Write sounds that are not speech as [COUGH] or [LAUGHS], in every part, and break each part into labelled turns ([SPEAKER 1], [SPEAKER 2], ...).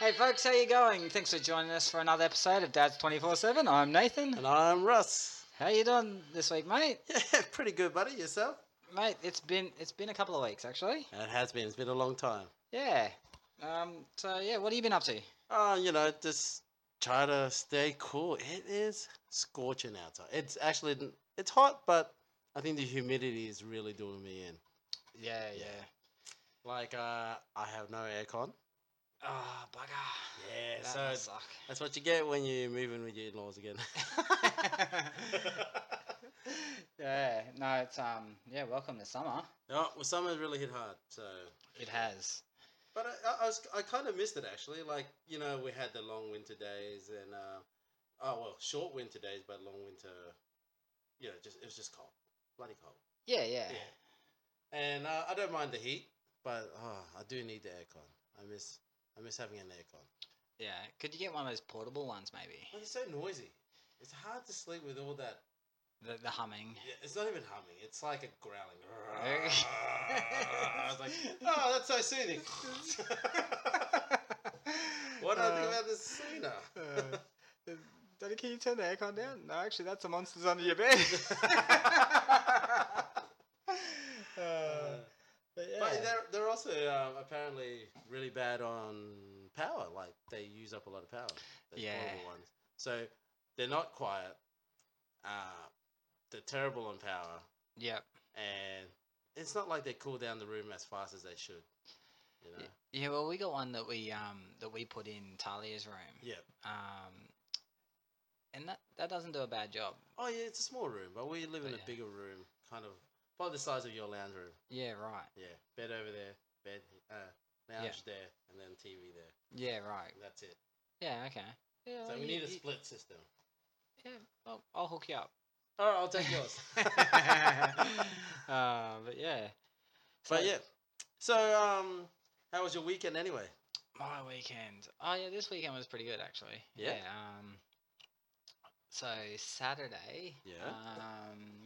[SPEAKER 1] Hey folks, how you going? Thanks for joining us for another episode of Dad's 24/7. I'm Nathan.
[SPEAKER 2] And I'm Russ.
[SPEAKER 1] How you doing this week, mate?
[SPEAKER 2] [LAUGHS] Yeah, pretty good, buddy. Yourself?
[SPEAKER 1] Mate, it's been it's been a couple of weeks actually.
[SPEAKER 2] It has been. It's been a long time.
[SPEAKER 1] Yeah. Um so yeah, what have you been up to?
[SPEAKER 2] Oh, you know, just try to stay cool. It is scorching outside. It's actually it's hot, but I think the humidity is really doing me in.
[SPEAKER 1] Yeah, yeah.
[SPEAKER 2] Like, uh, I have no aircon.
[SPEAKER 1] Oh, bugger.
[SPEAKER 2] Yeah,
[SPEAKER 1] That
[SPEAKER 2] so
[SPEAKER 1] must suck. [LAUGHS]
[SPEAKER 2] that's what you get when you're moving with your in-laws [LAUGHS] again.
[SPEAKER 1] yeah, no, it's um yeah, welcome to summer.
[SPEAKER 2] oh, well, summer's really hit hard. So,
[SPEAKER 1] It has.
[SPEAKER 2] but I, I, I was I kind of missed it actually. Like, you know, we had the long winter days and uh, oh well, short winter days, but long winter. You know, just it was just cold, bloody cold.
[SPEAKER 1] Yeah, yeah.
[SPEAKER 2] And uh, I don't mind the heat, but oh, I do need the aircon. I miss I miss having an aircon.
[SPEAKER 1] Yeah. Could you get one of those portable ones maybe?
[SPEAKER 2] But it's so noisy. It's hard to sleep with all that.
[SPEAKER 1] The, the [LAUGHS] humming.
[SPEAKER 2] Yeah, it's not even humming. It's like a growling. [LAUGHS]
[SPEAKER 1] Very-
[SPEAKER 2] I was like, oh, that's so soothing. [LAUGHS] Why did I think about this sooner?
[SPEAKER 1] Uh, [LAUGHS] Daddy, can you turn the aircon down? No, actually, that's the monsters under your bed. [LAUGHS]
[SPEAKER 2] Uh,
[SPEAKER 1] but
[SPEAKER 2] But they're they're also um, apparently really bad on power. Like they use up a lot of power. those
[SPEAKER 1] Yeah.
[SPEAKER 2] horrible ones. So they're not quiet. Uh, they're terrible on power,
[SPEAKER 1] yep.
[SPEAKER 2] and it's not like they cool down the room as fast as they should. You know.
[SPEAKER 1] Yeah, well, we got one that we um that we put in Talia's room.
[SPEAKER 2] Yeah.
[SPEAKER 1] Um, and that that doesn't do a bad job.
[SPEAKER 2] Oh yeah, it's a small room, but we live in
[SPEAKER 1] But
[SPEAKER 2] a
[SPEAKER 1] yeah.
[SPEAKER 2] bigger room, kind of about the size of your lounge room.
[SPEAKER 1] Yeah, right.
[SPEAKER 2] Yeah. Bed over there. Bed. Uh, lounge there, and then TV there.
[SPEAKER 1] Yeah, right.
[SPEAKER 2] And that's it.
[SPEAKER 1] Yeah, okay. Yeah,
[SPEAKER 2] So
[SPEAKER 1] well,
[SPEAKER 2] we
[SPEAKER 1] you-
[SPEAKER 2] need a
[SPEAKER 1] Uh, you-
[SPEAKER 2] split system.
[SPEAKER 1] Yeah, well, I'll hook [LAUGHS] you up.
[SPEAKER 2] All right, I'll take yours.
[SPEAKER 1] uh, but yeah. So,
[SPEAKER 2] [LAUGHS] but yeah, so um, how was your weekend anyway?
[SPEAKER 1] my weekend. Oh yeah, this weekend was pretty good actually.
[SPEAKER 2] Yeah?
[SPEAKER 1] um, so Saturday.
[SPEAKER 2] Yeah.
[SPEAKER 1] Um,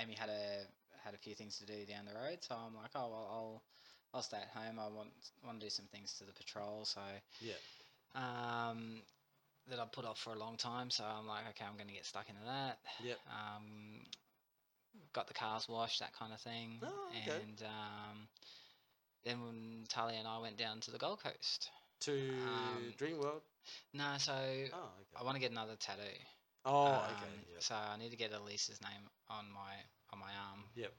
[SPEAKER 1] Amy had a had a few things to do down the road, so I'm like, oh well, I'll I'll stay at home. I want want to do some things to the patrol, so
[SPEAKER 2] Yeah.
[SPEAKER 1] Um, that I put off for a long time, so I'm like, okay, I'm going to get stuck into that.
[SPEAKER 2] Yep.
[SPEAKER 1] Um, got the cars washed, that kind of thing,
[SPEAKER 2] Oh, okay.
[SPEAKER 1] and um. Then when Talia and I went down to the Gold Coast.
[SPEAKER 2] To
[SPEAKER 1] Um,
[SPEAKER 2] Dream World.
[SPEAKER 1] No, so
[SPEAKER 2] Oh,
[SPEAKER 1] I
[SPEAKER 2] okay.
[SPEAKER 1] want to get another tattoo.
[SPEAKER 2] Oh,
[SPEAKER 1] Um,
[SPEAKER 2] okay. Yeah.
[SPEAKER 1] So I need to get Elisa's name on my on my arm.
[SPEAKER 2] Yep.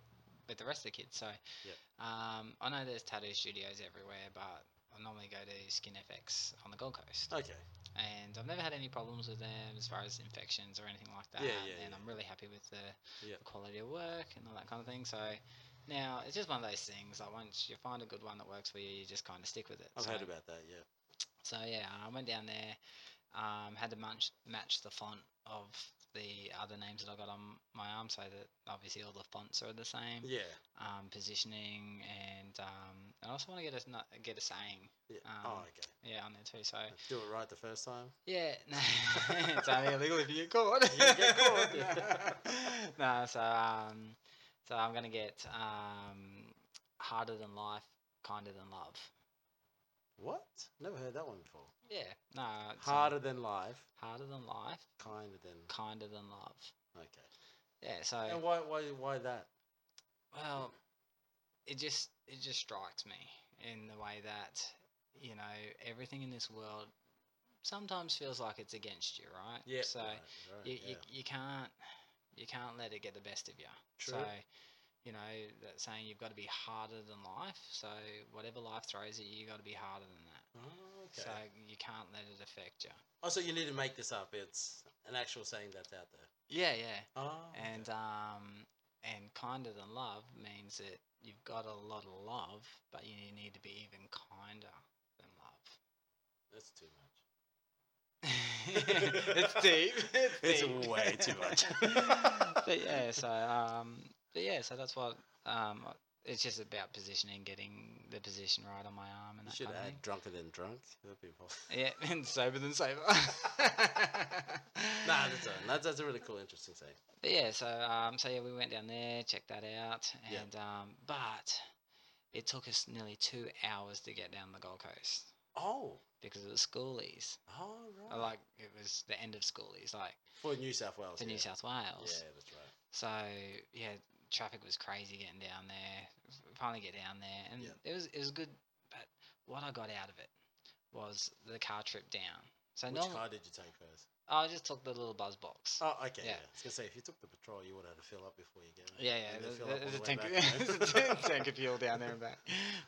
[SPEAKER 1] With the rest of the kids, so.
[SPEAKER 2] Yep.
[SPEAKER 1] Um, I know there's tattoo studios everywhere, but I normally go to Skin FX on the Gold Coast,
[SPEAKER 2] Okay.
[SPEAKER 1] and I've never had any problems with them as far as infections or anything like that.
[SPEAKER 2] Yeah, yeah,
[SPEAKER 1] and
[SPEAKER 2] yeah.
[SPEAKER 1] I'm really happy with the,
[SPEAKER 2] Yep.
[SPEAKER 1] the quality of work and all that kind of thing. So. Now it's just one of those things. Like once you find a good one that works for you, you just kind of stick with it.
[SPEAKER 2] I've
[SPEAKER 1] so.
[SPEAKER 2] heard about that. Yeah.
[SPEAKER 1] So yeah, I went down there, um, had to match match the font of the other names that I got on my arm, so that obviously all the fonts are the same,
[SPEAKER 2] Yeah.
[SPEAKER 1] um, positioning, and um, and I also want to get a no- get a saying,
[SPEAKER 2] Yeah.
[SPEAKER 1] Um,
[SPEAKER 2] oh, okay.
[SPEAKER 1] yeah, on there too. So
[SPEAKER 2] Do it right the first time.
[SPEAKER 1] yeah,
[SPEAKER 2] [LAUGHS]
[SPEAKER 1] [LAUGHS] no, it's only illegal if you get caught.
[SPEAKER 2] You
[SPEAKER 1] [LAUGHS]
[SPEAKER 2] get caught.
[SPEAKER 1] no, so um, so I'm gonna get um, harder than life, kinder than love.
[SPEAKER 2] What? Never heard that one before.
[SPEAKER 1] Yeah, no, it's, um,
[SPEAKER 2] Harder than life,
[SPEAKER 1] harder than life,
[SPEAKER 2] kinder than.
[SPEAKER 1] kinder than love.
[SPEAKER 2] Okay.
[SPEAKER 1] Yeah, so
[SPEAKER 2] And why? Why? Why that?
[SPEAKER 1] well, it just it just strikes me in the way that you know everything in this world sometimes feels like it's against you, right? So
[SPEAKER 2] Right, right,
[SPEAKER 1] you,
[SPEAKER 2] yeah.
[SPEAKER 1] you you can't you can't let it get the best of you.
[SPEAKER 2] True.
[SPEAKER 1] So you know that saying you've got to be harder than life. So whatever life throws at you, you got to be harder than that.
[SPEAKER 2] Oh, okay.
[SPEAKER 1] So you can't let it affect you.
[SPEAKER 2] oh, so you need to make this up. It's an actual saying that's out there.
[SPEAKER 1] Yeah, yeah.
[SPEAKER 2] Oh. okay.
[SPEAKER 1] And um, and kinder than love means that you've got a lot of love, but you need to be even kinder than love.
[SPEAKER 2] that's too much. [LAUGHS]
[SPEAKER 1] it's deep. It's,
[SPEAKER 3] It's
[SPEAKER 1] deep.
[SPEAKER 3] way too much.
[SPEAKER 1] [LAUGHS] but yeah, so um, but yeah, so that's what um, it's just about positioning, getting the position right on my arm and
[SPEAKER 2] You
[SPEAKER 1] that
[SPEAKER 2] should
[SPEAKER 1] kind of
[SPEAKER 2] add
[SPEAKER 1] thing.
[SPEAKER 2] drunker than drunk. That'd be possible.
[SPEAKER 1] Yeah, [LAUGHS] and sober than
[SPEAKER 2] [LAUGHS]
[SPEAKER 1] sober.
[SPEAKER 2] nah,
[SPEAKER 1] [LAUGHS]
[SPEAKER 2] that's all right. That's, that's a really cool, interesting saying.
[SPEAKER 1] But yeah, so um, so yeah, we went down there, checked that out,
[SPEAKER 2] Yeah.
[SPEAKER 1] and um, but it took us nearly two hours to get down the Gold Coast
[SPEAKER 2] Oh,
[SPEAKER 1] because it was schoolies.
[SPEAKER 2] all
[SPEAKER 1] Uh,
[SPEAKER 2] Oh, right.
[SPEAKER 1] Like it was the end of schoolies, like
[SPEAKER 2] For New South Wales.
[SPEAKER 1] for
[SPEAKER 2] yeah.
[SPEAKER 1] New South Wales.
[SPEAKER 2] Yeah, that's right.
[SPEAKER 1] So yeah, traffic was crazy getting down there. F- Finally get down there, and
[SPEAKER 2] Yeah.
[SPEAKER 1] it was it was good. But what I got out of it was the car trip down. So
[SPEAKER 2] Which
[SPEAKER 1] no,
[SPEAKER 2] car did you take first?
[SPEAKER 1] I just took the little buzz box.
[SPEAKER 2] Oh, okay. Yeah.
[SPEAKER 1] Yeah.
[SPEAKER 2] I was gonna say if you took the patrol, you would have had to fill up before you get.
[SPEAKER 1] Yeah, yeah.
[SPEAKER 2] and then
[SPEAKER 1] There's,
[SPEAKER 2] fill up on
[SPEAKER 1] there's a
[SPEAKER 2] the way
[SPEAKER 1] tank,
[SPEAKER 2] [LAUGHS]
[SPEAKER 1] [LAUGHS]
[SPEAKER 2] back,
[SPEAKER 1] there's a
[SPEAKER 2] right?
[SPEAKER 1] tank tank of fuel down there and back.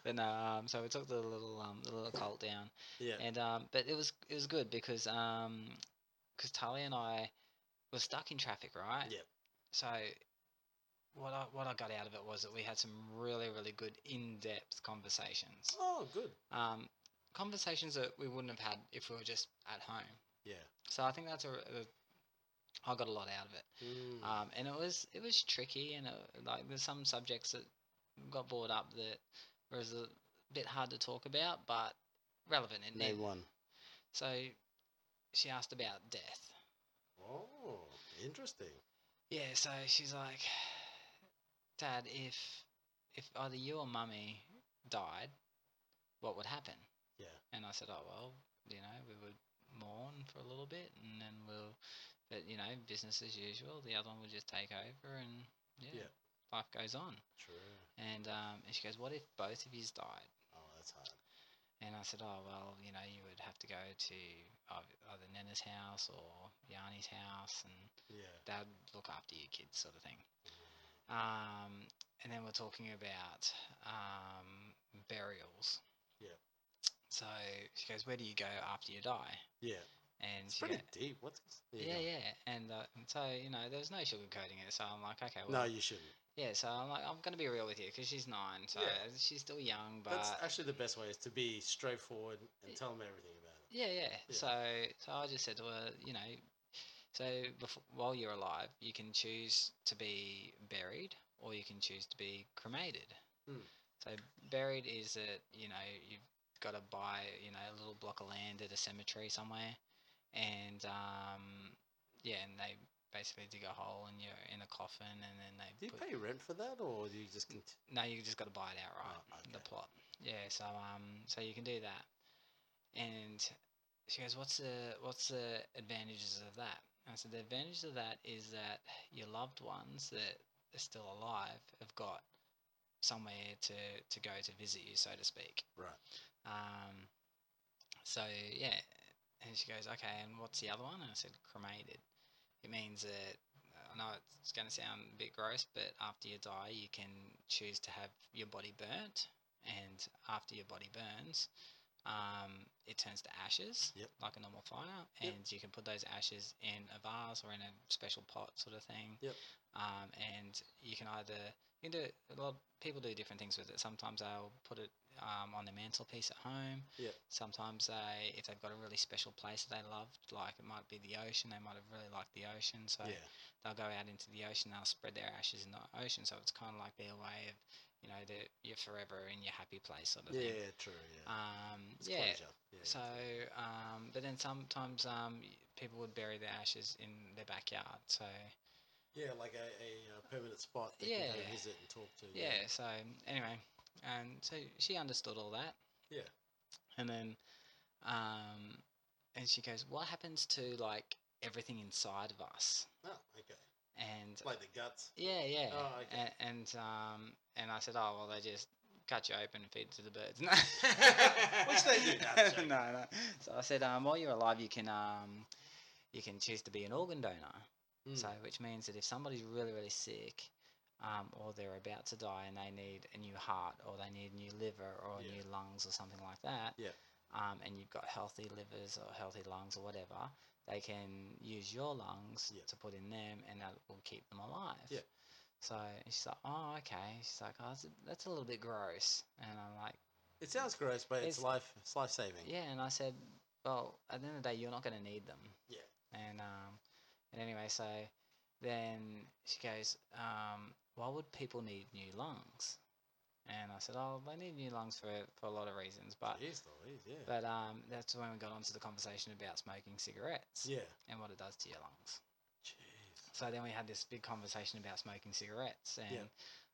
[SPEAKER 1] But no, um, so we took the little um, the little Colt down,
[SPEAKER 2] [LAUGHS] Yeah.
[SPEAKER 1] and um, but it was it was good because um, because Tully and I were stuck in traffic, right?
[SPEAKER 2] Yep.
[SPEAKER 1] So what I what I got out of it was that we had some really really good in depth conversations,
[SPEAKER 2] Oh, good.
[SPEAKER 1] um, conversations that we wouldn't have had if we were just at home.
[SPEAKER 2] Yeah.
[SPEAKER 1] So I think that's a, a I got a lot out of it.
[SPEAKER 2] Mm.
[SPEAKER 1] Um, and it was it was tricky, and it, like there's some subjects that got brought up that was a bit hard to talk about, but relevant in
[SPEAKER 2] Name
[SPEAKER 1] it.
[SPEAKER 2] one.
[SPEAKER 1] So she asked about death.
[SPEAKER 2] Oh, interesting.
[SPEAKER 1] Yeah, so she's like, Dad, if if either you or Mummy died, what would happen?
[SPEAKER 2] Yeah.
[SPEAKER 1] And I said, Oh well, you know, we would mourn for a little bit, and then we'll, but you know, business as usual. The other one would just take over, and yeah.
[SPEAKER 2] Yeah.
[SPEAKER 1] life goes on.
[SPEAKER 2] True.
[SPEAKER 1] And um, and she goes, "What if both of yous died?"
[SPEAKER 2] Oh, that's hard.
[SPEAKER 1] And I said, "Oh well, you know, you would have to go to ei- either Nana's house or Yanni's house, and
[SPEAKER 2] Yeah.
[SPEAKER 1] they'd look after your kids, sort of thing." Um, and then we're talking about um, burials.
[SPEAKER 2] Yeah.
[SPEAKER 1] So she goes, "Where do you go after you die?"
[SPEAKER 2] Yeah.
[SPEAKER 1] And
[SPEAKER 2] It's
[SPEAKER 1] she
[SPEAKER 2] pretty
[SPEAKER 1] go-
[SPEAKER 2] deep. What's this? you
[SPEAKER 1] yeah,
[SPEAKER 2] go.
[SPEAKER 1] yeah, and, uh, and so you know, there's no sugarcoating it. So I'm like, okay, well,
[SPEAKER 2] No, you shouldn't.
[SPEAKER 1] yeah. So I'm like, I'm gonna be real with you because she's nine, so
[SPEAKER 2] Yeah.
[SPEAKER 1] she's still young, but
[SPEAKER 2] That's actually the best way is to be straightforward and
[SPEAKER 1] Y-
[SPEAKER 2] tell them everything about it.
[SPEAKER 1] Yeah, yeah.
[SPEAKER 2] Yeah.
[SPEAKER 1] So, so I just said to her, you know, so before, while you're alive, you can choose to be buried or you can choose to be cremated.
[SPEAKER 2] Mm.
[SPEAKER 1] So buried is that you know you've got to buy you know a little block of land at a cemetery somewhere, and um, yeah, and they basically dig a hole and you're in a coffin, and then
[SPEAKER 2] Do
[SPEAKER 1] they
[SPEAKER 2] you
[SPEAKER 1] put,
[SPEAKER 2] pay rent for that, or do you just continue?
[SPEAKER 1] no, you just got to buy it outright.
[SPEAKER 2] Oh,
[SPEAKER 1] The
[SPEAKER 2] okay.
[SPEAKER 1] plot. Yeah. So um, so you can do that. And she goes, "What's the what's the advantages of that?" And I said, "The advantage of that is that your loved ones that are still alive have got somewhere to to go to visit you, so to speak."
[SPEAKER 2] Right.
[SPEAKER 1] Um. So yeah, and she goes, "Okay, and what's the other one?" And I said, "Cremated." It means that I know it's going to sound a bit gross, but after you die, you can choose to have your body burnt, and after your body burns, um, it turns to ashes,
[SPEAKER 2] Yep.
[SPEAKER 1] like a normal fire,
[SPEAKER 2] Yep.
[SPEAKER 1] and you can put those ashes in a vase or in a special pot, sort of thing.
[SPEAKER 2] Yep.
[SPEAKER 1] Um, and you can either you can do a lot. Of people do different things with it. Sometimes they'll put it um, on their mantelpiece at home.
[SPEAKER 2] Yep.
[SPEAKER 1] Sometimes they, if they've got a really special place that they loved, like it might be the ocean, they might have really liked the ocean, so
[SPEAKER 2] Yeah.
[SPEAKER 1] they'll go out into the ocean, they'll spread their ashes in the ocean. So it's kind of like their way of, you know, that you're forever in your happy place sort of
[SPEAKER 2] Yeah.
[SPEAKER 1] thing.
[SPEAKER 2] True. Yeah.
[SPEAKER 1] Um,
[SPEAKER 2] It's
[SPEAKER 1] yeah.
[SPEAKER 2] closure. Yeah,
[SPEAKER 1] So, um, but then sometimes um, y- people would bury their ashes in their backyard. So,
[SPEAKER 2] Yeah, like a, a uh, permanent spot that you can go
[SPEAKER 1] Yeah.
[SPEAKER 2] visit and talk to.
[SPEAKER 1] yeah. So anyway, and so she understood all that.
[SPEAKER 2] Yeah.
[SPEAKER 1] And then, um, and she goes, "What happens to like everything inside of us?"
[SPEAKER 2] Oh, okay.
[SPEAKER 1] And
[SPEAKER 2] Like the guts.
[SPEAKER 1] Yeah, yeah.
[SPEAKER 2] Oh, okay.
[SPEAKER 1] A- and, um, and I said, oh well, they just cut you open and feed it to the birds. [LAUGHS]
[SPEAKER 2] Which they do, no, I'm joking.
[SPEAKER 1] no, no. So I said, um, while you're alive, you can um, you can choose to be an organ donor.
[SPEAKER 2] Mm.
[SPEAKER 1] So which means that if somebody's really really sick. Um, or they're about to die and they need a new heart or they need a new liver or
[SPEAKER 2] Yeah.
[SPEAKER 1] new lungs or something like that
[SPEAKER 2] Yeah.
[SPEAKER 1] um, and you've got healthy livers or healthy lungs or whatever they can use your lungs
[SPEAKER 2] Yeah.
[SPEAKER 1] to put in them and that will keep them alive
[SPEAKER 2] Yeah.
[SPEAKER 1] so and she's like, oh, okay. She's like, oh, that's a, that's a little bit gross. And I'm like,
[SPEAKER 2] It sounds gross, but it's,
[SPEAKER 1] It's-
[SPEAKER 2] life. It's life saving.
[SPEAKER 1] yeah. And I said, well, at the end of the day, you're not going to need them.
[SPEAKER 2] Yeah.
[SPEAKER 1] And um, and anyway, so then she goes, um, why would people need new lungs? And I said, oh, they need new lungs for for a lot of reasons, but
[SPEAKER 2] it is though. It is, yeah.
[SPEAKER 1] but um, that's when we got onto the conversation about smoking cigarettes
[SPEAKER 2] yeah.
[SPEAKER 1] and what it does to your lungs.
[SPEAKER 2] Jeez.
[SPEAKER 1] So then we had this big conversation about smoking cigarettes and
[SPEAKER 2] Yeah.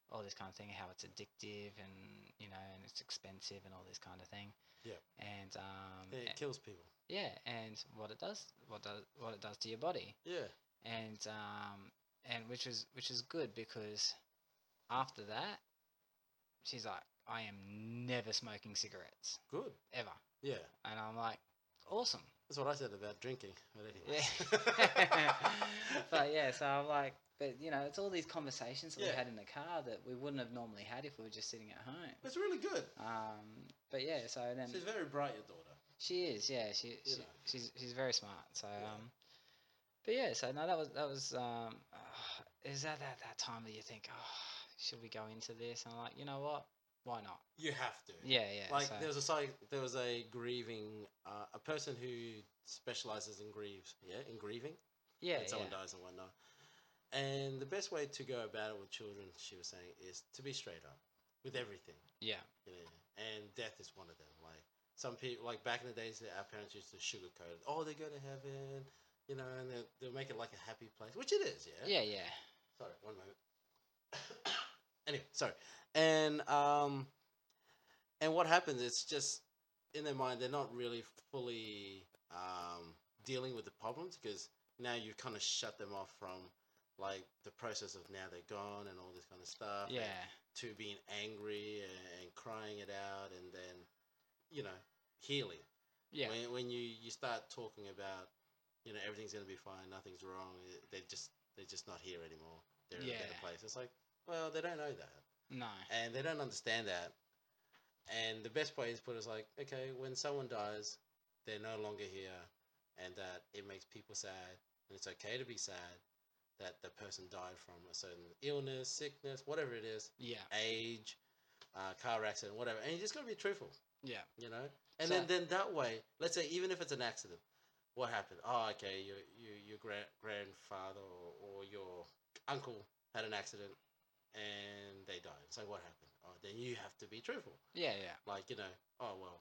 [SPEAKER 1] all this kind of thing, how it's addictive and you know, and it's expensive and all this kind of thing.
[SPEAKER 2] Yeah.
[SPEAKER 1] And um,
[SPEAKER 2] Yeah, it
[SPEAKER 1] a-
[SPEAKER 2] kills people.
[SPEAKER 1] yeah, and what it does, what does, what it does to your body,
[SPEAKER 2] Yeah.
[SPEAKER 1] and um, and which is which is good because after that, she's like, I am never smoking cigarettes
[SPEAKER 2] Good.
[SPEAKER 1] ever,
[SPEAKER 2] Yeah.
[SPEAKER 1] and I'm like, awesome. [LAUGHS]
[SPEAKER 2] That's what I said about drinking. But anyway. [LAUGHS]
[SPEAKER 1] Yeah. but yeah, so I'm like, but you know, it's all these conversations that
[SPEAKER 2] Yeah.
[SPEAKER 1] we had in the car that we wouldn't have normally had if we were just sitting at home.
[SPEAKER 2] It's really good.
[SPEAKER 1] Um, but yeah, so then
[SPEAKER 2] She's very bright, your daughter.
[SPEAKER 1] she is, yeah, she, she
[SPEAKER 2] know.
[SPEAKER 1] she's she's very smart. So
[SPEAKER 2] Yeah.
[SPEAKER 1] um, but yeah, so no, that was that was um, is that that that time that you think, oh, should we go into this? And I'm like, you know what, why not?
[SPEAKER 2] You have to.
[SPEAKER 1] Yeah, yeah.
[SPEAKER 2] Like
[SPEAKER 1] so,
[SPEAKER 2] there was a psych- there was a grieving uh, a person who specializes in grieves yeah in grieving
[SPEAKER 1] yeah,
[SPEAKER 2] when
[SPEAKER 1] yeah,
[SPEAKER 2] someone dies and whatnot. And the best way to go about it with children, she was saying, is to be straight up with everything.
[SPEAKER 1] yeah,
[SPEAKER 2] You know, and death is one of them. Like some people, like back in the days, our parents used to sugarcoat it. Oh, they go to heaven, you know, and they'll, they'll make it like a happy place, which it is.
[SPEAKER 1] yeah, yeah,
[SPEAKER 2] Sorry, one moment. [COUGHS] anyway, sorry. And um and what happens it's just in their mind they're not really fully um dealing with the problems because now you kind of shut them off from like the process of now they're gone and all this kind of stuff and
[SPEAKER 1] yeah,
[SPEAKER 2] to being angry and, and crying it out and then you know healing
[SPEAKER 1] yeah,
[SPEAKER 2] when, when you, you start talking about, you know, everything's gonna be fine, nothing's wrong, eh, they just they're just not here anymore. They're in a
[SPEAKER 1] Yeah.
[SPEAKER 2] better place. It's like, well, they don't know that,
[SPEAKER 1] no,
[SPEAKER 2] and they don't understand that. And the best way is put is like, okay, when someone dies, they're no longer here, and that it makes people sad, and it's okay to be sad that the person died from a certain illness, sickness, whatever it is,
[SPEAKER 1] yeah,
[SPEAKER 2] age, uh, car accident, whatever. And you just gotta be truthful
[SPEAKER 1] yeah,
[SPEAKER 2] you know and
[SPEAKER 1] So-
[SPEAKER 2] then then that way let's say even if it's an accident what happened oh okay your your, your grand, grandfather or, or your uncle had an accident and they died so what happened oh then you have to be truthful
[SPEAKER 1] yeah, yeah.
[SPEAKER 2] like you know oh well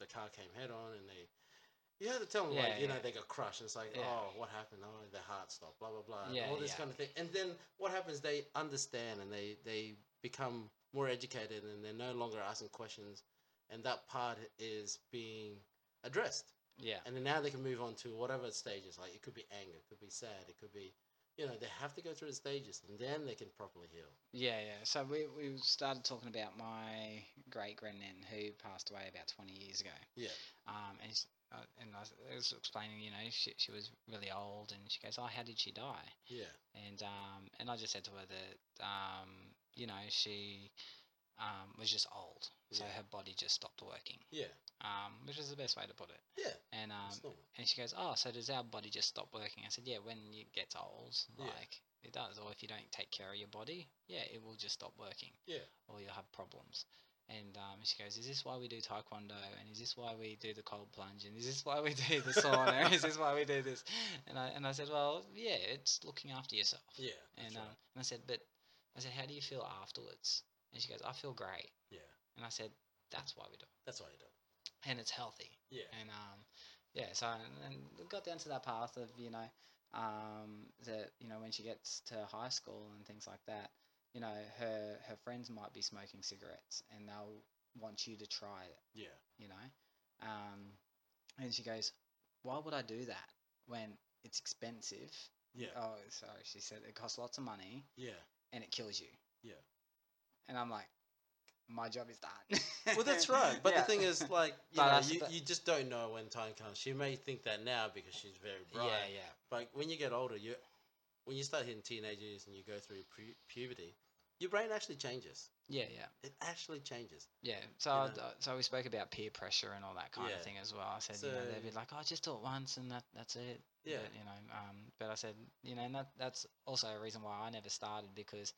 [SPEAKER 2] the car came head on and they you have to tell them
[SPEAKER 1] Yeah,
[SPEAKER 2] like you
[SPEAKER 1] yeah.
[SPEAKER 2] know they got crushed it's like
[SPEAKER 1] Yeah.
[SPEAKER 2] oh what happened oh their heart stopped blah blah blah and
[SPEAKER 1] Yeah,
[SPEAKER 2] all this
[SPEAKER 1] yeah.
[SPEAKER 2] kind of thing and then what happens they understand and they they become more educated and they're no longer asking questions and that part is being addressed
[SPEAKER 1] Yeah,
[SPEAKER 2] and then now they can move on to whatever stages like it could be anger it could be sad it could be you know they have to go through the stages and then they can properly heal
[SPEAKER 1] yeah, yeah. So we, we started talking about my great grandnan who passed away about 20 years ago.
[SPEAKER 2] yeah
[SPEAKER 1] Um, and, s- uh, and I was, I was explaining, you know, she, she was really old and she goes, Oh, how did she die?
[SPEAKER 2] yeah
[SPEAKER 1] And, um, and I just said to her that, um, you know, she um, was just old. So
[SPEAKER 2] Yeah.
[SPEAKER 1] her body just stopped working,
[SPEAKER 2] yeah
[SPEAKER 1] um, which is the best way to put it.
[SPEAKER 2] yeah
[SPEAKER 1] And um,
[SPEAKER 2] it's normal.
[SPEAKER 1] and she goes, "Oh, so does our body just stop working?" I said, "Yeah, when it gets old,
[SPEAKER 2] Yeah.
[SPEAKER 1] like it does. Or if you don't take care of your body, yeah, it will just stop working.
[SPEAKER 2] Yeah.
[SPEAKER 1] or you'll have problems." And um, she goes, "Is this why we do taekwondo? And is this why we do the cold plunge? And is this why we do the sauna? is this why we do this?" And I and I said, "Well, yeah, it's looking after yourself."
[SPEAKER 2] yeah that's
[SPEAKER 1] And
[SPEAKER 2] right.
[SPEAKER 1] um, and I said, "But," I said, "How do you feel afterwards?" And she goes, "I feel great."
[SPEAKER 2] yeah
[SPEAKER 1] And I said, "That's why we do,
[SPEAKER 2] that's why you do it
[SPEAKER 1] it. and it's healthy."
[SPEAKER 2] yeah
[SPEAKER 1] and um, yeah, so and, and we got down to that path of you know, um, that you know when she gets to high school and things like that, you know her her friends might be smoking cigarettes and they'll want you to try it,
[SPEAKER 2] yeah
[SPEAKER 1] you know, um, and she goes, why would I do that when it's expensive?
[SPEAKER 2] yeah
[SPEAKER 1] Oh, sorry, she said it costs lots of money [LAUGHS]
[SPEAKER 2] yeah
[SPEAKER 1] and it kills you.
[SPEAKER 2] Yeah.
[SPEAKER 1] and I'm like, my job is done. [LAUGHS]
[SPEAKER 2] well, that's right. But
[SPEAKER 1] Yeah.
[SPEAKER 2] the thing is,
[SPEAKER 1] [LAUGHS]
[SPEAKER 2] like, you,
[SPEAKER 1] But
[SPEAKER 2] know,
[SPEAKER 1] that's
[SPEAKER 2] you,
[SPEAKER 1] the-
[SPEAKER 2] you just don't know when time comes. She may think that now because she's very bright.
[SPEAKER 1] yeah, yeah,
[SPEAKER 2] But when you get older, you when you start hitting teenage years and you go through pu- puberty, your brain actually changes.
[SPEAKER 1] yeah, yeah.
[SPEAKER 2] It actually changes.
[SPEAKER 1] Yeah, so
[SPEAKER 2] You
[SPEAKER 1] I-
[SPEAKER 2] know?
[SPEAKER 1] uh, so we spoke about peer pressure and all that kind of
[SPEAKER 2] Yeah.
[SPEAKER 1] thing as well. I said, you know, they'd be like, "Oh, just do it once and that that's it."
[SPEAKER 2] Yeah.
[SPEAKER 1] But, you know, um, but I said, you know, and that that's also a reason why I never started because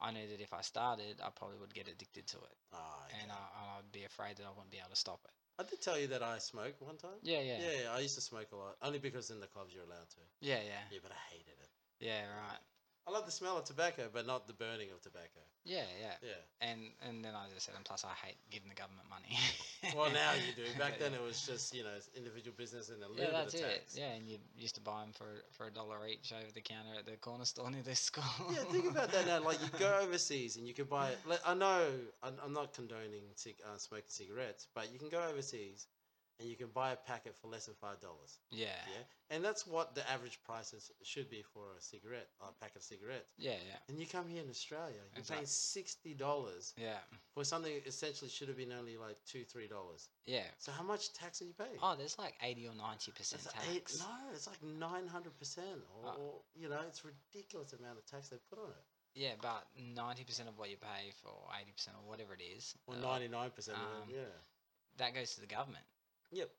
[SPEAKER 1] I knew that if I started, I probably would get addicted to it,
[SPEAKER 2] Ah, okay.
[SPEAKER 1] and uh, I, and I'd be afraid that I wouldn't be able to stop it.
[SPEAKER 2] I did tell you that I smoked one time.
[SPEAKER 1] Yeah, yeah, yeah,
[SPEAKER 2] Yeah, I used to smoke a lot, only because in the clubs you're allowed to.
[SPEAKER 1] yeah,
[SPEAKER 2] Yeah, but I hated it.
[SPEAKER 1] yeah, right.
[SPEAKER 2] I love the smell of tobacco, but not the burning of tobacco.
[SPEAKER 1] Yeah, yeah.
[SPEAKER 2] Yeah.
[SPEAKER 1] And and then I just said, and plus I hate giving the government money.
[SPEAKER 2] [LAUGHS] Well, now you do.
[SPEAKER 1] [LAUGHS]
[SPEAKER 2] Back then it was just you know it's individual business and a
[SPEAKER 1] Yeah,
[SPEAKER 2] little
[SPEAKER 1] that's
[SPEAKER 2] bit of
[SPEAKER 1] it.
[SPEAKER 2] tax.
[SPEAKER 1] Yeah, and you used to buy them for for a dollar each over the counter at the corner store near this school.
[SPEAKER 2] Yeah, think about that now. Like you go overseas and you can buy. Like, I know I'm, I'm not condoning cig- uh, smoking cigarettes, but you can go overseas and you can buy a packet for less than five dollars.
[SPEAKER 1] [LAUGHS] Yeah.
[SPEAKER 2] Yeah, and that's what the average prices should be for a cigarette, a pack of cigarettes.
[SPEAKER 1] Yeah,
[SPEAKER 2] And you come here in Australia, you're
[SPEAKER 1] It's like-
[SPEAKER 2] paying sixty dollars
[SPEAKER 1] yeah, yeah,
[SPEAKER 2] for something that essentially should have been only like two, three dollars.
[SPEAKER 1] yeah.
[SPEAKER 2] So how much tax are you paying?
[SPEAKER 1] Oh, there's like eighty or ninety percent
[SPEAKER 2] It's like
[SPEAKER 1] tax.
[SPEAKER 2] eight- no, it's like nine hundred percent, or
[SPEAKER 1] Ah.
[SPEAKER 2] or, you know, it's ridiculous amount of tax they put on it.
[SPEAKER 1] Yeah, but ninety percent of what you pay for eighty percent or whatever it is,
[SPEAKER 2] Or
[SPEAKER 1] uh,
[SPEAKER 2] ninety nine percent,
[SPEAKER 1] um,
[SPEAKER 2] yeah.
[SPEAKER 1] that goes to the government.
[SPEAKER 2] Yep.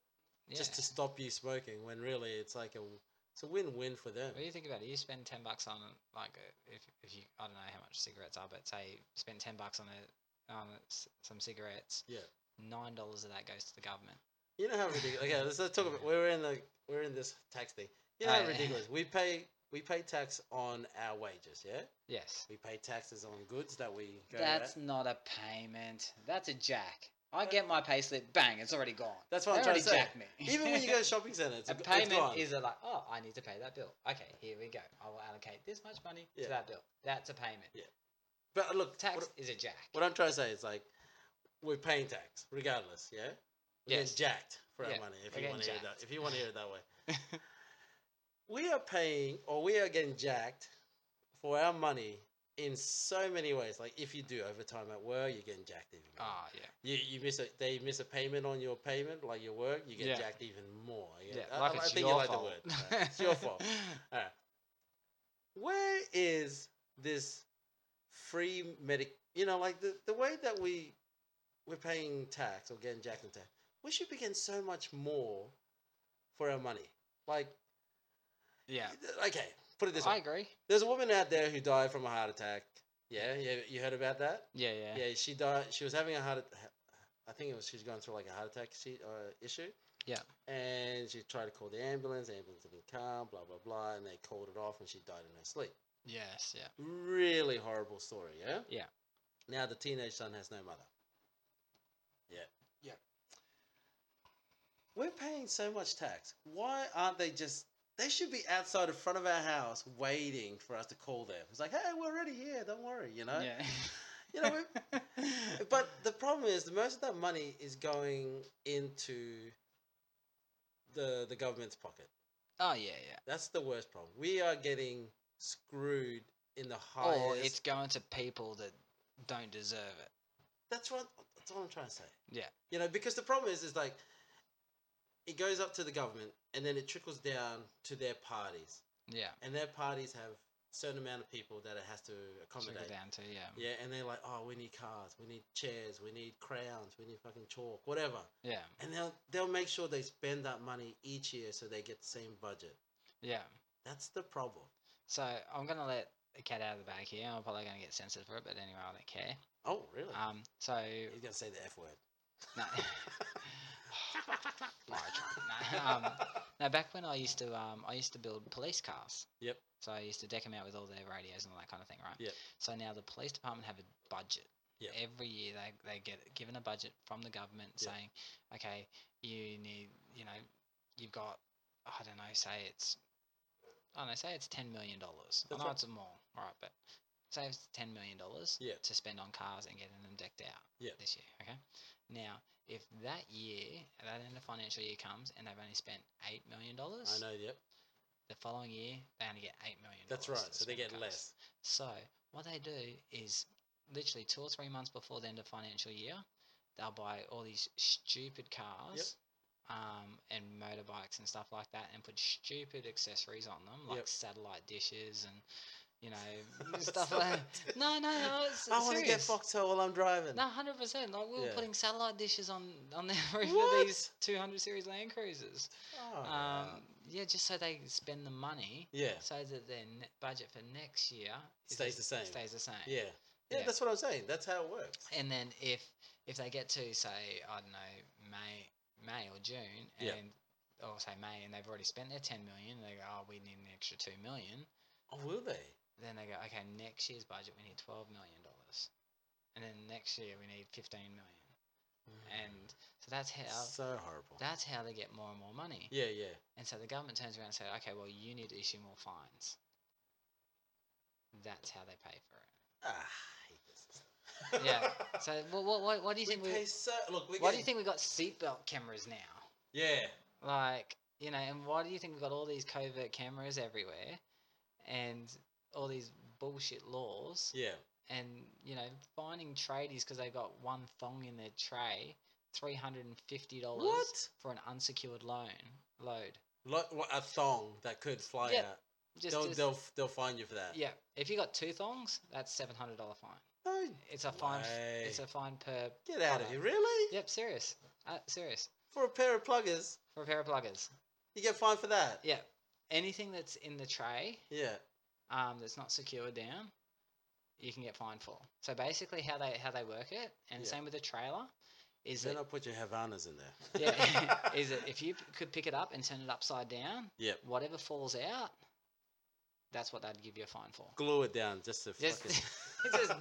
[SPEAKER 1] Yeah.
[SPEAKER 2] Just to stop you smoking, when really it's like a, it's a win win for them.
[SPEAKER 1] Well, you think about it. You spend ten bucks on like a- if if you I don't know how much cigarettes are, but say spend ten bucks on a on a s some cigarettes.
[SPEAKER 2] Yeah.
[SPEAKER 1] Nine dollars of that goes to the government.
[SPEAKER 2] You know how ridiculous. Okay, let's not talk about. We're in the we're in this tax thing. You know
[SPEAKER 1] Oh,
[SPEAKER 2] how
[SPEAKER 1] yeah.
[SPEAKER 2] ridiculous. We pay we pay tax on our wages. Yeah,
[SPEAKER 1] Yes.
[SPEAKER 2] we pay taxes on goods that we go.
[SPEAKER 1] That's
[SPEAKER 2] That's
[SPEAKER 1] not a payment. That's a jack. I get my payslip, bang, it's already gone.
[SPEAKER 2] That's what I'm
[SPEAKER 1] They
[SPEAKER 2] trying
[SPEAKER 1] already
[SPEAKER 2] to say.
[SPEAKER 1] jacked me.
[SPEAKER 2] even when you
[SPEAKER 1] [LAUGHS]
[SPEAKER 2] go to shopping centre, it's,
[SPEAKER 1] a
[SPEAKER 2] it's
[SPEAKER 1] payment
[SPEAKER 2] gone.
[SPEAKER 1] is a like, oh, I need to pay that bill. Okay, here we go. I will allocate this much money
[SPEAKER 2] Yeah.
[SPEAKER 1] to that bill. That's a payment.
[SPEAKER 2] But look,
[SPEAKER 1] Tax
[SPEAKER 2] What,
[SPEAKER 1] is a jack.
[SPEAKER 2] what I'm trying to say is like, we're paying tax regardless. Yeah, we
[SPEAKER 1] Yes.
[SPEAKER 2] get jacked for
[SPEAKER 1] Yeah,
[SPEAKER 2] our money. If
[SPEAKER 1] we're
[SPEAKER 2] you want to
[SPEAKER 1] getting
[SPEAKER 2] hear it that,
[SPEAKER 1] jacked.
[SPEAKER 2] if you want to hear it that way.
[SPEAKER 1] [LAUGHS]
[SPEAKER 2] we are paying or we are getting jacked for our money in so many ways. Like if you do overtime at work, you're getting jacked even more.
[SPEAKER 1] Ah, yeah.
[SPEAKER 2] You, you miss a they miss a payment on your payment, like your work, you get
[SPEAKER 1] Yeah.
[SPEAKER 2] jacked even more.
[SPEAKER 1] Yeah,
[SPEAKER 2] I-
[SPEAKER 1] like
[SPEAKER 2] I, I
[SPEAKER 1] it's
[SPEAKER 2] think
[SPEAKER 1] your
[SPEAKER 2] you like
[SPEAKER 1] fault.
[SPEAKER 2] the word. right? It's
[SPEAKER 1] [LAUGHS]
[SPEAKER 2] your fault. Where is this free medic? You know, like the, the way that we we're paying tax or getting jacked in tax, we should be getting so much more for our money. Like
[SPEAKER 1] yeah.
[SPEAKER 2] okay, put it this way.
[SPEAKER 1] I agree.
[SPEAKER 2] There's a woman out there who died from a heart attack. Yeah, yeah, you heard about that?
[SPEAKER 1] Yeah, yeah.
[SPEAKER 2] Yeah, she died. She was having a heart. at- I think it was she's going through like a heart attack she, uh, issue.
[SPEAKER 1] Yeah.
[SPEAKER 2] And she tried to call the ambulance. The ambulance didn't come. Blah blah blah. And they called it off, and she died in her sleep.
[SPEAKER 1] Yes, yeah.
[SPEAKER 2] Really horrible story. Yeah.
[SPEAKER 1] Yeah.
[SPEAKER 2] Now the teenage son has no mother. Yeah.
[SPEAKER 1] Yeah.
[SPEAKER 2] We're paying so much tax. Why aren't they just? They should be outside in front of our house waiting for us to call them. It's like, hey, we're already here. Don't worry. You know. You [LAUGHS] know. we
[SPEAKER 1] Yeah. [LAUGHS]
[SPEAKER 2] but the problem is the most of that money is going into the the government's pocket.
[SPEAKER 1] oh, yeah, yeah.
[SPEAKER 2] That's the worst problem. We are getting screwed in the highest.
[SPEAKER 1] Or Oh, it's going to people that don't deserve it.
[SPEAKER 2] that's what that's what I'm trying to say.
[SPEAKER 1] Yeah.
[SPEAKER 2] You know, because the problem is is like it goes up to the government and then it trickles down to their parties.
[SPEAKER 1] Yeah.
[SPEAKER 2] And their parties have certain amount of people that it has to
[SPEAKER 1] Sugar
[SPEAKER 2] accommodate.
[SPEAKER 1] down to, yeah.
[SPEAKER 2] Yeah, and they're like, oh, we need cars, we need chairs, we need crowns, we need fucking chalk, whatever.
[SPEAKER 1] Yeah.
[SPEAKER 2] and they'll they'll make sure they spend that money each year so they get the same budget.
[SPEAKER 1] Yeah.
[SPEAKER 2] That's the problem.
[SPEAKER 1] So I'm going to let the cat out of the bag here. I'm probably going to get censored for it, but anyway, I don't
[SPEAKER 2] [LAUGHS]
[SPEAKER 1] care.
[SPEAKER 2] Oh, really?
[SPEAKER 1] Um, so
[SPEAKER 2] He's gonna say the f word.
[SPEAKER 1] no, [LAUGHS]
[SPEAKER 2] No, [LAUGHS] I can't.
[SPEAKER 1] No, um, now back when I used to, um, I used to build police cars.
[SPEAKER 2] Yep.
[SPEAKER 1] So I used to deck them out with all their radios and all that kind of thing, right?
[SPEAKER 2] Yep.
[SPEAKER 1] So now the police department have a budget.
[SPEAKER 2] Yep.
[SPEAKER 1] Every year they, they get given a budget from the government
[SPEAKER 2] Yep.
[SPEAKER 1] saying, okay, you need, you know, you've got, I don't know, say it's, I don't know, say it's ten million dollars. I
[SPEAKER 2] That's
[SPEAKER 1] know
[SPEAKER 2] right.
[SPEAKER 1] it's more, all right, but say it's ten million dollars
[SPEAKER 2] Yeah.
[SPEAKER 1] to spend on cars and getting them decked out
[SPEAKER 2] Yeah.
[SPEAKER 1] this year. Okay. Now, if that year, that end of financial year comes and they've only spent eight million dollars,
[SPEAKER 2] I know. Yep,
[SPEAKER 1] the following year they only get eight million.
[SPEAKER 2] that's right. So they get less.
[SPEAKER 1] So what they do is literally two or three months before the end of financial year, they'll buy all these stupid cars. Um, and motorbikes and stuff like that, and put stupid accessories on them, like
[SPEAKER 2] Yep.
[SPEAKER 1] satellite dishes and you
[SPEAKER 2] [LAUGHS]
[SPEAKER 1] know stuff like. No, no, no. It's,
[SPEAKER 2] I want to get
[SPEAKER 1] serious.
[SPEAKER 2] Foxtel while I'm driving.
[SPEAKER 1] No, hundred percent. Like we were
[SPEAKER 2] Yeah.
[SPEAKER 1] putting satellite dishes on on the [LAUGHS] roof
[SPEAKER 2] What?
[SPEAKER 1] of these two hundred series Land Cruisers.
[SPEAKER 2] Oh,
[SPEAKER 1] um,
[SPEAKER 2] wow.
[SPEAKER 1] yeah, just so they spend the money,
[SPEAKER 2] yeah,
[SPEAKER 1] so that their ne- budget for next year is-
[SPEAKER 2] Stays the same.
[SPEAKER 1] Stays the same.
[SPEAKER 2] yeah. Yeah,
[SPEAKER 1] Yeah.
[SPEAKER 2] that's what I'm saying. That's how it works.
[SPEAKER 1] and then if if they get to say I don't know May May or June and
[SPEAKER 2] Yeah.
[SPEAKER 1] or say May and they've already spent their ten million and they go oh we need an extra two million
[SPEAKER 2] Oh, will they?
[SPEAKER 1] then they go okay next year's budget we need twelve million dollars and then next year we need fifteen million
[SPEAKER 2] Mm.
[SPEAKER 1] and so that's how
[SPEAKER 2] so horrible.
[SPEAKER 1] that's how they get more and more money
[SPEAKER 2] yeah, yeah.
[SPEAKER 1] and so the government turns around and says okay well you need to issue more fines that's how they pay for it
[SPEAKER 2] Ah, I hate this system. [LAUGHS]
[SPEAKER 1] Yeah. so what what what, what do you
[SPEAKER 2] we
[SPEAKER 1] think we,
[SPEAKER 2] pay so. Look, we
[SPEAKER 1] why do you think we got seatbelt cameras now?
[SPEAKER 2] Yeah.
[SPEAKER 1] Like, you know, and why do you think we've got all these covert cameras everywhere and all these bullshit laws
[SPEAKER 2] Yeah.
[SPEAKER 1] and, you know, finding tradies because they've got one thong in their tray, $350
[SPEAKER 2] What?
[SPEAKER 1] for an unsecured loan load.
[SPEAKER 2] Like, like a thong that could fly
[SPEAKER 1] Yeah,
[SPEAKER 2] out.
[SPEAKER 1] Just,
[SPEAKER 2] they'll,
[SPEAKER 1] just-
[SPEAKER 2] they'll f- they'll find you for that.
[SPEAKER 1] yeah. If you got two thongs, that's $700 fine.
[SPEAKER 2] No,
[SPEAKER 1] It's a fine. f-
[SPEAKER 2] way.
[SPEAKER 1] It's a fine per.
[SPEAKER 2] Oh, Get out of
[SPEAKER 1] product.
[SPEAKER 2] here! Really?
[SPEAKER 1] Yep, serious. Uh, serious.
[SPEAKER 2] For a pair of pluggers,
[SPEAKER 1] For a pair of pluggers.
[SPEAKER 2] you get fined for that.
[SPEAKER 1] Yeah. Anything that's in the tray
[SPEAKER 2] Yeah.
[SPEAKER 1] um, that's not secured down, you can get fined for. So basically, how they how they work it, and
[SPEAKER 2] Yeah.
[SPEAKER 1] same with the trailer, is
[SPEAKER 2] Then
[SPEAKER 1] that
[SPEAKER 2] I'll put your Havanas in there.
[SPEAKER 1] [LAUGHS] yeah, is that if you p- could pick it up and turn it upside down,
[SPEAKER 2] Yep.
[SPEAKER 1] whatever falls out, that's what they'd give you a fine for.
[SPEAKER 2] Glue it down just to
[SPEAKER 1] Just,
[SPEAKER 2] fucking.
[SPEAKER 1] it's [LAUGHS] just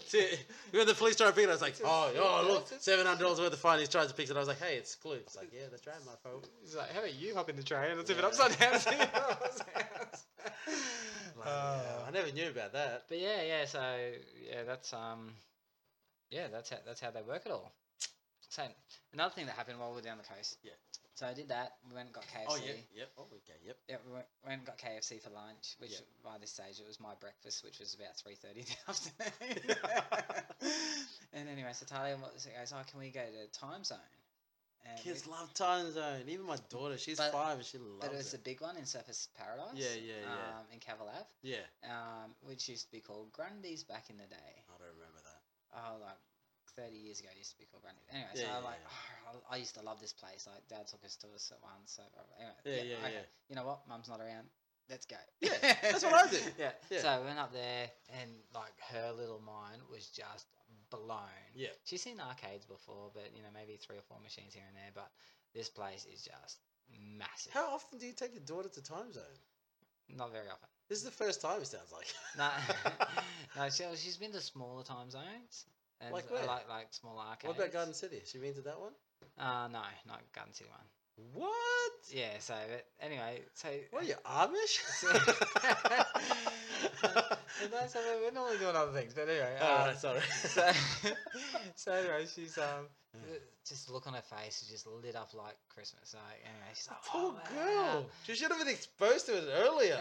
[SPEAKER 2] [LAUGHS] See, when the police tried to pick it, I was like,
[SPEAKER 1] It's a-
[SPEAKER 2] oh, oh,
[SPEAKER 1] yeah,
[SPEAKER 2] look,
[SPEAKER 1] it's a-
[SPEAKER 2] seven hundred dollars worth of fine. He's trying to pick it. I was like, hey, it's glued. It's like, yeah, that's right, my phone.
[SPEAKER 1] it's like, how about you hop in the tray and let's [LAUGHS]
[SPEAKER 2] Yeah. [LAUGHS] Bloody hell,
[SPEAKER 1] Uh,
[SPEAKER 2] I never knew about that.
[SPEAKER 1] But yeah, yeah. So yeah, that's um, yeah, that's how, that's how they work it all. So another thing that happened while we were down the coast.
[SPEAKER 2] Yeah.
[SPEAKER 1] So I did that. We went and got KFC.
[SPEAKER 2] Oh yeah, yep. Oh okay, yep.
[SPEAKER 1] Yeah, we went, went and got KFC for lunch, which
[SPEAKER 2] Yeah.
[SPEAKER 1] by this stage it was my breakfast, which was about three thirty in the
[SPEAKER 2] [LAUGHS]
[SPEAKER 1] afternoon. and anyway, so Talia was- goes, "Oh, can we go to time zone?" And we-
[SPEAKER 2] Kids love time zone. Even my daughter, she's
[SPEAKER 1] But-
[SPEAKER 2] five and she loves
[SPEAKER 1] but it was
[SPEAKER 2] it.
[SPEAKER 1] a big one in Surface Paradise.
[SPEAKER 2] Yeah, yeah, yeah.
[SPEAKER 1] Um, in Cavalab,
[SPEAKER 2] Yeah,
[SPEAKER 1] um, which used to be called Grundy's back in the day.
[SPEAKER 2] I don't remember that.
[SPEAKER 1] oh, like 30 years ago, it used to be called Grundy. Anyway,
[SPEAKER 2] Yeah,
[SPEAKER 1] so I'm
[SPEAKER 2] yeah,
[SPEAKER 1] like, "Oh, [SIGHS] I I used to love this place. Like, Dad took us to us at once. So, uh, anyway,
[SPEAKER 2] Yeah, yeah,
[SPEAKER 1] okay.
[SPEAKER 2] yeah.
[SPEAKER 1] You know what? Mum's not around. Let's go.
[SPEAKER 2] Yeah,
[SPEAKER 1] [LAUGHS]
[SPEAKER 2] that's what I do.
[SPEAKER 1] Yeah.
[SPEAKER 2] Yeah.
[SPEAKER 1] So I went up there, and like her little mind was just blown.
[SPEAKER 2] Yeah.
[SPEAKER 1] She's seen arcades before, but you know, maybe three or four machines here and there. But this place is just massive.
[SPEAKER 2] How often do you take your daughter to time zone?
[SPEAKER 1] Not very often. [LAUGHS]
[SPEAKER 2] This is the first time. It sounds like.
[SPEAKER 1] No, [LAUGHS] no she, she's been to smaller time zones. And
[SPEAKER 2] Like
[SPEAKER 1] uh,
[SPEAKER 2] where?
[SPEAKER 1] Like, like smaller arcades.
[SPEAKER 2] [LAUGHS] What about Garden City? She been to that one?
[SPEAKER 1] Uh, no, not Garden City one.
[SPEAKER 2] What?
[SPEAKER 1] Yeah, so but anyway, so
[SPEAKER 2] What are [LAUGHS]
[SPEAKER 1] [LAUGHS]
[SPEAKER 2] you Amish?
[SPEAKER 1] And that's how we're normally doing other things, but anyway.
[SPEAKER 2] All
[SPEAKER 1] uh,
[SPEAKER 2] right, sorry.
[SPEAKER 1] [LAUGHS] so, so anyway, she's um,
[SPEAKER 2] Yeah.
[SPEAKER 1] just the look on her face is just lit up like Christmas. Like anyway, she's like,
[SPEAKER 2] Poor
[SPEAKER 1] "Oh, [LAUGHS]
[SPEAKER 2] girl. She should have been exposed to it earlier.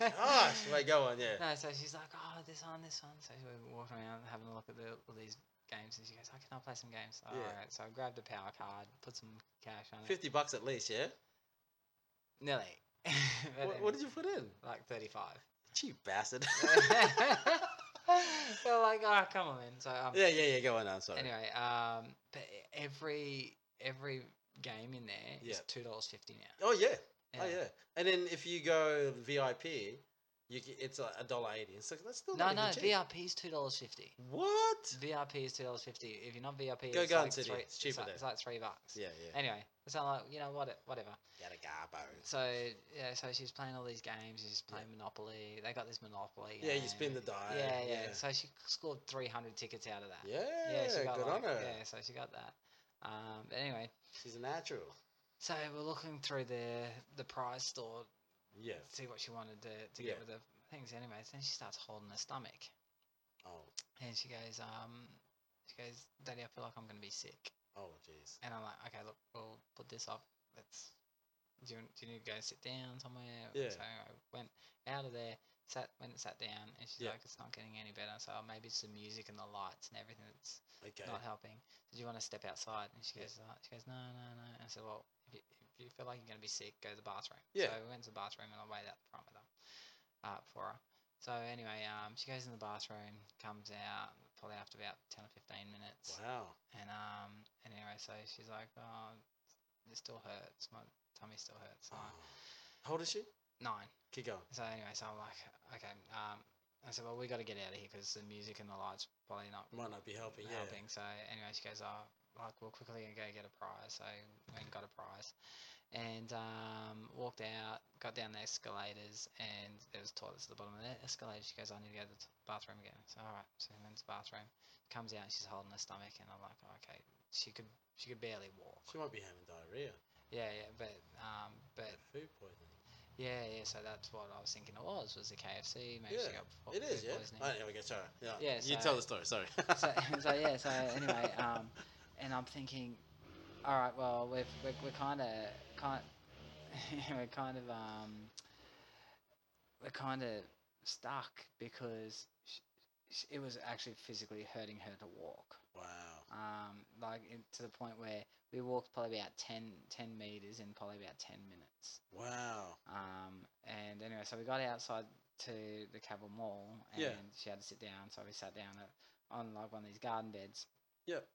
[SPEAKER 1] wow."
[SPEAKER 2] Gosh, wait, go on, yeah.
[SPEAKER 1] No, so she's like, oh, this one, this one. So we're walking around having a look at the, all these games, and she goes, oh, can I play some games?
[SPEAKER 2] Yeah.
[SPEAKER 1] All right. So I grabbed a power card, put some cash on it.
[SPEAKER 2] Fifty bucks at least, yeah.
[SPEAKER 1] Nearly. [LAUGHS] But
[SPEAKER 2] What,
[SPEAKER 1] then,
[SPEAKER 2] what did you put in?
[SPEAKER 1] Like thirty-five.
[SPEAKER 2] Cheap
[SPEAKER 1] [LAUGHS]
[SPEAKER 2] bastard. [LAUGHS]
[SPEAKER 1] so like, oh come on, man. So um,
[SPEAKER 2] yeah, yeah, yeah. Go on now. Sorry.
[SPEAKER 1] anyway, um, but e- every every game in there is
[SPEAKER 2] Yeah.
[SPEAKER 1] two dollars fifty now.
[SPEAKER 2] Oh yeah. Oh yeah. And then if you go VIP, you ca- it's a a dollar eighty. It's like that's still
[SPEAKER 1] No,
[SPEAKER 2] not even
[SPEAKER 1] no,
[SPEAKER 2] cheap.
[SPEAKER 1] VRP is two dollars fifty. [LAUGHS]
[SPEAKER 2] What?
[SPEAKER 1] VRP is two dollars fifty. If you're not VRP,
[SPEAKER 2] Go
[SPEAKER 1] it's
[SPEAKER 2] Garden
[SPEAKER 1] like
[SPEAKER 2] City,
[SPEAKER 1] Three,
[SPEAKER 2] it's cheaper
[SPEAKER 1] like,
[SPEAKER 2] there.
[SPEAKER 1] It's like three bucks.
[SPEAKER 2] Yeah, yeah.
[SPEAKER 1] Anyway, so I'm like, you know what, whatever.
[SPEAKER 2] Get a garbo.
[SPEAKER 1] So yeah, so she's playing all these games. She's playing Monopoly. They got this Monopoly.
[SPEAKER 2] Yeah, you
[SPEAKER 1] game,
[SPEAKER 2] spin the
[SPEAKER 1] and-
[SPEAKER 2] die,
[SPEAKER 1] Yeah, yeah.
[SPEAKER 2] yeah.
[SPEAKER 1] So she scored three hundred tickets out of that.
[SPEAKER 2] Yeah.
[SPEAKER 1] Uh, yeah, she got
[SPEAKER 2] good
[SPEAKER 1] like,
[SPEAKER 2] on her.
[SPEAKER 1] Yeah, so she got that. Um, but anyway,
[SPEAKER 2] She's a natural.
[SPEAKER 1] so we're looking through the the prize store
[SPEAKER 2] Yeah.
[SPEAKER 1] to see what she wanted to, to
[SPEAKER 2] Yeah.
[SPEAKER 1] get with the things. Anyway, then she starts holding her stomach,
[SPEAKER 2] Oh.
[SPEAKER 1] and she goes, um, she goes, Daddy, I feel like I'm gonna be sick.
[SPEAKER 2] Oh, jeez.
[SPEAKER 1] And I'm like, okay, look, we'll put this up. Let's. Do you, do you need to go sit down somewhere?
[SPEAKER 2] Yeah.
[SPEAKER 1] So I went out of there, sat, went and sat down, and she's
[SPEAKER 2] Yeah.
[SPEAKER 1] like, "It's not getting any better." So "Oh, maybe it's the music and the lights and everything that's
[SPEAKER 2] Okay.
[SPEAKER 1] not helping. So do you want to step outside? And she
[SPEAKER 2] Yeah.
[SPEAKER 1] goes, uh, she goes, no, no, no. And I said, well, if you, if you feel like you're going to be sick, go to the bathroom.
[SPEAKER 2] Yeah.
[SPEAKER 1] So we went to the bathroom and I waited out the front with her, uh, for her. So anyway, um, she goes in the bathroom, comes out probably after about ten or fifteen minutes,
[SPEAKER 2] Wow.
[SPEAKER 1] and um, and anyway, so she's like, oh, it still hurts. My tummy still hurts.
[SPEAKER 2] Oh.
[SPEAKER 1] I'm like,
[SPEAKER 2] How old is she?
[SPEAKER 1] Nine.
[SPEAKER 2] Keep going.
[SPEAKER 1] So anyway, so I'm like, okay, um, I said, well, we got to get out of here because the music and the lights probably not
[SPEAKER 2] Might not be helping. Yeah.
[SPEAKER 1] helping. So anyway, she goes, oh, like we'll quickly go get a prize. So I went and got a prize, and um, walked out, got down the escalators, and there was toilets at the bottom of the escalator. She goes, I need to go to the t- bathroom again. So all right, so I went to the bathroom. Comes out, and she's holding her stomach, and I'm like, "Oh, okay, she could she could barely walk.
[SPEAKER 2] She might be having diarrhea.
[SPEAKER 1] Yeah, yeah, but um, but
[SPEAKER 2] Food poisoning.
[SPEAKER 1] yeah, yeah. So that's what I was thinking it was was the KFC. Maybe she
[SPEAKER 2] Yeah,
[SPEAKER 1] got po-
[SPEAKER 2] It is,
[SPEAKER 1] food
[SPEAKER 2] yeah.
[SPEAKER 1] poisoning.
[SPEAKER 2] Oh, there we go. Sorry. Yeah.
[SPEAKER 1] Yeah,
[SPEAKER 2] you
[SPEAKER 1] so-
[SPEAKER 2] tell the story. Sorry.
[SPEAKER 1] so, [LAUGHS] so yeah,
[SPEAKER 2] [LAUGHS]
[SPEAKER 1] so anyway, um, and I'm thinking, all right, well, we've, we're we're kind of kind [LAUGHS] we're kind of um, we're kind of stuck because sh sh it was actually physically hurting her to walk.
[SPEAKER 2] Wow.
[SPEAKER 1] Um, like it, to the point where we walked probably about 10, 10 meters in probably about ten minutes.
[SPEAKER 2] Wow.
[SPEAKER 1] Um, and anyway, so we got outside to the Cavill Mall, and
[SPEAKER 2] Yeah.
[SPEAKER 1] she had to sit down. So we sat down at, on like one of these garden beds.
[SPEAKER 2] Yep.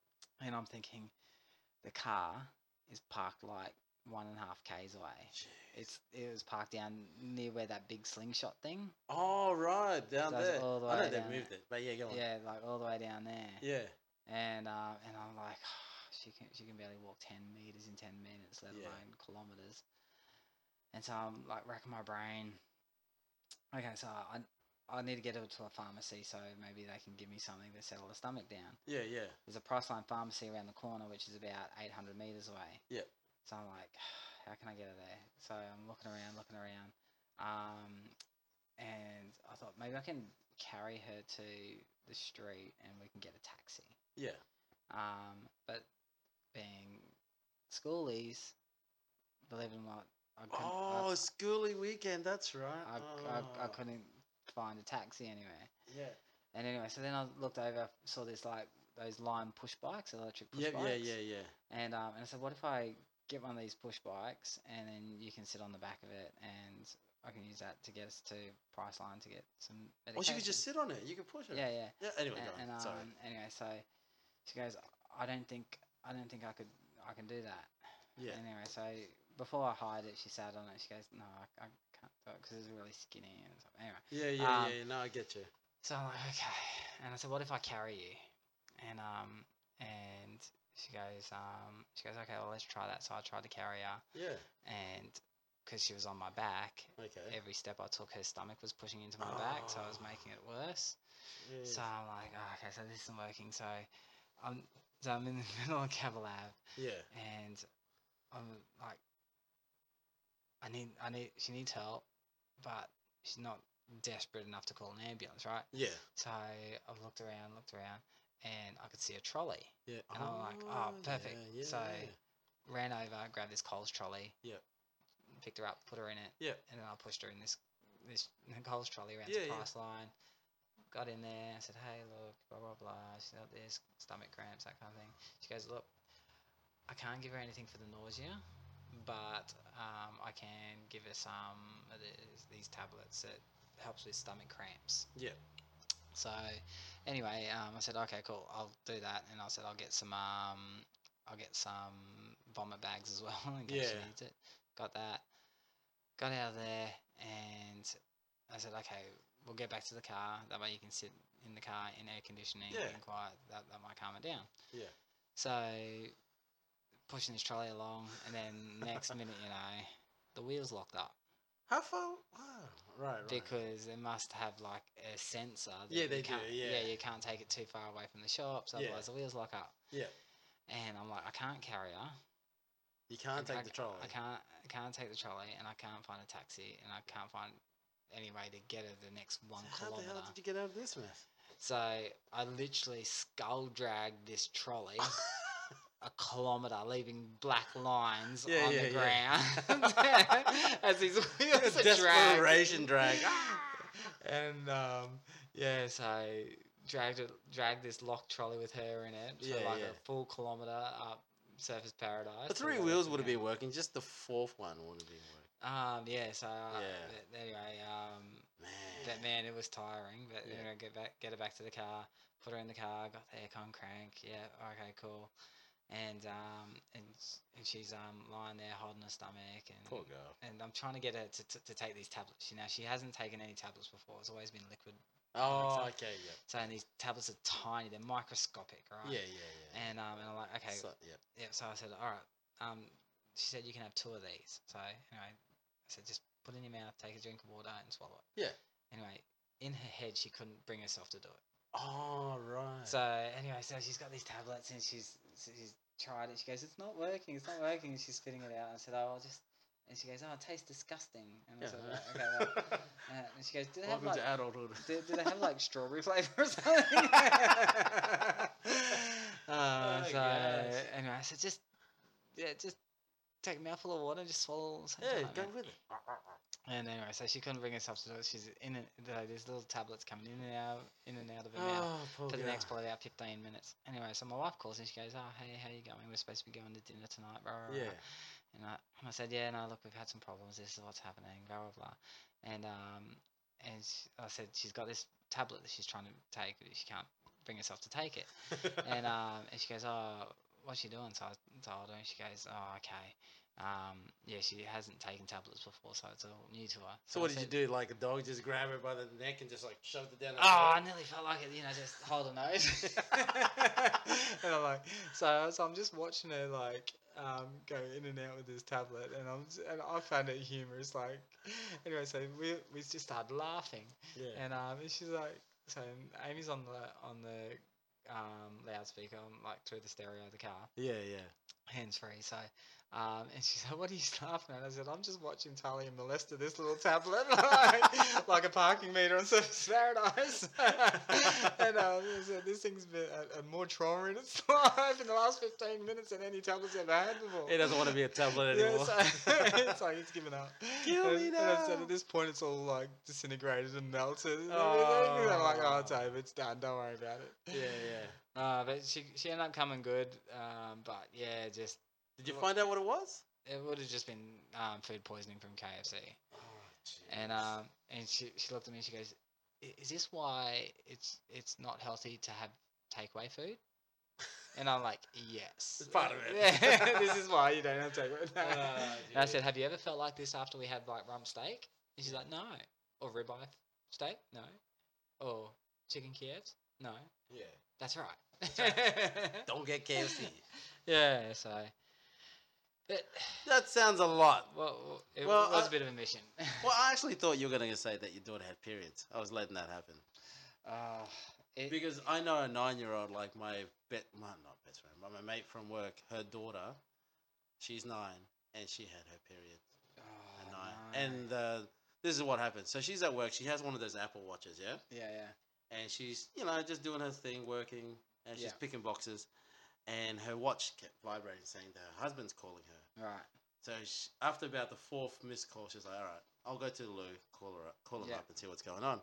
[SPEAKER 1] And I'm thinking, the car is parked like one and a half k's away.
[SPEAKER 2] Jeez.
[SPEAKER 1] It's it was parked down near where that big slingshot thing.
[SPEAKER 2] Oh right, down
[SPEAKER 1] Does
[SPEAKER 2] there.
[SPEAKER 1] all the
[SPEAKER 2] I
[SPEAKER 1] way
[SPEAKER 2] know they
[SPEAKER 1] down
[SPEAKER 2] moved it, but yeah, go on. Yeah.
[SPEAKER 1] Yeah, like all the way down there.
[SPEAKER 2] Yeah.
[SPEAKER 1] And um, and I'm like, [SIGHS] she can she can barely walk ten meters in ten minutes, let
[SPEAKER 2] Yeah.
[SPEAKER 1] alone kilometers. And so I'm like racking my brain. Okay, so I I need to get her to a pharmacy so maybe they can give me something to settle the stomach down.
[SPEAKER 2] Yeah. Yeah.
[SPEAKER 1] There's a Priceline pharmacy around the corner, which is about 800 meters away.
[SPEAKER 2] Yep.
[SPEAKER 1] So I'm like, [SIGHS] how can I get her there? So I'm looking around, looking around, um, and I thought maybe I can carry her to the street and we can get a taxi.
[SPEAKER 2] Yeah.
[SPEAKER 1] Um, but being schoolies, believe it or not, I couldn't,
[SPEAKER 2] Oh, schooling weekend. That's right.
[SPEAKER 1] uh,
[SPEAKER 2] Oh.
[SPEAKER 1] I, I, I, I couldn't find a taxi anywhere.
[SPEAKER 2] Yeah.
[SPEAKER 1] And anyway, so then I looked over, saw this like those Lime push bikes, electric push
[SPEAKER 2] Yep.
[SPEAKER 1] bikes.
[SPEAKER 2] Yeah. Yeah. Yeah.
[SPEAKER 1] And um, and I said, what if I get one of these push bikes and then you can sit on the back of it and I can use that to get us to Priceline to get some
[SPEAKER 2] Or
[SPEAKER 1] medication.
[SPEAKER 2] you Oh, could just sit on it. You could push it.
[SPEAKER 1] yeah, yeah.
[SPEAKER 2] Yeah. Anyway,
[SPEAKER 1] And,
[SPEAKER 2] go on.
[SPEAKER 1] and, um,
[SPEAKER 2] Sorry.
[SPEAKER 1] anyway, so she goes, I don't think I don't think I could I can do that.
[SPEAKER 2] Yeah.
[SPEAKER 1] Anyway, so before I hired it, she sat on it. She goes, no, I, I can't do it because it's really skinny and stuff. Anyway.
[SPEAKER 2] Yeah. Yeah.
[SPEAKER 1] um,
[SPEAKER 2] yeah. No, I get you.
[SPEAKER 1] So I'm like, okay. And I said, what if I carry you? And um, and she goes, um, she goes, okay, well let's try that. So I tried to carry her,
[SPEAKER 2] Yeah.
[SPEAKER 1] and because she was on my back,
[SPEAKER 2] Okay.
[SPEAKER 1] every step I took, her stomach was pushing into my back, so I was
[SPEAKER 2] Oh.
[SPEAKER 1] making it worse.
[SPEAKER 2] Yeah.
[SPEAKER 1] So I'm like, oh, okay, so this isn't working. So I'm, so I'm in the [LAUGHS] middle of Cavill Lab,
[SPEAKER 2] yeah.
[SPEAKER 1] and I'm like, I need, I need, she needs help, but she's not desperate enough to call an ambulance, right?
[SPEAKER 2] Yeah.
[SPEAKER 1] So I looked around, looked around, and I could see a trolley.
[SPEAKER 2] Yeah.
[SPEAKER 1] And I'm like, oh,
[SPEAKER 2] Ah,
[SPEAKER 1] perfect.
[SPEAKER 2] Yeah,
[SPEAKER 1] So-
[SPEAKER 2] yeah.
[SPEAKER 1] Ran over, grabbed this Coles trolley.
[SPEAKER 2] Yep.
[SPEAKER 1] Picked her up, put her in it.
[SPEAKER 2] Yep.
[SPEAKER 1] And then I pushed her in this this [LAUGHS] Coles trolley around
[SPEAKER 2] Yeah,
[SPEAKER 1] the
[SPEAKER 2] yeah.
[SPEAKER 1] price line. Got in there. I said, hey, look, blah blah blah. She's got this stomach cramps, that kind of thing. She goes, look, I can't give her anything for the nausea, but um, I can give her some of these, these tablets that helps with stomach cramps.
[SPEAKER 2] Yeah.
[SPEAKER 1] So, anyway, um, I said, okay, cool, I'll do that, and I said I'll get some, um, I'll get some vomit bags as [LAUGHS] well in case
[SPEAKER 2] Yeah.
[SPEAKER 1] she needs it. Got that. Got out of there, and I said, okay, we'll get back to the car. That way you can sit in the car in air conditioning
[SPEAKER 2] Yeah.
[SPEAKER 1] and quiet. That that might calm it down.
[SPEAKER 2] Yeah.
[SPEAKER 1] So, pushing this trolley along, and then next minute, you know, the wheels locked up
[SPEAKER 2] How far? Wow. Right. Right.
[SPEAKER 1] because they must have like a sensor. That
[SPEAKER 2] Yeah,
[SPEAKER 1] you
[SPEAKER 2] they do,
[SPEAKER 1] can't-
[SPEAKER 2] yeah.
[SPEAKER 1] you can't take it too far away from the shops,
[SPEAKER 2] Yeah.
[SPEAKER 1] otherwise the wheels lock up.
[SPEAKER 2] Yeah.
[SPEAKER 1] And I'm like, I can't carry her.
[SPEAKER 2] you can't
[SPEAKER 1] I,
[SPEAKER 2] take the trolley.
[SPEAKER 1] I can't. I can't take the trolley, and I can't find a taxi, and I can't find any way to get her the next one
[SPEAKER 2] So How the
[SPEAKER 1] kilometer.
[SPEAKER 2] hell did you get out of this mess?
[SPEAKER 1] So I literally skull dragged this
[SPEAKER 2] [LAUGHS]
[SPEAKER 1] trolley a kilometer, leaving black lines
[SPEAKER 2] Yeah,
[SPEAKER 1] on the
[SPEAKER 2] yeah, [LAUGHS]
[SPEAKER 1] ground [LAUGHS] as his wheels are dragged.
[SPEAKER 2] Desperation drag. Ah!
[SPEAKER 1] and um, yeah, so dragged it, dragged this locked trolley with her in it for
[SPEAKER 2] Yeah,
[SPEAKER 1] like
[SPEAKER 2] yeah.
[SPEAKER 1] a full kilometer up Surface Paradise.
[SPEAKER 2] the three
[SPEAKER 1] or whatever,
[SPEAKER 2] wheels would have
[SPEAKER 1] yeah.
[SPEAKER 2] been working. Just the fourth one would have been working.
[SPEAKER 1] Um, yeah. So uh,
[SPEAKER 2] Yeah.
[SPEAKER 1] th- anyway, um,
[SPEAKER 2] Man.
[SPEAKER 1] that man, it was tiring. But
[SPEAKER 2] Yeah.
[SPEAKER 1] you know, get back, get her back to the car, put her in the car, got the aircon crank. Yeah, okay, cool. and um and s- and she's um lying there holding her stomach and
[SPEAKER 2] Poor girl.
[SPEAKER 1] and I'm trying to get her to, to, to take these tablets. You know, she hasn't taken any tablets before. It's always been liquid.
[SPEAKER 2] Oh,
[SPEAKER 1] so-
[SPEAKER 2] okay, yeah.
[SPEAKER 1] So and these tablets are tiny. They're microscopic, right?
[SPEAKER 2] Yeah, yeah, yeah.
[SPEAKER 1] And um and I'm like, okay,
[SPEAKER 2] So, yeah.
[SPEAKER 1] yeah, so I said, all right. Um, she said you can have two of these. So anyway, I said just put it in your mouth, take a drink of water, and swallow it.
[SPEAKER 2] Yeah.
[SPEAKER 1] Anyway, in her head, she couldn't bring herself to do it.
[SPEAKER 2] Oh, right.
[SPEAKER 1] So anyway, so she's got these tablets and she's so she's tried it. She goes, it's not working. It's not working. And she's spitting it out. And I said, oh, I'll just. And she goes, oh, it tastes disgusting. And I
[SPEAKER 2] yeah.
[SPEAKER 1] said,
[SPEAKER 2] [LAUGHS]
[SPEAKER 1] "Right, okay. Well. Uh, and she goes, do they have
[SPEAKER 2] Welcome
[SPEAKER 1] like,
[SPEAKER 2] to adulthood.
[SPEAKER 1] do, do they
[SPEAKER 2] [LAUGHS]
[SPEAKER 1] have like strawberry [LAUGHS] flavor or something? Uh,
[SPEAKER 2] Oh,
[SPEAKER 1] so
[SPEAKER 2] gosh.
[SPEAKER 1] anyway, I said just yeah, just take a mouthful of water, and just swallow. all at the same
[SPEAKER 2] yeah,
[SPEAKER 1] time,
[SPEAKER 2] go
[SPEAKER 1] man."
[SPEAKER 2] with it.
[SPEAKER 1] And anyway, so she couldn't bring herself to do it. She's in and like, there's little tablets coming in and out, in and out of her mouth
[SPEAKER 2] Oh, poor
[SPEAKER 1] to the
[SPEAKER 2] girl.
[SPEAKER 1] next probably about fifteen minutes. Anyway, so my wife calls and she goes, "Oh, hey, how you going? We're supposed to be going to dinner tonight, blah, blah, blah."
[SPEAKER 2] Yeah.
[SPEAKER 1] And I, and I said, yeah, no, look, we've had some problems. This is what's happening, blah blah blah. And um, and sh I said she's got this tablet that she's trying to take, but she can't bring herself to take it. and um, and she goes, oh, what's she doing? So I told her, and she goes, oh, okay. Um, yeah, she hasn't taken tablets before, so it's all new to her.
[SPEAKER 2] [LAUGHS] so
[SPEAKER 1] I
[SPEAKER 2] what did
[SPEAKER 1] said,
[SPEAKER 2] you do? Like a dog, just grab her by the neck and just like shoved it down. her
[SPEAKER 1] Oh, I
[SPEAKER 2] throat?
[SPEAKER 1] nearly felt like it, you know, just hold her nose. [LAUGHS] and I'm [LAUGHS] like, so, so I'm just watching her like um, go in and out with this tablet, and I'm s- and I found it humorous. Like, anyway, so we we just started laughing,
[SPEAKER 2] yeah.
[SPEAKER 1] and um, and she's like, so Amy's on the on the um loudspeaker, on, like through the stereo of the car,
[SPEAKER 2] Yeah, yeah.
[SPEAKER 1] hands free. So, um, and [LAUGHS] she's like, "What are you laughing at?" I said, "I'm just watching Tali and Molester this little tablet, [LAUGHS] like, like a parking meter on [LAUGHS] Surface Paradise." [LAUGHS] and um, I said, "This thing's been a, a more trauma in its [LAUGHS] life in the last 15 minutes than any tablet's ever had before."
[SPEAKER 2] It doesn't want to
[SPEAKER 1] [LAUGHS]
[SPEAKER 2] be a tablet anymore.
[SPEAKER 1] Yeah, so, it's like [LAUGHS] it's given up.
[SPEAKER 2] [LAUGHS] Kill
[SPEAKER 1] and,
[SPEAKER 2] me
[SPEAKER 1] and I said,
[SPEAKER 2] now.
[SPEAKER 1] at this point, it's all like disintegrated and melted. And everything. And I'm like, oh, it's
[SPEAKER 2] Oh.
[SPEAKER 1] over. It's done. Don't worry about it.
[SPEAKER 2] yeah,
[SPEAKER 1] [LAUGHS]
[SPEAKER 2] yeah.
[SPEAKER 1] Uh, but she she ended up coming good. Um, but yeah, just
[SPEAKER 2] Did you
[SPEAKER 1] Well-
[SPEAKER 2] find out what it was?
[SPEAKER 1] it would have just been um, food poisoning from KFC.
[SPEAKER 2] Oh, uh,
[SPEAKER 1] And um, and she, she looked at me and she goes, "I- "Is this why it's it's not healthy to have takeaway food?" And I'm like, "Yes,
[SPEAKER 2] It's part of
[SPEAKER 1] [LAUGHS]
[SPEAKER 2] it.
[SPEAKER 1] Yeah, this is why you don't have takeaway."
[SPEAKER 2] Ah,
[SPEAKER 1] and I
[SPEAKER 2] jeez.
[SPEAKER 1] said, "Have you ever felt like this after we had like rump steak?" And she's like, "No." Or ribeye steak? No. Or chicken Kievs? No.
[SPEAKER 2] yeah.
[SPEAKER 1] That's right.
[SPEAKER 2] Don't get KFC.
[SPEAKER 1] [LAUGHS] yeah. So, but
[SPEAKER 2] [LAUGHS] that sounds a lot.
[SPEAKER 1] well, it
[SPEAKER 2] Well,
[SPEAKER 1] was
[SPEAKER 2] I-
[SPEAKER 1] a bit of a mission.
[SPEAKER 2] Well, I actually thought you were going to say that your daughter had periods. I was letting that happen.
[SPEAKER 1] Uh, it,
[SPEAKER 2] Because I know a nine-year-old, like my bet, my not best friend, but my mate from work, her daughter, she's nine, and she had her period
[SPEAKER 1] oh,
[SPEAKER 2] at
[SPEAKER 1] no.
[SPEAKER 2] nine. And uh, this is what happened. So she's at work. She has one of those Apple watches, yeah.
[SPEAKER 1] yeah, yeah.
[SPEAKER 2] And she's, you know, just doing her thing, working, and she's
[SPEAKER 1] Yeah.
[SPEAKER 2] picking boxes, and her watch kept vibrating, saying that her husband's calling her.
[SPEAKER 1] Right.
[SPEAKER 2] So sh after about the fourth missed call, she's like, "All right, I'll go to the loo, call her, up, call him
[SPEAKER 1] Yeah.
[SPEAKER 2] up, and see what's going on."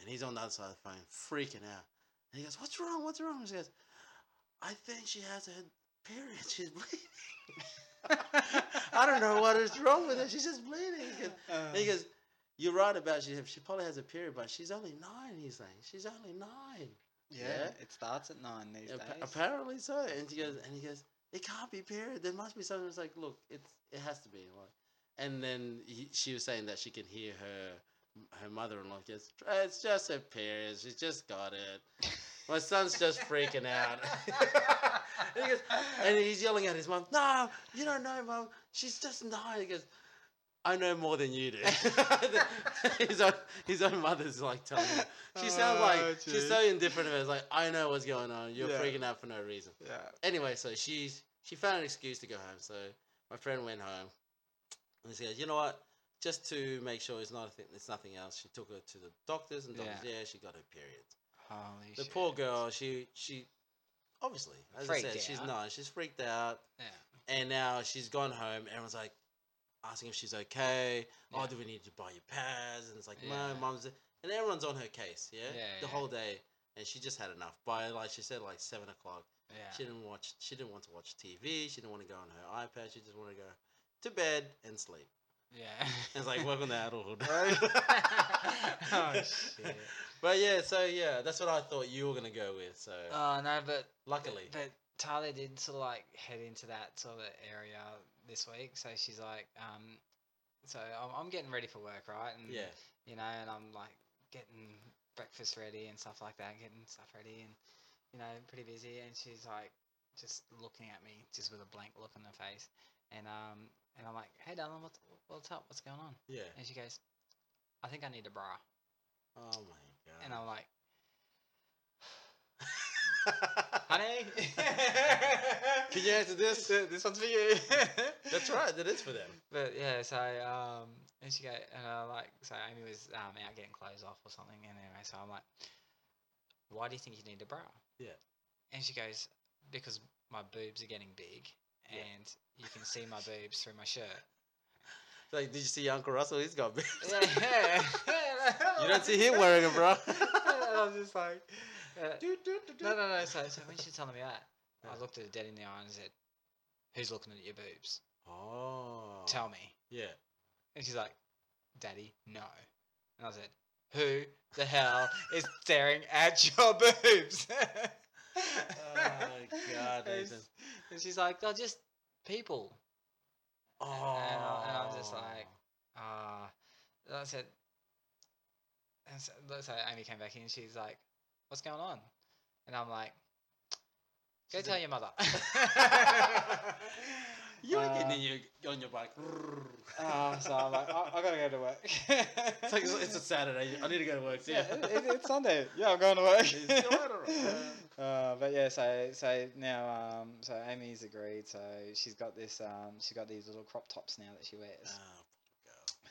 [SPEAKER 2] And he's on the other side of the phone, freaking out. And he goes, "What's wrong? What's wrong?" And she goes, "I think she has a period. [LAUGHS] She's bleeding. [LAUGHS]
[SPEAKER 1] [LAUGHS]
[SPEAKER 2] I don't know what is wrong with her. She's just bleeding." He goes,
[SPEAKER 1] Um,
[SPEAKER 2] and he goes, "You're right about she. She probably has a period, but she's only nine. He's like, "She's only nine.
[SPEAKER 1] yeah,
[SPEAKER 2] yeah.
[SPEAKER 1] it starts at nine these
[SPEAKER 2] Appa-
[SPEAKER 1] days. [LAUGHS]
[SPEAKER 2] apparently so. And he goes, and he goes, it can't be period. There must be something. It's like, look, it's it has to be. Like, and then he, she was saying that she can hear her her mother-in-law goes, it's just a period. She's just got it. My son's just freaking out. [LAUGHS] And he goes- and he's yelling at his mom, no, you don't know, mom. She's just nine. He goes. I know more than you do. [LAUGHS] his, own, his own mother's like telling him, she sounds like
[SPEAKER 1] Oh,
[SPEAKER 2] she's so
[SPEAKER 1] jeez.
[SPEAKER 2] indifferent about it. It's like, I know what's going on. You're
[SPEAKER 1] Yeah.
[SPEAKER 2] freaking out for no reason.
[SPEAKER 1] Yeah.
[SPEAKER 2] Anyway, so she's she found an excuse to go home. So my friend went home and she goes, you know what? Just to make sure it's not a thing, it's nothing else. She took her to the doctors and doctors. Yeah, she got her period.
[SPEAKER 1] Holy
[SPEAKER 2] The
[SPEAKER 1] shit.
[SPEAKER 2] poor girl, she she obviously, as
[SPEAKER 1] Freaked
[SPEAKER 2] I said, she's
[SPEAKER 1] out.
[SPEAKER 2] nine. She's freaked out,
[SPEAKER 1] Yeah.
[SPEAKER 2] and now she's gone home. Everyone's like asking if she's okay. Oh,
[SPEAKER 1] Yeah.
[SPEAKER 2] do we need to buy your pads? And it's like,
[SPEAKER 1] Yeah.
[SPEAKER 2] no, mum's. And everyone's on her case, yeah,
[SPEAKER 1] Yeah,
[SPEAKER 2] the
[SPEAKER 1] yeah.
[SPEAKER 2] whole day. And she just had enough. By like she said, like seven o'clock,
[SPEAKER 1] Yeah.
[SPEAKER 2] she didn't watch. She didn't want to watch TV. She didn't want to go on her iPad. She just wanted to go to bed and sleep. [LAUGHS]
[SPEAKER 1] yeah.
[SPEAKER 2] And
[SPEAKER 1] [LAUGHS]
[SPEAKER 2] it's like welcome to adulthood. [LAUGHS]
[SPEAKER 1] oh shit.
[SPEAKER 2] But yeah, so yeah, that's what I thought you were gonna go with. So
[SPEAKER 1] Oh no, but
[SPEAKER 2] luckily,
[SPEAKER 1] but Talia did sort of like head into that sort of area this week. So she's like, um, so I'm, I'm getting ready for work, right? And
[SPEAKER 2] Yeah.
[SPEAKER 1] you know, and I'm like getting breakfast ready and stuff like that, getting stuff ready, and you know, pretty busy. And she's like just looking at me, just with a blank look on her face, and um, and I'm like, hey, Dylan, what's what's up? What's going on?
[SPEAKER 2] Yeah.
[SPEAKER 1] And she goes, I think I need a bra,
[SPEAKER 2] Oh my god.
[SPEAKER 1] and
[SPEAKER 2] [LAUGHS]
[SPEAKER 1] I'm like,
[SPEAKER 2] Honey,
[SPEAKER 1] honey,
[SPEAKER 2] [LAUGHS] can you answer this?
[SPEAKER 1] [LAUGHS] this one's for you.
[SPEAKER 2] That's right. That is for them.
[SPEAKER 1] But yeah, so um, and she go and I like so Amy was um out getting clothes off or something, and anyway, so I'm like, why do you think you need a bra?
[SPEAKER 2] Yeah.
[SPEAKER 1] And she goes, because my boobs are getting big,
[SPEAKER 2] Yeah.
[SPEAKER 1] and you can see my boobs through my
[SPEAKER 2] [LAUGHS]
[SPEAKER 1] shirt. [LAUGHS]
[SPEAKER 2] Like, did you see Uncle Russell? He's got big.
[SPEAKER 1] Yeah, yeah.
[SPEAKER 2] you don't see him wearing a [LAUGHS] bra.
[SPEAKER 1] And I was just like, uh,
[SPEAKER 2] [LAUGHS] Do, do, do, do.
[SPEAKER 1] no, no, no. So, so when she was telling me that, I
[SPEAKER 2] Yeah.
[SPEAKER 1] looked at her dead in the eye and said, "Who's looking at your boobs?
[SPEAKER 2] Oh.
[SPEAKER 1] Tell me."
[SPEAKER 2] Yeah.
[SPEAKER 1] And she's like, Daddy, no. And I said, Who the hell is staring at your boobs? [LAUGHS]
[SPEAKER 2] Oh, God,
[SPEAKER 1] And
[SPEAKER 2] Ethan.
[SPEAKER 1] s- And she's like, They're just people.
[SPEAKER 2] Oh.
[SPEAKER 1] and I'm just
[SPEAKER 2] [LAUGHS]
[SPEAKER 1] like- Uh, and I said, and so, so Amy came back in and she's like, What's going on? And I'm like, Go
[SPEAKER 2] She's
[SPEAKER 1] tell
[SPEAKER 2] like-
[SPEAKER 1] your [LAUGHS] mother.
[SPEAKER 2] You're
[SPEAKER 1] Uh,
[SPEAKER 2] getting in your, on your bike.
[SPEAKER 1] [LAUGHS] uh, so I'm like, I, I gotta go to [LAUGHS] work.
[SPEAKER 2] it's like it's, it's a Saturday. I need to go to work. See ya.
[SPEAKER 1] it-
[SPEAKER 2] [LAUGHS]
[SPEAKER 1] it- it's Sunday. Yeah, I'm going to work.
[SPEAKER 2] See you later.
[SPEAKER 1] [LAUGHS] uh, but yeah, so so now um, so Amy's agreed. So she's got this um, she's got these little crop tops now that she wears.
[SPEAKER 2] Oh,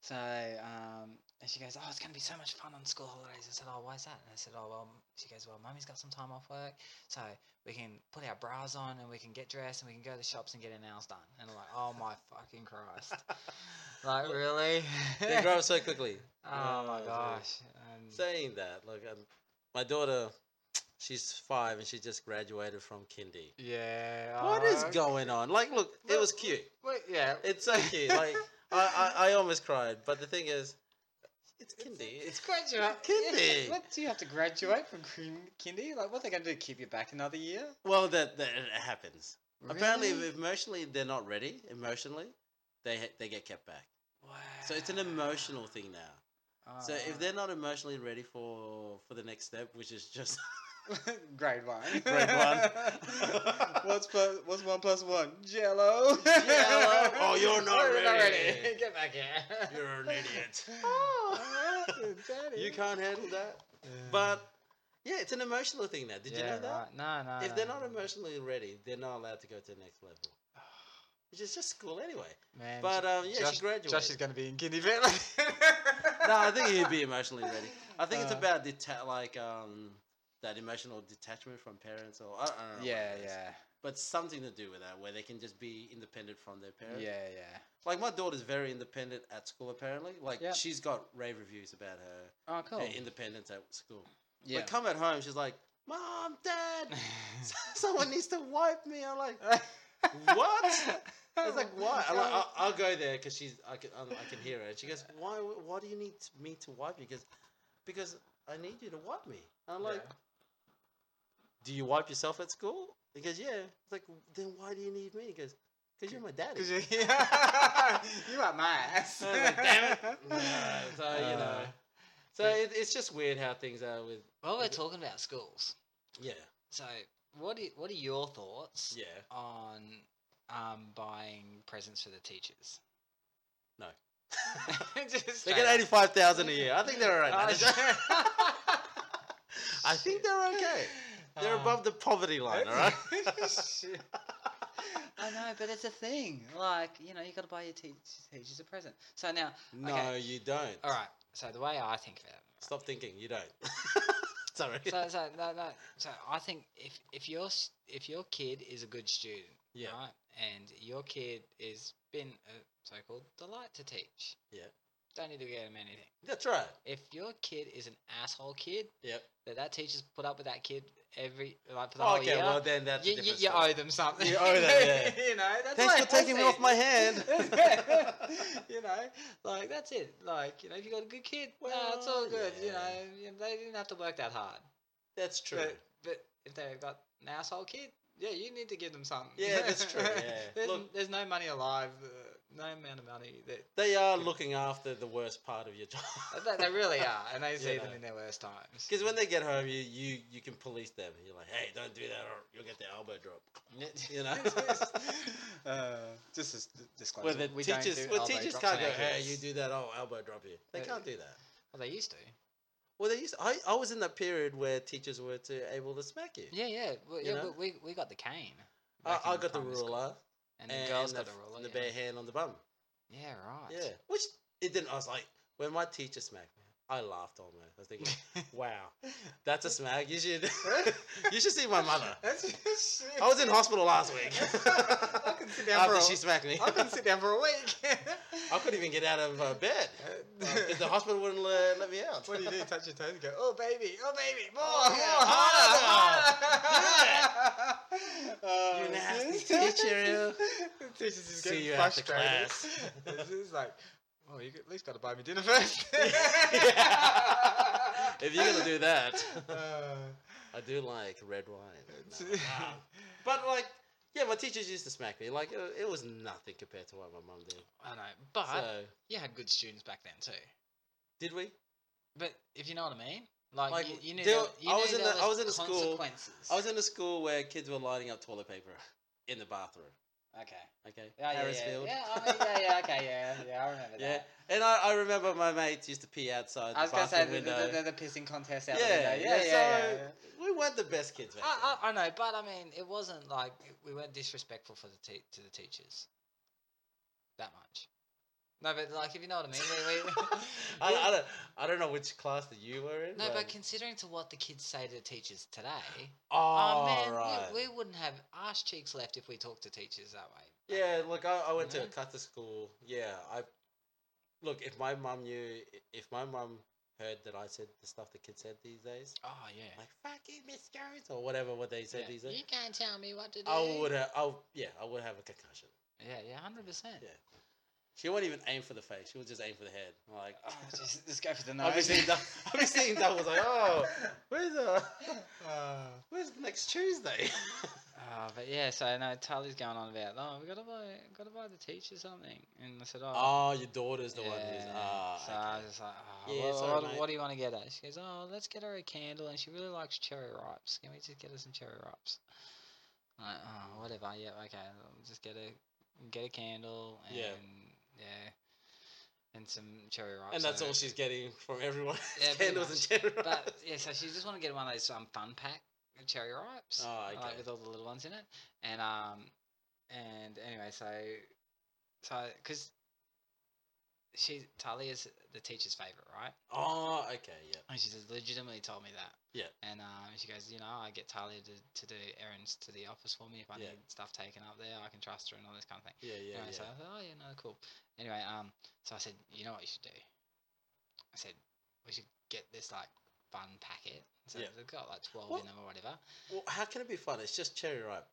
[SPEAKER 1] So um, and she goes, oh, it's gonna be so much fun on school holidays. I said, oh, why's that? And I said, oh, well, she goes, well, mummy's got some time off work, so we can put our bras on and we can get dressed and we can go to the shops and get our nails done. And I'm like, oh my fucking
[SPEAKER 2] [LAUGHS]
[SPEAKER 1] Christ! like really?
[SPEAKER 2] Ah, they grow up so quickly.
[SPEAKER 1] [LAUGHS] Oh my
[SPEAKER 2] Oh, dude.
[SPEAKER 1] gosh. And
[SPEAKER 2] Saying that, like, um, my daughter, she's five and she just graduated from kindy.
[SPEAKER 1] yeah.
[SPEAKER 2] What is
[SPEAKER 1] uh,
[SPEAKER 2] going on? Like, look, it was
[SPEAKER 1] Look,
[SPEAKER 2] cute.
[SPEAKER 1] Wait, yeah.
[SPEAKER 2] It's so cute.
[SPEAKER 1] [LAUGHS]
[SPEAKER 2] Like, I, I, I almost cried. But the thing is, it's kindy.
[SPEAKER 1] It's graduate.
[SPEAKER 2] kindy.
[SPEAKER 1] What do you have to graduate from kin- kindy? Like, what are they going to do? Keep you back another year?
[SPEAKER 2] Well, that, that it happens. Apparently,
[SPEAKER 1] Really?
[SPEAKER 2] if emotionally, they're not ready. Emotionally, they ha- they get kept back.
[SPEAKER 1] Wow.
[SPEAKER 2] So it's an emotional thing now. So if
[SPEAKER 1] Uh,
[SPEAKER 2] they're not emotionally ready for for the next step, which is just
[SPEAKER 1] [LAUGHS]
[SPEAKER 2] [LAUGHS]
[SPEAKER 1] grade one.
[SPEAKER 2] Grade one.
[SPEAKER 1] [LAUGHS] what's plus, What's one plus one? Jello. [LAUGHS]
[SPEAKER 2] Jell-O? Oh, you're not ready.
[SPEAKER 1] Get back here.
[SPEAKER 2] you're an idiot,
[SPEAKER 1] [LAUGHS] Oh, daddy.
[SPEAKER 2] you can't handle that.
[SPEAKER 1] Yeah.
[SPEAKER 2] But yeah, it's an emotional thing now. Did you
[SPEAKER 1] Mm. Yeah,
[SPEAKER 2] know that?
[SPEAKER 1] right. Ah. No, no.
[SPEAKER 2] If they're
[SPEAKER 1] no,
[SPEAKER 2] not
[SPEAKER 1] no, no.
[SPEAKER 2] emotionally ready, they're not allowed to go to the next level.
[SPEAKER 1] [SIGHS]
[SPEAKER 2] Which is just school anyway.
[SPEAKER 1] Man,
[SPEAKER 2] But
[SPEAKER 1] J-
[SPEAKER 2] um, yeah,
[SPEAKER 1] Josh,
[SPEAKER 2] she graduated.
[SPEAKER 1] Josh is going to be in kindy [LAUGHS] vet.
[SPEAKER 2] [LAUGHS] no, I think he'd be emotionally ready. I think it's
[SPEAKER 1] Uh.
[SPEAKER 2] about deta- like um that emotional detachment from parents or I don't, I don't know. what
[SPEAKER 1] Yeah,
[SPEAKER 2] it is.
[SPEAKER 1] yeah,
[SPEAKER 2] But something to do with that, where they can just be independent from their
[SPEAKER 1] yeah,
[SPEAKER 2] parents.
[SPEAKER 1] yeah.
[SPEAKER 2] Like my daughter's very independent at school. Apparently, like
[SPEAKER 1] Yep.
[SPEAKER 2] she's got rave reviews about her,
[SPEAKER 1] Oh, cool.
[SPEAKER 2] her independence at school.
[SPEAKER 1] yeah.
[SPEAKER 2] But come at home, she's like, "Mom,
[SPEAKER 1] [LAUGHS]
[SPEAKER 2] Dad, [LAUGHS] someone needs to wipe me." I'm like, "What?" I was [LAUGHS] like, "Why?" I'm like, oh,
[SPEAKER 1] [LAUGHS]
[SPEAKER 2] I'll, I'll go there because she's I can I'm- I can hear her, and she goes, "Why? Why do you need me to wipe you?" Because because I need you to wipe me. I'm like,
[SPEAKER 1] Yeah.
[SPEAKER 2] "Do you wipe yourself at school?" He goes, "Yeah." It's like, "Then why do you need me?" He goes, "Because you're my daddy." [LAUGHS]
[SPEAKER 1] Cause you, you are my ass.
[SPEAKER 2] I was like, "Damn it!" [LAUGHS] No, so you know,
[SPEAKER 1] Uh,
[SPEAKER 2] so it, it's just weird how things are with
[SPEAKER 1] While we're talking about schools,
[SPEAKER 2] yeah,
[SPEAKER 1] so what are, what are your thoughts
[SPEAKER 2] yeah.
[SPEAKER 1] on um, buying presents for the teachers? [LAUGHS]
[SPEAKER 2] No.
[SPEAKER 1] Just
[SPEAKER 2] They get
[SPEAKER 1] straight
[SPEAKER 2] eighty
[SPEAKER 1] up.
[SPEAKER 2] five thousand a year. [LAUGHS] I think they're
[SPEAKER 1] Oh,
[SPEAKER 2] alright.
[SPEAKER 1] [LAUGHS]
[SPEAKER 2] [LAUGHS] I think they're okay. They're
[SPEAKER 1] Um,
[SPEAKER 2] above the poverty line, all right?
[SPEAKER 1] Shit. [LAUGHS] I know, but it's a thing. Like you know, you got to buy your te- teachers a present. So now,
[SPEAKER 2] [LAUGHS] No,
[SPEAKER 1] Okay.
[SPEAKER 2] you don't.
[SPEAKER 1] all right. So the way I think of it,
[SPEAKER 2] Stop thinking.
[SPEAKER 1] [LAUGHS]
[SPEAKER 2] You don't. Sorry.
[SPEAKER 1] so so no, no, so I think if if your s- if your kid is a good student,
[SPEAKER 2] Yeah.
[SPEAKER 1] right, and your kid is been a so-called delight to teach,
[SPEAKER 2] Yeah.
[SPEAKER 1] don't need to get him anything.
[SPEAKER 2] That's right.
[SPEAKER 1] If your kid is an asshole kid,
[SPEAKER 2] Yep. Oh,
[SPEAKER 1] that that teacher's put up with that kid every like for the whole
[SPEAKER 2] Okay,
[SPEAKER 1] year,
[SPEAKER 2] well then that's a
[SPEAKER 1] Oh, you, you,
[SPEAKER 2] different
[SPEAKER 1] you
[SPEAKER 2] story.
[SPEAKER 1] owe them something.
[SPEAKER 2] You
[SPEAKER 1] [LAUGHS]
[SPEAKER 2] owe them, yeah.
[SPEAKER 1] you know, that's
[SPEAKER 2] Thanks
[SPEAKER 1] why
[SPEAKER 2] for taking me off my [LAUGHS] hand.
[SPEAKER 1] [LAUGHS] you know, like that's it. Like you know, if you got a good kid, well, it's all
[SPEAKER 2] Well,
[SPEAKER 1] good. You
[SPEAKER 2] yeah.
[SPEAKER 1] know, they didn't have to work that hard.
[SPEAKER 2] That's true.
[SPEAKER 1] But, but if they've got an asshole kid, Yeah, you need to give them something.
[SPEAKER 2] Yeah, that's
[SPEAKER 1] [LAUGHS]
[SPEAKER 2] true, yeah.
[SPEAKER 1] there's,
[SPEAKER 2] Look-
[SPEAKER 1] there's no money alive, uh, no amount of money that
[SPEAKER 2] They are
[SPEAKER 1] Yeah.
[SPEAKER 2] looking after the worst part of your job. [LAUGHS]
[SPEAKER 1] they, they really are, and they
[SPEAKER 2] You
[SPEAKER 1] see them
[SPEAKER 2] know.
[SPEAKER 1] in their worst times.
[SPEAKER 2] Because when they get home, you, you you can police them. You're like, hey, don't do that, or you'll get the elbow drop. you
[SPEAKER 1] [LAUGHS]
[SPEAKER 2] know? [LAUGHS]
[SPEAKER 1] uh, just as disclosure.
[SPEAKER 2] Where the teachers,
[SPEAKER 1] do
[SPEAKER 2] well,
[SPEAKER 1] elbow
[SPEAKER 2] teachers
[SPEAKER 1] drops
[SPEAKER 2] can't
[SPEAKER 1] on our
[SPEAKER 2] go, hey,
[SPEAKER 1] kids."
[SPEAKER 2] you do that, oh, elbow drop you. They
[SPEAKER 1] Yeah.
[SPEAKER 2] can't do that.
[SPEAKER 1] Well, Oh, they used to.
[SPEAKER 2] Well, they used. I, I was in that period where teachers were to able to smack you.
[SPEAKER 1] Yeah, yeah. Well,
[SPEAKER 2] You
[SPEAKER 1] yeah
[SPEAKER 2] know?
[SPEAKER 1] but we, we got the cane.
[SPEAKER 2] I,
[SPEAKER 1] back
[SPEAKER 2] I
[SPEAKER 1] in
[SPEAKER 2] got the
[SPEAKER 1] primary school.
[SPEAKER 2] ruler
[SPEAKER 1] And
[SPEAKER 2] and,
[SPEAKER 1] the girls
[SPEAKER 2] the,
[SPEAKER 1] got the
[SPEAKER 2] f-
[SPEAKER 1] ruler.
[SPEAKER 2] the
[SPEAKER 1] yeah.
[SPEAKER 2] bare hand on the bum.
[SPEAKER 1] Yeah, right.
[SPEAKER 2] Yeah, [LAUGHS] which it didn't. I was like, when my teacher smacked me, I laughed almost. I was
[SPEAKER 1] [LAUGHS]
[SPEAKER 2] thinking, wow, that's a smack. You should [LAUGHS] you should see my mother.
[SPEAKER 1] [LAUGHS] That's just
[SPEAKER 2] I
[SPEAKER 1] [LAUGHS]
[SPEAKER 2] was in hospital last week.
[SPEAKER 1] I can sit
[SPEAKER 2] [LAUGHS]
[SPEAKER 1] down for a-
[SPEAKER 2] after she smacked me.
[SPEAKER 1] I couldn't sit down for a week.
[SPEAKER 2] [LAUGHS]
[SPEAKER 1] [LAUGHS]
[SPEAKER 2] I couldn't even get out of uh, bed. Uh, 'cause the hospital wouldn't let, let me out.
[SPEAKER 1] What do you
[SPEAKER 2] [LAUGHS]
[SPEAKER 1] do? Touch your toes and go, oh baby, oh baby, more,
[SPEAKER 2] Oh, yeah,
[SPEAKER 1] more, harder,
[SPEAKER 2] harder,
[SPEAKER 1] harder.
[SPEAKER 2] [LAUGHS] You
[SPEAKER 1] Oh, [LAUGHS]
[SPEAKER 2] nasty
[SPEAKER 1] yes.
[SPEAKER 2] teacher,
[SPEAKER 1] the teacher's just
[SPEAKER 2] See
[SPEAKER 1] getting
[SPEAKER 2] you after
[SPEAKER 1] frustrated. [LAUGHS]
[SPEAKER 2] class. [LAUGHS]
[SPEAKER 1] it's just like, oh, you at least got to buy me dinner first.
[SPEAKER 2] Yeah. If you're gonna do that,
[SPEAKER 1] [LAUGHS] Uh,
[SPEAKER 2] I do like red wine.
[SPEAKER 1] [LAUGHS] it's-
[SPEAKER 2] No. Wow. But like, yeah, my teachers used to smack me. Like, it, it was nothing compared to what my mum did.
[SPEAKER 1] I know, but
[SPEAKER 2] So,
[SPEAKER 1] you had good students back then too.
[SPEAKER 2] did we?
[SPEAKER 1] But if you know what I mean, like,
[SPEAKER 2] Like,
[SPEAKER 1] you, you knew,
[SPEAKER 2] there-
[SPEAKER 1] there, you
[SPEAKER 2] I
[SPEAKER 1] knew
[SPEAKER 2] was in
[SPEAKER 1] there
[SPEAKER 2] the- I was in a school-
[SPEAKER 1] consequences.
[SPEAKER 2] I was in a school where kids were lining up toilet paper in the bathroom.
[SPEAKER 1] okay.
[SPEAKER 2] Okay,
[SPEAKER 1] Ah, Yeah, yeah, yeah,
[SPEAKER 2] Harrisfield.
[SPEAKER 1] yeah, I mean, yeah, yeah, okay, yeah, yeah, I remember
[SPEAKER 2] Yeah,
[SPEAKER 1] that.
[SPEAKER 2] and I, I remember my mates used to pee outside the
[SPEAKER 1] I was gonna say
[SPEAKER 2] bathroom
[SPEAKER 1] the, [LAUGHS]
[SPEAKER 2] window.
[SPEAKER 1] the, the, the pissing contest out
[SPEAKER 2] Yeah,
[SPEAKER 1] the window. Yeah, yeah,
[SPEAKER 2] yeah,
[SPEAKER 1] yeah.
[SPEAKER 2] so-
[SPEAKER 1] yeah.
[SPEAKER 2] We weren't the best kids. Back
[SPEAKER 1] I, I, I know, but I mean, it wasn't like we weren't disrespectful for the te- to the teachers that much. No, but like if you know what I mean, we, we,
[SPEAKER 2] then. [LAUGHS] I, I don't, I don't know which class that you were in.
[SPEAKER 1] no, but considering to what the kids say to the teachers today,
[SPEAKER 2] oh,
[SPEAKER 1] oh man, we-
[SPEAKER 2] right.
[SPEAKER 1] we, wouldn't have arse cheeks left if we talked to teachers that way. back
[SPEAKER 2] yeah,
[SPEAKER 1] then.
[SPEAKER 2] look, I, I went to
[SPEAKER 1] Yeah.
[SPEAKER 2] a Qatar school. Yeah, I look if my mum knew, if my mum heard that I said the stuff the kids said these days,
[SPEAKER 1] Oh yeah.
[SPEAKER 2] like "fuck you, Miss Jones" or whatever what they said
[SPEAKER 1] yeah.
[SPEAKER 2] these days,
[SPEAKER 1] You can't tell me what to do.
[SPEAKER 2] I would have, I yeah, I would have a concussion.
[SPEAKER 1] Yeah, yeah, hundred percent.
[SPEAKER 2] Yeah. She won't even aim for the face. She will just aim for the head. I'm Like
[SPEAKER 1] [LAUGHS] Oh, just, just go for the nose.
[SPEAKER 2] [LAUGHS] I've been seeing, dou- I've been seeing
[SPEAKER 1] [LAUGHS]
[SPEAKER 2] doubles. Like oh, where's the,
[SPEAKER 1] Uh,
[SPEAKER 2] where's next
[SPEAKER 1] [LAUGHS]
[SPEAKER 2] Tuesday? [LAUGHS]
[SPEAKER 1] Oh, but yeah, so no, Tully's going on about, oh, we gotta buy, gotta buy the teacher something, and I said, oh,
[SPEAKER 2] oh, your daughter's the one who's ah.
[SPEAKER 1] so I was just like, oh,
[SPEAKER 2] Yeah,
[SPEAKER 1] what,
[SPEAKER 2] sorry,
[SPEAKER 1] what-
[SPEAKER 2] mate.
[SPEAKER 1] what do you want to get her? She goes, oh, let's get her a candle, and she really likes cherry ripes. Can we just get her some cherry ripes? I'm like, oh, whatever. Yeah, okay, I'll just get a get a candle and
[SPEAKER 2] Yeah.
[SPEAKER 1] yeah, and some cherry ripes.
[SPEAKER 2] And that's
[SPEAKER 1] so-
[SPEAKER 2] all she's getting from everyone. [LAUGHS]
[SPEAKER 1] Yeah, pretty
[SPEAKER 2] Candles and cherry
[SPEAKER 1] But
[SPEAKER 2] [LAUGHS] rice.
[SPEAKER 1] yeah, so she just want to get one of those um, fun pack of cherry ripes,
[SPEAKER 2] Oh, okay.
[SPEAKER 1] like with all the little ones in it, and um, and anyway, so so because she Tali is the teacher's favorite, right?
[SPEAKER 2] Oh, okay, yeah.
[SPEAKER 1] And she just legitimately told me that.
[SPEAKER 2] Yeah.
[SPEAKER 1] And um, she goes, you know, I get Talia to, to do errands to the office for me if I
[SPEAKER 2] Yeah.
[SPEAKER 1] need stuff taken up there. I can trust her and all this kind of thing.
[SPEAKER 2] Yeah, yeah,
[SPEAKER 1] anyway,
[SPEAKER 2] yeah.
[SPEAKER 1] so I thought, oh yeah, no, cool. Anyway, um, so I said, you know what you should do? I said, we should get this like fun packet. So
[SPEAKER 2] Yeah.
[SPEAKER 1] they've got like twelve
[SPEAKER 2] What?
[SPEAKER 1] in them or whatever.
[SPEAKER 2] Well, how can it be fun? It's just cherry ripe.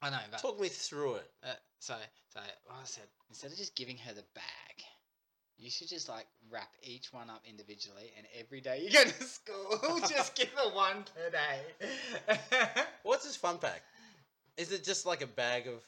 [SPEAKER 1] I know, but
[SPEAKER 2] Talk me through it.
[SPEAKER 1] uh, so so I said instead of just giving her the bag, you should just like wrap each one up individually, and every day you [LAUGHS] go to school,
[SPEAKER 2] [LAUGHS]
[SPEAKER 1] just give her one per day.
[SPEAKER 2] What's this fun pack? Is it just like a bag of?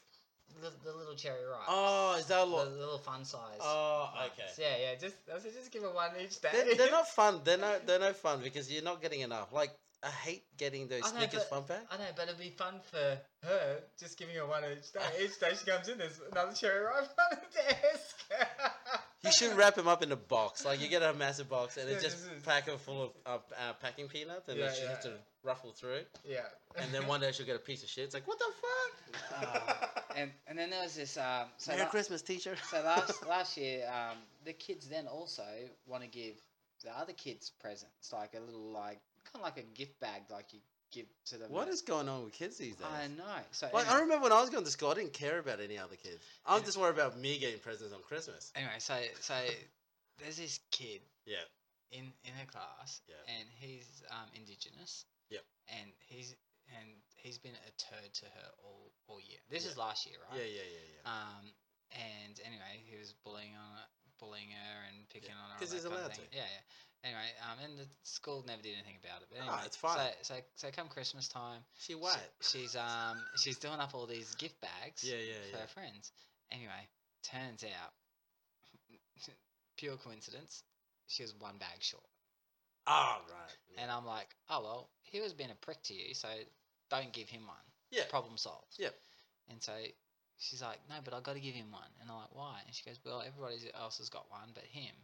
[SPEAKER 1] the, the little cherry ripe.
[SPEAKER 2] Oh, is that
[SPEAKER 1] the,
[SPEAKER 2] a lot?
[SPEAKER 1] little fun size.
[SPEAKER 2] Oh,
[SPEAKER 1] ones.
[SPEAKER 2] okay.
[SPEAKER 1] Yeah, yeah. Just I said just give her one each day. [LAUGHS]
[SPEAKER 2] They're, they're not fun. They're no, they're no fun because you're not getting enough. Like I hate getting those
[SPEAKER 1] I know,
[SPEAKER 2] sneakers
[SPEAKER 1] but-
[SPEAKER 2] fun pack.
[SPEAKER 1] I know, but it'd be fun for her just giving her one each day. Each day she comes in, there's another cherry ripe on the desk.
[SPEAKER 2] You
[SPEAKER 1] [LAUGHS]
[SPEAKER 2] should wrap them up in a box. Like you get a massive box and it's
[SPEAKER 1] Yeah,
[SPEAKER 2] just
[SPEAKER 1] this is-
[SPEAKER 2] pack 'em full of uh, uh, packing peanuts, and
[SPEAKER 1] Yeah,
[SPEAKER 2] then she has
[SPEAKER 1] yeah.
[SPEAKER 2] to ruffle through. it.
[SPEAKER 1] Yeah.
[SPEAKER 2] And then one day she'll get a piece of shit. It's like what the fuck?
[SPEAKER 1] Oh, and and then there was this um so
[SPEAKER 2] Merry
[SPEAKER 1] la-
[SPEAKER 2] Christmas, teacher.
[SPEAKER 1] so last last year um the kids then also want to give the other kids presents like a little like kind of like a gift bag like you give to them
[SPEAKER 2] [LAUGHS] What is going on with kids these days?
[SPEAKER 1] I know so
[SPEAKER 2] Like I
[SPEAKER 1] anyway-
[SPEAKER 2] remember when I was going to school, I didn't care about any other kids. I was
[SPEAKER 1] Yeah.
[SPEAKER 2] just worried about me getting presents on Christmas.
[SPEAKER 1] anyway so so there's this kid
[SPEAKER 2] Yeah,
[SPEAKER 1] in in a class
[SPEAKER 2] Yeah.
[SPEAKER 1] and he's um indigenous
[SPEAKER 2] Yep.
[SPEAKER 1] and he's and he's been a turd to her all all year this
[SPEAKER 2] Yeah.
[SPEAKER 1] is last year right
[SPEAKER 2] yeah, yeah, yeah, yeah.
[SPEAKER 1] Um, and anyway, he was bullying on bullying her and picking on her. and
[SPEAKER 2] because
[SPEAKER 1] all
[SPEAKER 2] he's
[SPEAKER 1] that kind
[SPEAKER 2] allowed
[SPEAKER 1] of
[SPEAKER 2] to.
[SPEAKER 1] thing. Yeah, yeah. Anyway, um, and the school never did anything about it. But
[SPEAKER 2] Ah,
[SPEAKER 1] anyway,
[SPEAKER 2] it's fine.
[SPEAKER 1] So, so, so come Christmas time,
[SPEAKER 2] She
[SPEAKER 1] she-
[SPEAKER 2] what?
[SPEAKER 1] she's um, she's doing up all these gift bags
[SPEAKER 2] Yeah, yeah,
[SPEAKER 1] for
[SPEAKER 2] yeah.
[SPEAKER 1] her friends. Anyway, turns out, [LAUGHS] pure coincidence, she was one bag short.
[SPEAKER 2] Ah, right. Yeah.
[SPEAKER 1] And I'm like, oh well, he was being a prick to you, so don't give him one.
[SPEAKER 2] Yeah.
[SPEAKER 1] Problem solved.
[SPEAKER 2] Yep.
[SPEAKER 1] And so she's like, no, but I got to give him one. And I'm like, why? And she goes, well, everybody else has got one, but him,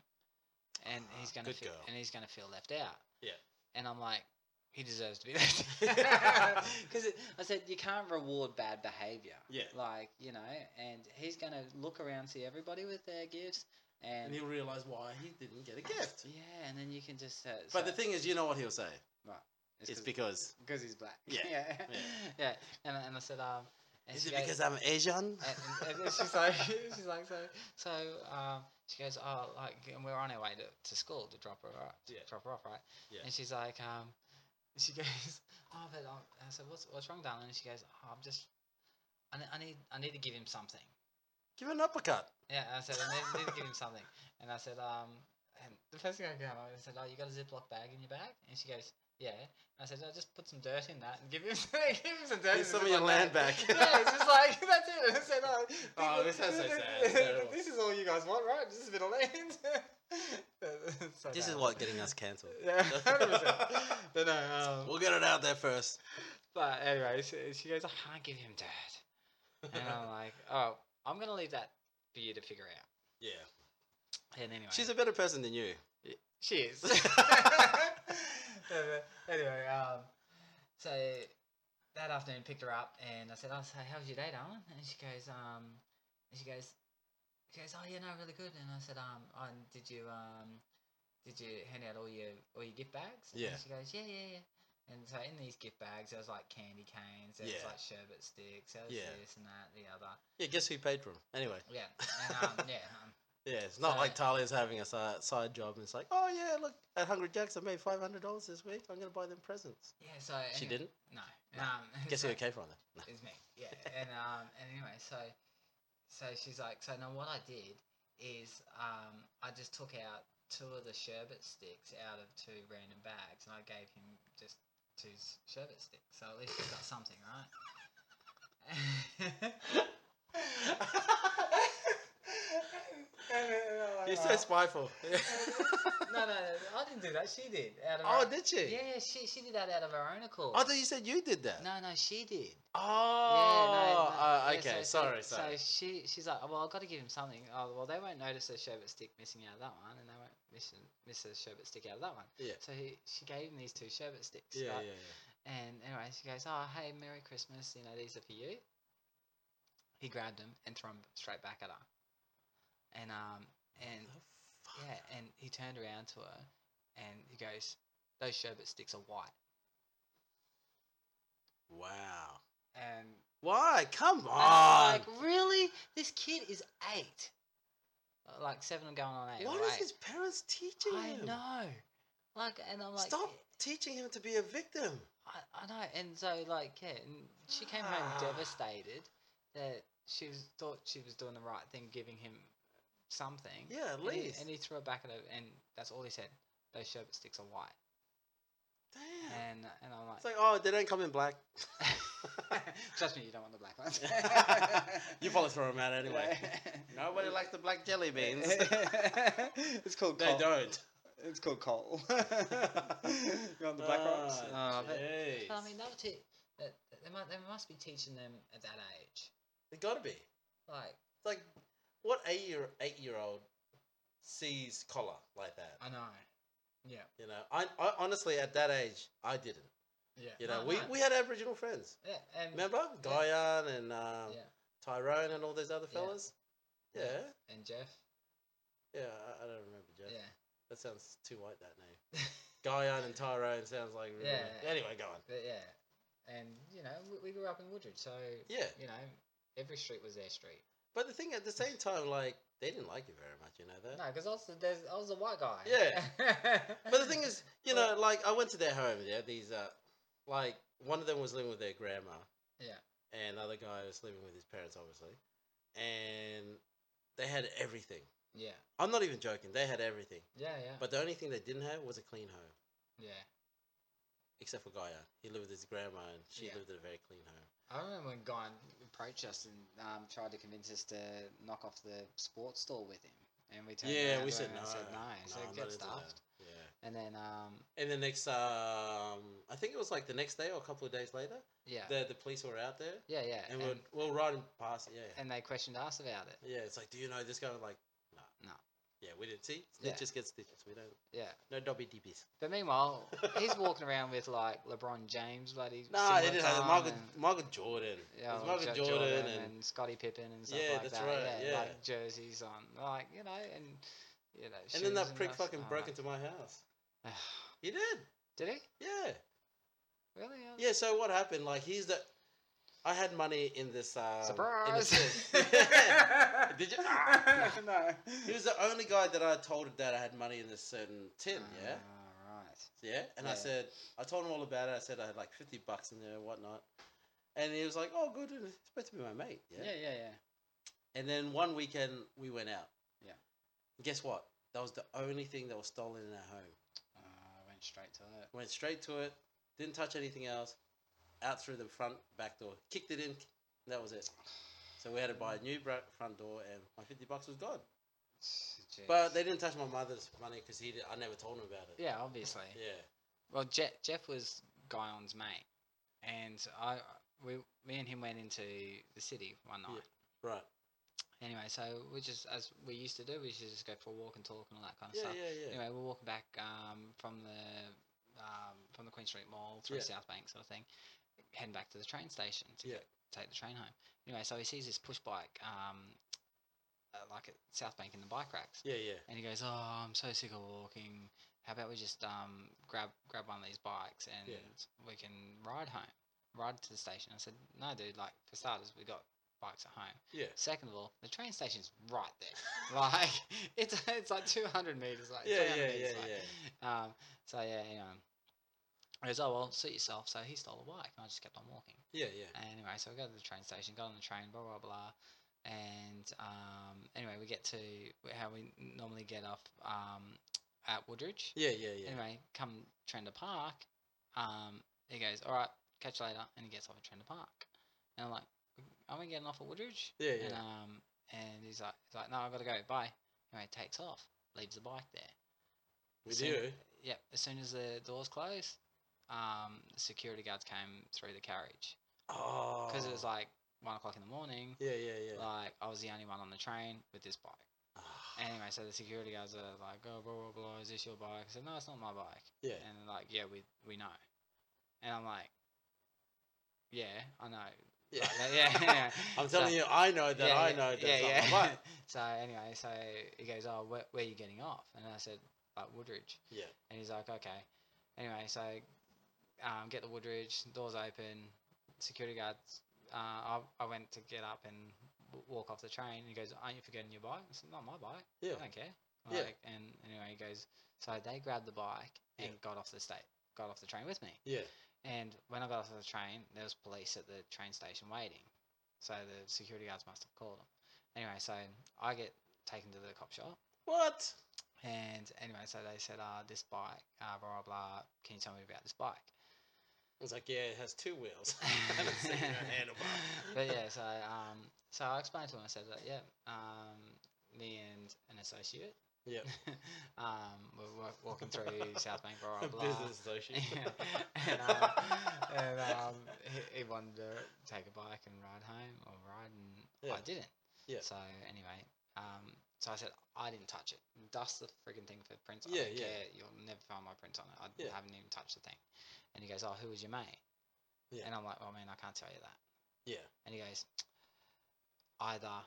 [SPEAKER 1] and
[SPEAKER 2] Ah,
[SPEAKER 1] he's gonna
[SPEAKER 2] good
[SPEAKER 1] feel,
[SPEAKER 2] girl.
[SPEAKER 1] and he's gonna feel left out.
[SPEAKER 2] Yeah.
[SPEAKER 1] And I'm like, he deserves to be left.
[SPEAKER 2] [LAUGHS]
[SPEAKER 1] [LAUGHS] Because I said you can't reward bad behavior.
[SPEAKER 2] yeah.
[SPEAKER 1] Like you know, and he's gonna look around, see everybody with their gifts, and,
[SPEAKER 2] And he'll realize why he didn't get a gift.
[SPEAKER 1] yeah, and then you can just. Uh,
[SPEAKER 2] But
[SPEAKER 1] so
[SPEAKER 2] the thing is, you know what he'll say?
[SPEAKER 1] it's
[SPEAKER 2] It's
[SPEAKER 1] 'cause-
[SPEAKER 2] because.
[SPEAKER 1] because he's black.
[SPEAKER 2] Yeah,
[SPEAKER 1] [LAUGHS] yeah,
[SPEAKER 2] yeah.
[SPEAKER 1] yeah. And, and I said, um, and
[SPEAKER 2] Is
[SPEAKER 1] she
[SPEAKER 2] it
[SPEAKER 1] goes-
[SPEAKER 2] because I'm Asian?
[SPEAKER 1] [LAUGHS] and, and, and
[SPEAKER 2] [LAUGHS]
[SPEAKER 1] she's like, [LAUGHS] she's like, so, so, um, she goes, oh, like, and we're on our way to, to school to drop her off, to
[SPEAKER 2] Yeah.
[SPEAKER 1] drop her off, right?
[SPEAKER 2] Yeah.
[SPEAKER 1] And she's like, um, she [LAUGHS] goes, oh, but um, I said, what's what's wrong, darling? And she goes, oh, I'm just, I, ne- I need, I need to give him something.
[SPEAKER 2] Give an uppercut.
[SPEAKER 1] Yeah, and I said, I need, need to give him something. And I said, um, and the first thing I came up, I said, oh, you got a Ziploc bag in your bag? And she goes, yeah. And I said, no, just put some dirt in that and give him, [LAUGHS] give him some dirt.
[SPEAKER 2] Here's
[SPEAKER 1] in
[SPEAKER 2] some
[SPEAKER 1] the
[SPEAKER 2] of your
[SPEAKER 1] Ziploc
[SPEAKER 2] land
[SPEAKER 1] bag.
[SPEAKER 2] back.
[SPEAKER 1] [LAUGHS] yeah, it's just like, that's it. And I said, oh,
[SPEAKER 2] Oh,
[SPEAKER 1] [LAUGHS]
[SPEAKER 2] this sounds so sad. It's terrible.
[SPEAKER 1] this is all you guys want, right? Just a bit of land. [LAUGHS] So
[SPEAKER 2] This is
[SPEAKER 1] bad.
[SPEAKER 2] what getting us cancelled.
[SPEAKER 1] [LAUGHS] Yeah, 100%. But no, um,
[SPEAKER 2] We'll get it out there
[SPEAKER 1] [LAUGHS]
[SPEAKER 2] first.
[SPEAKER 1] but anyway, so she goes, I can't give him dirt. And
[SPEAKER 2] [LAUGHS]
[SPEAKER 1] I'm like, oh, I'm going to leave that for you to figure out.
[SPEAKER 2] Yeah.
[SPEAKER 1] And anyway.
[SPEAKER 2] She's a better person than you.
[SPEAKER 1] She [LAUGHS] is. anyway, um, so that afternoon picked her up and I said, "Oh, so how was your day, darling?" And she goes, um, and she goes, she goes, "Oh yeah, no, really good." And I said, "Um, oh, and did you um, did you hand out all your all your gift bags?"
[SPEAKER 2] Yeah.
[SPEAKER 1] And she goes, "Yeah, yeah, yeah." And so in these gift bags, there was like candy canes, there was
[SPEAKER 2] Yeah.
[SPEAKER 1] like sherbet sticks, there was
[SPEAKER 2] Yeah.
[SPEAKER 1] this and that, the other.
[SPEAKER 2] Yeah, guess who paid for him? Anyway.
[SPEAKER 1] Yeah, and, um, yeah, um,
[SPEAKER 2] Yeah, it's
[SPEAKER 1] So-
[SPEAKER 2] not like Talia's having a si- side job and it's like, oh yeah, look, at Hungry Jack's I made five hundred dollars this week. I'm gonna buy them presents.
[SPEAKER 1] yeah. So
[SPEAKER 2] She
[SPEAKER 1] anyway-
[SPEAKER 2] didn't.
[SPEAKER 1] No.
[SPEAKER 2] No.
[SPEAKER 1] Um, [LAUGHS]
[SPEAKER 2] Guess
[SPEAKER 1] so-
[SPEAKER 2] who it came from then? [LAUGHS]
[SPEAKER 1] It's me. Yeah. And um and anyway, so so she's like, so now what I did is um I just took out two of the sherbet sticks out of two random bags and I gave him just two s- sherbet sticks. So at least he's got something,
[SPEAKER 2] [LAUGHS]
[SPEAKER 1] right?
[SPEAKER 2] You're
[SPEAKER 1] [LAUGHS]
[SPEAKER 2] so spiteful. [LAUGHS]
[SPEAKER 1] no, no, no, I didn't do that. She did. Out of
[SPEAKER 2] oh,
[SPEAKER 1] her,
[SPEAKER 2] did she?
[SPEAKER 1] yeah, yeah, she, she did that out of her own accord.
[SPEAKER 2] I thought you said you did that.
[SPEAKER 1] no, no, she did.
[SPEAKER 2] Oh, uh,
[SPEAKER 1] yeah,
[SPEAKER 2] okay.
[SPEAKER 1] so- so-
[SPEAKER 2] sorry, sorry.
[SPEAKER 1] So she she's like, "Oh, well, I've got to give him something. Oh, well, they won't notice a sherbet stick missing out of that one, and they won't miss, miss a sherbet stick out of that one.
[SPEAKER 2] Yeah.
[SPEAKER 1] So he, she gave him these two sherbet sticks.
[SPEAKER 2] yeah,
[SPEAKER 1] right?
[SPEAKER 2] yeah,
[SPEAKER 1] And anyway, she goes, "Oh, hey, Merry Christmas. You know, these are for you." He grabbed them and threw them straight back at her. And um
[SPEAKER 2] yeah.
[SPEAKER 1] and
[SPEAKER 2] The fuck?
[SPEAKER 1] yeah, and he turned around to her, and he goes, "Those sherbet sticks are white."
[SPEAKER 2] Wow.
[SPEAKER 1] And
[SPEAKER 2] Why? Come
[SPEAKER 1] And I'm
[SPEAKER 2] on.
[SPEAKER 1] like, really? This kid is eight. Uh, Like seven going on eight.
[SPEAKER 2] what
[SPEAKER 1] or
[SPEAKER 2] is
[SPEAKER 1] eight.
[SPEAKER 2] his parents teaching
[SPEAKER 1] I
[SPEAKER 2] him?
[SPEAKER 1] know. Like, and I'm like, "Eh."
[SPEAKER 2] Stop teaching him to be a victim.
[SPEAKER 1] I, I know. And so, like, yeah, and she came home
[SPEAKER 2] Ah.
[SPEAKER 1] devastated that she was, thought she was doing the right thing, giving him something.
[SPEAKER 2] Yeah, at
[SPEAKER 1] and he,
[SPEAKER 2] least.
[SPEAKER 1] and he threw it back at her, and that's all he said. Those sherbet sticks are white.
[SPEAKER 2] Damn.
[SPEAKER 1] And and I'm like,
[SPEAKER 2] It's like, oh, they don't come in black.
[SPEAKER 1] [LAUGHS] trust me, you don't want the black ones.
[SPEAKER 2] [LAUGHS]
[SPEAKER 1] [LAUGHS]
[SPEAKER 2] you probably throw them out anyway.
[SPEAKER 1] Yeah.
[SPEAKER 2] [LAUGHS] Nobody likes the black jelly beans.
[SPEAKER 1] [LAUGHS]
[SPEAKER 2] [LAUGHS]
[SPEAKER 1] it's called
[SPEAKER 2] they
[SPEAKER 1] coal.
[SPEAKER 2] don't.
[SPEAKER 1] It's called [LAUGHS] coal. you want the black rocks?
[SPEAKER 2] Ah,
[SPEAKER 1] Uh, but, but I
[SPEAKER 2] jeez.
[SPEAKER 1] mean, that would t- that, that- they, must, they must be teaching them at that age.
[SPEAKER 2] They gotta be.
[SPEAKER 1] Like,
[SPEAKER 2] It's like, what eight year eight year old sees collar like that?
[SPEAKER 1] I know. Yeah,
[SPEAKER 2] You know, I, I honestly at that age I didn't.
[SPEAKER 1] yeah.
[SPEAKER 2] You know,
[SPEAKER 1] No, [LAUGHS]
[SPEAKER 2] we,
[SPEAKER 1] no.
[SPEAKER 2] we had Aboriginal friends.
[SPEAKER 1] yeah, and,
[SPEAKER 2] Remember Guyan and um,
[SPEAKER 1] yeah,
[SPEAKER 2] Tyrone and all those other
[SPEAKER 1] Yeah.
[SPEAKER 2] fellas? Yeah,
[SPEAKER 1] Yeah. and Jeff.
[SPEAKER 2] yeah. I, I don't remember Jeff.
[SPEAKER 1] Yeah,
[SPEAKER 2] That sounds too white. That name.
[SPEAKER 1] [LAUGHS]
[SPEAKER 2] Guyan and Tyrone sounds like. Really...
[SPEAKER 1] Yeah.
[SPEAKER 2] Anyway, go on.
[SPEAKER 1] but yeah, and you know, we, we grew up in Woodridge, so
[SPEAKER 2] Yeah.
[SPEAKER 1] you know, every street was their street.
[SPEAKER 2] But the thing at the same time, like they didn't like you very much, you know that.
[SPEAKER 1] No, because I was the there's, I was a white guy. [LAUGHS]
[SPEAKER 2] But the thing is, you know, like I went to their home. Yeah, these uh, like one of them was living with their grandma.
[SPEAKER 1] Yeah.
[SPEAKER 2] And another guy was living with his parents, obviously, and they had everything.
[SPEAKER 1] Yeah.
[SPEAKER 2] I'm not even joking. They had everything,
[SPEAKER 1] Yeah, yeah.
[SPEAKER 2] but the only thing they didn't have was a clean home,
[SPEAKER 1] yeah.
[SPEAKER 2] except for Gaia. He lived with his grandma, and she
[SPEAKER 1] Yeah.
[SPEAKER 2] lived at a very clean home.
[SPEAKER 1] I remember when Guy approached us and um, tried to convince us to knock off the sports store with him. And we turned
[SPEAKER 2] yeah,
[SPEAKER 1] around
[SPEAKER 2] we
[SPEAKER 1] to
[SPEAKER 2] said
[SPEAKER 1] him
[SPEAKER 2] no.
[SPEAKER 1] and said no. so
[SPEAKER 2] I'm
[SPEAKER 1] get
[SPEAKER 2] not into that.
[SPEAKER 1] stuffed.
[SPEAKER 2] Yeah.
[SPEAKER 1] And then, um,
[SPEAKER 2] And the next, um, I think it was like the next day or a couple of days later,
[SPEAKER 1] yeah.
[SPEAKER 2] the the police were out there,
[SPEAKER 1] yeah, yeah.
[SPEAKER 2] and,
[SPEAKER 1] And,
[SPEAKER 2] we're
[SPEAKER 1] and,
[SPEAKER 2] we're riding past. Yeah.
[SPEAKER 1] they questioned us about it.
[SPEAKER 2] Yeah, it's like, do you know this guy? We're Like, nah.
[SPEAKER 1] No.
[SPEAKER 2] Yeah, we didn't see.
[SPEAKER 1] Yeah.
[SPEAKER 2] Snitches get stitches. We don't.
[SPEAKER 1] Yeah.
[SPEAKER 2] No Dobby DBs.
[SPEAKER 1] But meanwhile, he's walking around with like LeBron James, bloody.
[SPEAKER 2] Nah, they
[SPEAKER 1] singlet
[SPEAKER 2] didn't have
[SPEAKER 1] on
[SPEAKER 2] Michael,
[SPEAKER 1] and-
[SPEAKER 2] Michael Jordan.
[SPEAKER 1] Yeah,
[SPEAKER 2] It was
[SPEAKER 1] well,
[SPEAKER 2] Michael
[SPEAKER 1] Jo-
[SPEAKER 2] Jordan, and,
[SPEAKER 1] and, Scottie Pippen and stuff
[SPEAKER 2] Yeah,
[SPEAKER 1] like
[SPEAKER 2] that's
[SPEAKER 1] that.
[SPEAKER 2] right,
[SPEAKER 1] yeah,
[SPEAKER 2] yeah.
[SPEAKER 1] like jerseys on, like you know, and you know.
[SPEAKER 2] and then
[SPEAKER 1] shoes
[SPEAKER 2] that prick
[SPEAKER 1] stuff.
[SPEAKER 2] fucking
[SPEAKER 1] I'm
[SPEAKER 2] broke
[SPEAKER 1] like,
[SPEAKER 2] into my house.
[SPEAKER 1] "Ugh."
[SPEAKER 2] He did.
[SPEAKER 1] [SIGHS] Did he
[SPEAKER 2] Yeah.
[SPEAKER 1] really? I-
[SPEAKER 2] Yeah. So what happened? Like he's the. I had money in this. Um, in the
[SPEAKER 1] Surprise!
[SPEAKER 2] [LAUGHS] thing. Did you? Ah, no.
[SPEAKER 1] no.
[SPEAKER 2] He was the only guy that I told that I had money in this certain tin. Yeah.
[SPEAKER 1] Ah,
[SPEAKER 2] Yeah. And I
[SPEAKER 1] Yeah.
[SPEAKER 2] said, I told him all about it. I said I had like 50 bucks in there and whatnot. And he was like, oh, good. and It's supposed to be my mate. Yeah.
[SPEAKER 1] right. Yeah, yeah, yeah.
[SPEAKER 2] And then one weekend, we went out.
[SPEAKER 1] Yeah.
[SPEAKER 2] Guess what? That was the only thing that was stolen in our home.
[SPEAKER 1] Uh, I went straight to it.
[SPEAKER 2] Went straight to it, didn't touch anything else, out through the front back door, kicked it in, and that was it. So we had to buy a new bra- front door, and my 50 bucks was gone. But
[SPEAKER 1] Jeez.
[SPEAKER 2] they didn't touch my mother's money because he did, I never told him about it.
[SPEAKER 1] yeah, obviously.
[SPEAKER 2] Yeah.
[SPEAKER 1] Well, Jeff, Jeff was Guyon's mate, and I we me and him went into the city one night.
[SPEAKER 2] Yeah. Right.
[SPEAKER 1] Anyway, so we just as we used to do, we should just go for a walk and talk and all that kind of
[SPEAKER 2] Yeah,
[SPEAKER 1] stuff.
[SPEAKER 2] yeah, yeah.
[SPEAKER 1] Anyway, we're walking back um, from the um, from the Queen Street Mall through
[SPEAKER 2] Yeah.
[SPEAKER 1] South Bank sort of thing, heading back to the train station to
[SPEAKER 2] Yeah.
[SPEAKER 1] get, take the train home. Anyway, so he sees this push bike, um, uh, like at South Bank in the bike racks,
[SPEAKER 2] Yeah, yeah.
[SPEAKER 1] and he goes, "Oh, I'm so sick of walking. How about we just um, grab grab one of these bikes and
[SPEAKER 2] Yeah.
[SPEAKER 1] we can ride home, ride to the station." I said, "No, dude. Like for starters, we got bikes at home."
[SPEAKER 2] Yeah.
[SPEAKER 1] Second of all, the train station's right
[SPEAKER 2] [LAUGHS]
[SPEAKER 1] there. like it's it's like two hundred meters, like
[SPEAKER 2] Yeah,
[SPEAKER 1] 300
[SPEAKER 2] yeah,
[SPEAKER 1] meters,
[SPEAKER 2] yeah,
[SPEAKER 1] like. Um, so yeah, anyway. I goes, oh well, suit yourself. So he stole a bike, and I just kept on walking.
[SPEAKER 2] Yeah, yeah.
[SPEAKER 1] And anyway, so we go to the train station, got on the train, blah blah blah, and um, anyway, we get to how we normally get off um, at Woodridge.
[SPEAKER 2] Yeah, yeah, yeah.
[SPEAKER 1] Anyway, come Trender Park, um, he goes, all right, catch you later, and he gets off at Trender Park, and I'm like, are we getting off at Woodridge?
[SPEAKER 2] Yeah, yeah.
[SPEAKER 1] And um, and he's like, he's like, no, I've got to go. Bye. Anyway, takes off, leaves the bike there.
[SPEAKER 2] we
[SPEAKER 1] soon-
[SPEAKER 2] do.
[SPEAKER 1] Yep. As soon as the doors closed, um, the security guards came through the carriage
[SPEAKER 2] Oh.
[SPEAKER 1] because it was like one o'clock in the morning.
[SPEAKER 2] Yeah, yeah, yeah.
[SPEAKER 1] Like I was the only one on the train with this bike.
[SPEAKER 2] Ah,
[SPEAKER 1] Anyway, so the security guards are like, "Oh, blah blah blah, is this your bike?" I said, "No, it's not my bike."
[SPEAKER 2] yeah.
[SPEAKER 1] And they're like, "Yeah, we we know." And I'm like, "Yeah, I
[SPEAKER 2] [LAUGHS]
[SPEAKER 1] know."
[SPEAKER 2] Yeah.
[SPEAKER 1] Like, yeah, [LAUGHS] yeah.
[SPEAKER 2] I'm
[SPEAKER 1] So-
[SPEAKER 2] telling you, I know that I know that. Yeah, yeah.
[SPEAKER 1] [LAUGHS] so anyway, so he goes, "Oh, where, where are you getting off?" And I said, "Like Woodridge."
[SPEAKER 2] yeah.
[SPEAKER 1] And he's like, "Okay." Anyway, so um, get the Woodridge doors open, security guards. Uh, I, I went to get up and w- walk off the train. And he goes, "Aren't you forgetting your bike?" I said, "Not my bike.
[SPEAKER 2] Yeah.
[SPEAKER 1] I don't care."
[SPEAKER 2] Yeah.
[SPEAKER 1] Like, And anyway, he goes, "So they grabbed the bike
[SPEAKER 2] Yeah.
[SPEAKER 1] and got off the state, got off the train with me."
[SPEAKER 2] Yeah.
[SPEAKER 1] And when I got off the train, there was police at the train station waiting. So the security guards must have called them. Anyway, so I get taken to the cop shop.
[SPEAKER 2] What?
[SPEAKER 1] And anyway, so they said, uh, this bike, uh, blah, blah, blah. Can you tell me about this bike?
[SPEAKER 2] [LAUGHS] I was like, yeah, it has two wheels. [LAUGHS] and it's sitting
[SPEAKER 1] [LAUGHS]
[SPEAKER 2] on a handlebar.
[SPEAKER 1] but yeah, so, um, so I explained to him, I said, that, yeah, um, me and an associate.
[SPEAKER 2] Yeah.
[SPEAKER 1] [LAUGHS] um, we're wa- walking through South Bank, blah, blah, blah.
[SPEAKER 2] [LAUGHS] Business associate.
[SPEAKER 1] [LAUGHS]
[SPEAKER 2] [LAUGHS]
[SPEAKER 1] and um, and um, he, he wanted to take a bike and ride home or ride, and I
[SPEAKER 2] Yeah.
[SPEAKER 1] didn't.
[SPEAKER 2] Yeah.
[SPEAKER 1] So anyway, um, so I said I didn't touch it. Dust the frigging thing for prints. I
[SPEAKER 2] Yeah,
[SPEAKER 1] don't
[SPEAKER 2] yeah.
[SPEAKER 1] care. You'll never find my print on it. I
[SPEAKER 2] Yeah.
[SPEAKER 1] haven't even touched the thing. And he goes, "Oh, who was your mate?"
[SPEAKER 2] Yeah.
[SPEAKER 1] And I'm like, "Well, man, I can't tell you that."
[SPEAKER 2] yeah.
[SPEAKER 1] And he goes, "Either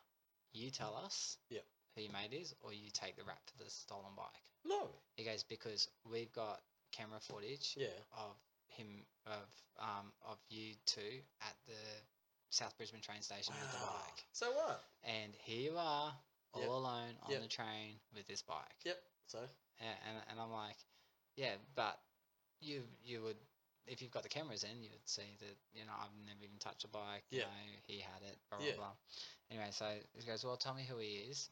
[SPEAKER 1] you tell us
[SPEAKER 2] Yep.
[SPEAKER 1] who your mate is, or you take the rap for the stolen bike."
[SPEAKER 2] No.
[SPEAKER 1] He goes, "Because we've got camera footage."
[SPEAKER 2] Yeah.
[SPEAKER 1] of him of um of you two at the South Brisbane train station with the
[SPEAKER 2] Wow.
[SPEAKER 1] bike.
[SPEAKER 2] So what?
[SPEAKER 1] And here you are, all
[SPEAKER 2] Yep.
[SPEAKER 1] alone on
[SPEAKER 2] Yep.
[SPEAKER 1] the train with this bike.
[SPEAKER 2] Yep. So.
[SPEAKER 1] Yeah, and and I'm like, yeah, but you you would if you've got the cameras in, you would see that you know I've never even touched a bike. You
[SPEAKER 2] Yeah.
[SPEAKER 1] know he had it. Blah blah
[SPEAKER 2] Yeah.
[SPEAKER 1] blah. Anyway, so he goes, well, tell me who he is,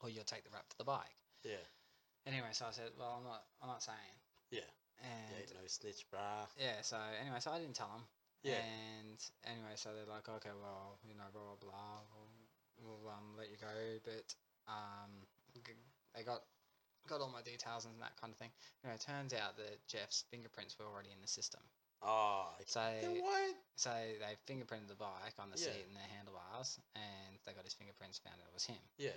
[SPEAKER 1] or you'll take the rap for the bike.
[SPEAKER 2] Yeah.
[SPEAKER 1] Anyway, so I said, well, I'm not, I'm not saying.
[SPEAKER 2] Yeah.
[SPEAKER 1] And
[SPEAKER 2] You ain't no snitch, bruh.
[SPEAKER 1] yeah, so anyway, so I didn't tell them.
[SPEAKER 2] Yeah.
[SPEAKER 1] And anyway, so they're like, okay, well, you know, blah blah blah, we'll, we'll um let you go, but um, g- they got got all my details and that kind of thing. Anyway, it turns out that Jeff's fingerprints were already in the system,
[SPEAKER 2] Oh. okay.
[SPEAKER 1] so
[SPEAKER 2] Then what?
[SPEAKER 1] so they fingerprinted the bike on the
[SPEAKER 2] Yeah.
[SPEAKER 1] seat and the handlebars, and they got his fingerprints, found out it was him.
[SPEAKER 2] Yeah.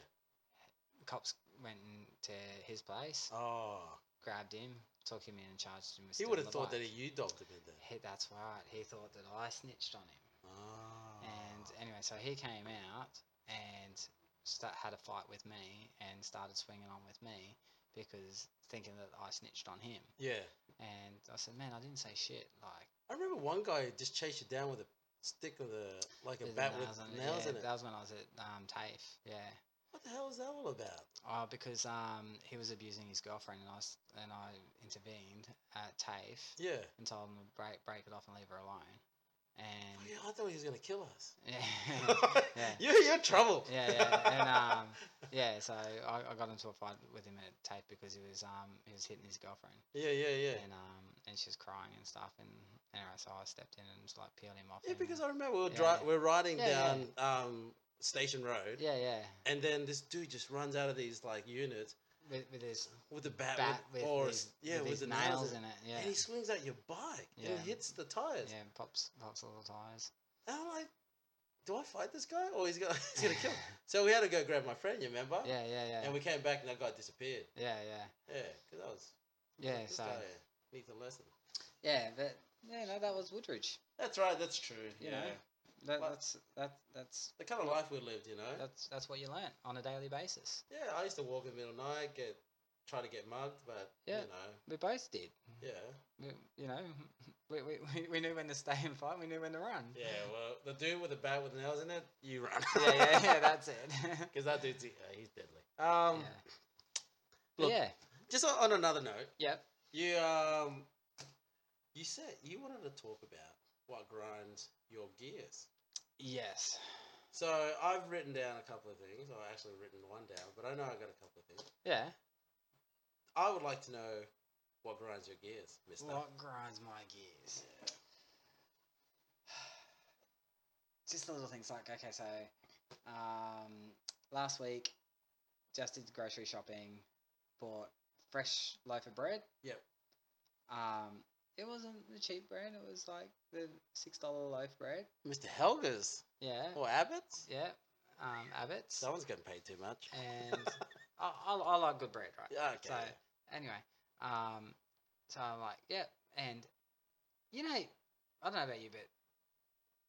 [SPEAKER 1] Cops went into his place,
[SPEAKER 2] Oh.
[SPEAKER 1] grabbed him, took him in, and charged him with.
[SPEAKER 2] He
[SPEAKER 1] stealing
[SPEAKER 2] would have
[SPEAKER 1] the
[SPEAKER 2] thought
[SPEAKER 1] bike.
[SPEAKER 2] that you dogged him in there.
[SPEAKER 1] He, that's right. He thought that I snitched on him.
[SPEAKER 2] Oh.
[SPEAKER 1] And anyway, so he came out and sta had a fight with me and started swinging on with me because thinking that I snitched on him.
[SPEAKER 2] Yeah.
[SPEAKER 1] And I said, man, I didn't say shit. Like,
[SPEAKER 2] I remember one guy just chased you down with a stick of the like a
[SPEAKER 1] with the
[SPEAKER 2] bat with
[SPEAKER 1] nails on it.
[SPEAKER 2] nails
[SPEAKER 1] Yeah,
[SPEAKER 2] in it.
[SPEAKER 1] That was when I was at um, TAFE. Yeah.
[SPEAKER 2] What the hell is that all about?
[SPEAKER 1] Oh, because um, he was abusing his girlfriend and I, s- and I intervened at TAFE
[SPEAKER 2] Yeah.
[SPEAKER 1] and told him to break, break it off and leave her alone.
[SPEAKER 2] Oh,
[SPEAKER 1] And
[SPEAKER 2] [LAUGHS]
[SPEAKER 1] [LAUGHS]
[SPEAKER 2] yeah, I thought he was gonna kill us. [LAUGHS]
[SPEAKER 1] yeah. Yeah.
[SPEAKER 2] You're you're in trouble.
[SPEAKER 1] yeah, yeah, and um, yeah. So I, I got into a fight with him at tape because he was um he was hitting his girlfriend,
[SPEAKER 2] [LAUGHS] yeah, yeah, yeah.
[SPEAKER 1] and um and she was crying and stuff, and anyway, so I stepped in and just like peeled him off.
[SPEAKER 2] Yeah,
[SPEAKER 1] and-
[SPEAKER 2] because I remember we were,
[SPEAKER 1] Yeah,
[SPEAKER 2] dri-
[SPEAKER 1] yeah.
[SPEAKER 2] we're riding
[SPEAKER 1] Yeah, yeah.
[SPEAKER 2] down Um, Station Road,
[SPEAKER 1] yeah, yeah,
[SPEAKER 2] and then this dude just runs out of these like units
[SPEAKER 1] with, with his
[SPEAKER 2] with a bat,
[SPEAKER 1] bat
[SPEAKER 2] with,
[SPEAKER 1] with,
[SPEAKER 2] or a
[SPEAKER 1] his,
[SPEAKER 2] s- yeah,
[SPEAKER 1] with
[SPEAKER 2] with
[SPEAKER 1] his
[SPEAKER 2] the
[SPEAKER 1] nails in it, yeah,
[SPEAKER 2] and he swings at your bike
[SPEAKER 1] Yeah.
[SPEAKER 2] and hits the tires.
[SPEAKER 1] yeah, pops pops all the tires.
[SPEAKER 2] And I'm like, do I fight this guy or he's gonna [LAUGHS] he's gonna
[SPEAKER 1] [LAUGHS]
[SPEAKER 2] kill? Me? So we had to go grab my friend. You remember?
[SPEAKER 1] yeah, yeah, yeah,
[SPEAKER 2] And we came back and that guy disappeared.
[SPEAKER 1] yeah, yeah,
[SPEAKER 2] Yeah, because I was
[SPEAKER 1] yeah.
[SPEAKER 2] this
[SPEAKER 1] So
[SPEAKER 2] guy needs a lesson.
[SPEAKER 1] yeah, but yeah, no, that was Woodridge.
[SPEAKER 2] That's right. That's true.
[SPEAKER 1] You
[SPEAKER 2] yeah,
[SPEAKER 1] know, That,
[SPEAKER 2] Well-
[SPEAKER 1] that's that that's
[SPEAKER 2] the kind of life we lived. You know.
[SPEAKER 1] that's that's what you learn on a daily basis.
[SPEAKER 2] yeah, I used to walk in the middle of the night, get try to get mugged, but
[SPEAKER 1] Yeah.
[SPEAKER 2] you know,
[SPEAKER 1] We both did.
[SPEAKER 2] yeah.
[SPEAKER 1] we- you know, [LAUGHS] we, we, we- we knew when to stay and fight, we knew when to run.
[SPEAKER 2] Yeah, well, the dude with the bat with nails in it, you run.
[SPEAKER 1] [LAUGHS] yeah, yeah, yeah,
[SPEAKER 2] [LAUGHS]
[SPEAKER 1] that's it. [LAUGHS]
[SPEAKER 2] Because that dude's yeah, he's deadly. Um,
[SPEAKER 1] yeah.
[SPEAKER 2] look-
[SPEAKER 1] yeah,
[SPEAKER 2] just on, on another note,
[SPEAKER 1] yep.
[SPEAKER 2] you um, you said you wanted to talk about what grinds your gears.
[SPEAKER 1] Yes.
[SPEAKER 2] So I've written down a couple of things. I've actually written one down, but I know I got a couple of things.
[SPEAKER 1] Yeah.
[SPEAKER 2] I would like to know what grinds your gears, Mister.
[SPEAKER 1] What grinds my gears? [SIGHS] Just the little things like, okay, so um, last week, just did grocery shopping, bought fresh loaf of bread.
[SPEAKER 2] Yep.
[SPEAKER 1] Um, it wasn't the cheap bread, it was like the $6 loaf bread.
[SPEAKER 2] Mister Helgers
[SPEAKER 1] Yeah.
[SPEAKER 2] or Abbott's?
[SPEAKER 1] Yeah, um, Abbott's.
[SPEAKER 2] Someone's getting paid too much. [LAUGHS]
[SPEAKER 1] And I, I, I like good bread, right?
[SPEAKER 2] Yeah, okay.
[SPEAKER 1] So anyway, um, so I'm like, yeah, and you know, I don't know about you, but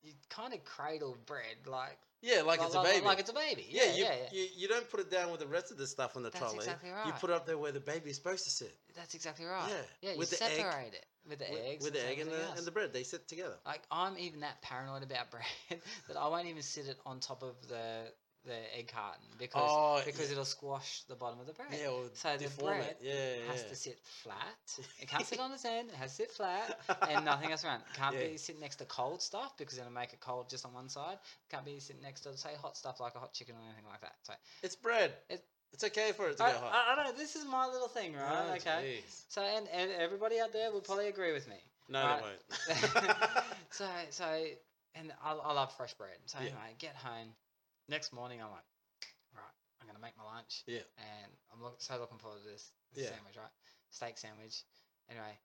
[SPEAKER 1] you kind of cradle bread like
[SPEAKER 2] yeah, like it's a baby.
[SPEAKER 1] Like, like it's a baby.
[SPEAKER 2] Yeah,
[SPEAKER 1] Yeah,
[SPEAKER 2] you,
[SPEAKER 1] yeah, yeah.
[SPEAKER 2] You, you don't put it down with the rest of the stuff on the
[SPEAKER 1] That's
[SPEAKER 2] trolley.
[SPEAKER 1] exactly
[SPEAKER 2] You
[SPEAKER 1] right.
[SPEAKER 2] put it up there where the baby's supposed to sit.
[SPEAKER 1] That's exactly right.
[SPEAKER 2] Yeah,
[SPEAKER 1] yeah. You
[SPEAKER 2] with the egg-
[SPEAKER 1] separate it with the
[SPEAKER 2] With-
[SPEAKER 1] eggs
[SPEAKER 2] With the egg and the,
[SPEAKER 1] everything
[SPEAKER 2] and
[SPEAKER 1] else.
[SPEAKER 2] the bread. They sit together.
[SPEAKER 1] Like I'm even that paranoid about [LAUGHS] bread that I won't even sit it on top of the the egg carton because
[SPEAKER 2] Oh,
[SPEAKER 1] because
[SPEAKER 2] yeah.
[SPEAKER 1] it'll squash the bottom of the bread.
[SPEAKER 2] Yeah, or
[SPEAKER 1] So the
[SPEAKER 2] deform
[SPEAKER 1] bread
[SPEAKER 2] it. Yeah,
[SPEAKER 1] has
[SPEAKER 2] [LAUGHS] yeah.
[SPEAKER 1] to sit flat.
[SPEAKER 2] [LAUGHS]
[SPEAKER 1] It can't sit on its end. It has to sit flat, and uh, nothing else around. It can't
[SPEAKER 2] Yeah.
[SPEAKER 1] be sitting next to cold stuff because it'll make it cold just on one side. can't be sitting next to say hot stuff like a hot chicken or anything like that. So
[SPEAKER 2] It's bread.
[SPEAKER 1] It-
[SPEAKER 2] it's okay for it to
[SPEAKER 1] I,
[SPEAKER 2] go hot.
[SPEAKER 1] I, I don't know. This is my little thing, right?
[SPEAKER 2] Oh,
[SPEAKER 1] okay.
[SPEAKER 2] jeez.
[SPEAKER 1] So and, and everybody out there will probably agree with me.
[SPEAKER 2] No,
[SPEAKER 1] Alright.
[SPEAKER 2] they won't. [LAUGHS]
[SPEAKER 1] so so and I, I love fresh bread. So
[SPEAKER 2] Yeah.
[SPEAKER 1] anyway, I get home next morning. I'm like, right, I'm gonna make my lunch.
[SPEAKER 2] Yeah.
[SPEAKER 1] And I'm look, so looking forward to this, this
[SPEAKER 2] Yeah.
[SPEAKER 1] sandwich, right? Steak sandwich. Anyway,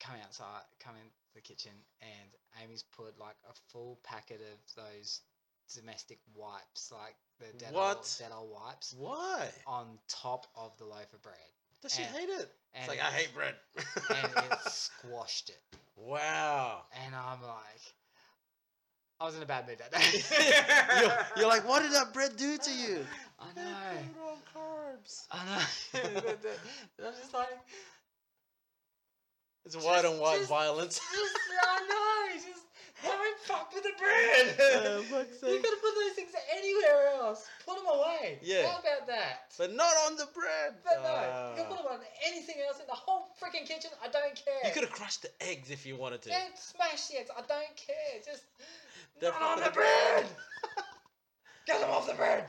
[SPEAKER 1] come outside, come in the kitchen, and Amy's put like a full packet of those domestic wipes, like the Dettol,
[SPEAKER 2] What?
[SPEAKER 1] Dettol wipes, [LAUGHS]
[SPEAKER 2] Why?
[SPEAKER 1] on top of the loaf of bread.
[SPEAKER 2] Does she
[SPEAKER 1] and-
[SPEAKER 2] hate it?
[SPEAKER 1] And
[SPEAKER 2] It's like,
[SPEAKER 1] it-
[SPEAKER 2] I hate bread. [LAUGHS]
[SPEAKER 1] and it squashed it. [LAUGHS]
[SPEAKER 2] wow.
[SPEAKER 1] And I'm like, I was in a bad mood that
[SPEAKER 2] [LAUGHS]
[SPEAKER 1] day.
[SPEAKER 2] you're, you're like, what did that bread do to you?
[SPEAKER 1] I
[SPEAKER 2] [LAUGHS] It
[SPEAKER 1] know.
[SPEAKER 2] put on carbs. [LAUGHS]
[SPEAKER 1] I know. [LAUGHS] And I'm just like,
[SPEAKER 2] It's white on white
[SPEAKER 1] just-
[SPEAKER 2] violence. [LAUGHS]
[SPEAKER 1] just, I know. Just don't fuck with the [LAUGHS]
[SPEAKER 2] [LAUGHS] Um,
[SPEAKER 1] bread. you gotta put those things anywhere else. Put them away.
[SPEAKER 2] Yeah.
[SPEAKER 1] How about that?
[SPEAKER 2] But not on the bread.
[SPEAKER 1] But no,
[SPEAKER 2] Ah.
[SPEAKER 1] you can put them on anything else in the whole freaking kitchen. I don't care.
[SPEAKER 2] You could have crushed the eggs if you wanted to.
[SPEAKER 1] Don't smash the eggs. I don't
[SPEAKER 2] [LAUGHS]
[SPEAKER 1] care. Just
[SPEAKER 2] The-
[SPEAKER 1] not on the bread. Get them off the bread.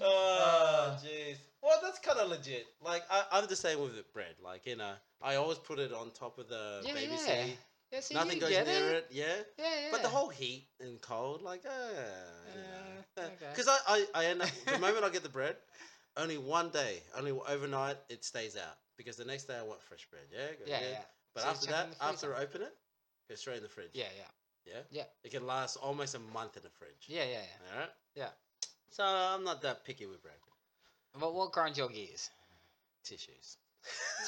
[SPEAKER 1] Uh,
[SPEAKER 2] Oh, jeez. Well, that's kind of legit. Like, I, I'm the same with the bread. Like, you know, I always put it on top of the
[SPEAKER 1] Yeah,
[SPEAKER 2] baby
[SPEAKER 1] yeah.
[SPEAKER 2] seat.
[SPEAKER 1] Yeah, see,
[SPEAKER 2] Nothing
[SPEAKER 1] you
[SPEAKER 2] goes
[SPEAKER 1] get
[SPEAKER 2] near
[SPEAKER 1] it.
[SPEAKER 2] it. Yeah?
[SPEAKER 1] Yeah, yeah.
[SPEAKER 2] But the whole heat and cold, like, uh,
[SPEAKER 1] Uh,
[SPEAKER 2] [LAUGHS] you know.
[SPEAKER 1] okay.
[SPEAKER 2] Because I, I, I end up,
[SPEAKER 1] [LAUGHS]
[SPEAKER 2] the moment I get the bread, only one day, only overnight, it stays out. Because the next day I want fresh bread. Yeah? Go,
[SPEAKER 1] yeah, yeah,
[SPEAKER 2] But
[SPEAKER 1] So you
[SPEAKER 2] after
[SPEAKER 1] chuck it
[SPEAKER 2] that,
[SPEAKER 1] in the freezer.
[SPEAKER 2] after I open it, go straight in the fridge.
[SPEAKER 1] yeah,
[SPEAKER 2] Yeah?
[SPEAKER 1] yeah.
[SPEAKER 2] It can last almost a month in the fridge.
[SPEAKER 1] yeah, yeah, yeah.
[SPEAKER 2] All right?
[SPEAKER 1] Yeah.
[SPEAKER 2] So I'm not that picky with bread.
[SPEAKER 1] But what grinds your gears?
[SPEAKER 2] Tissues.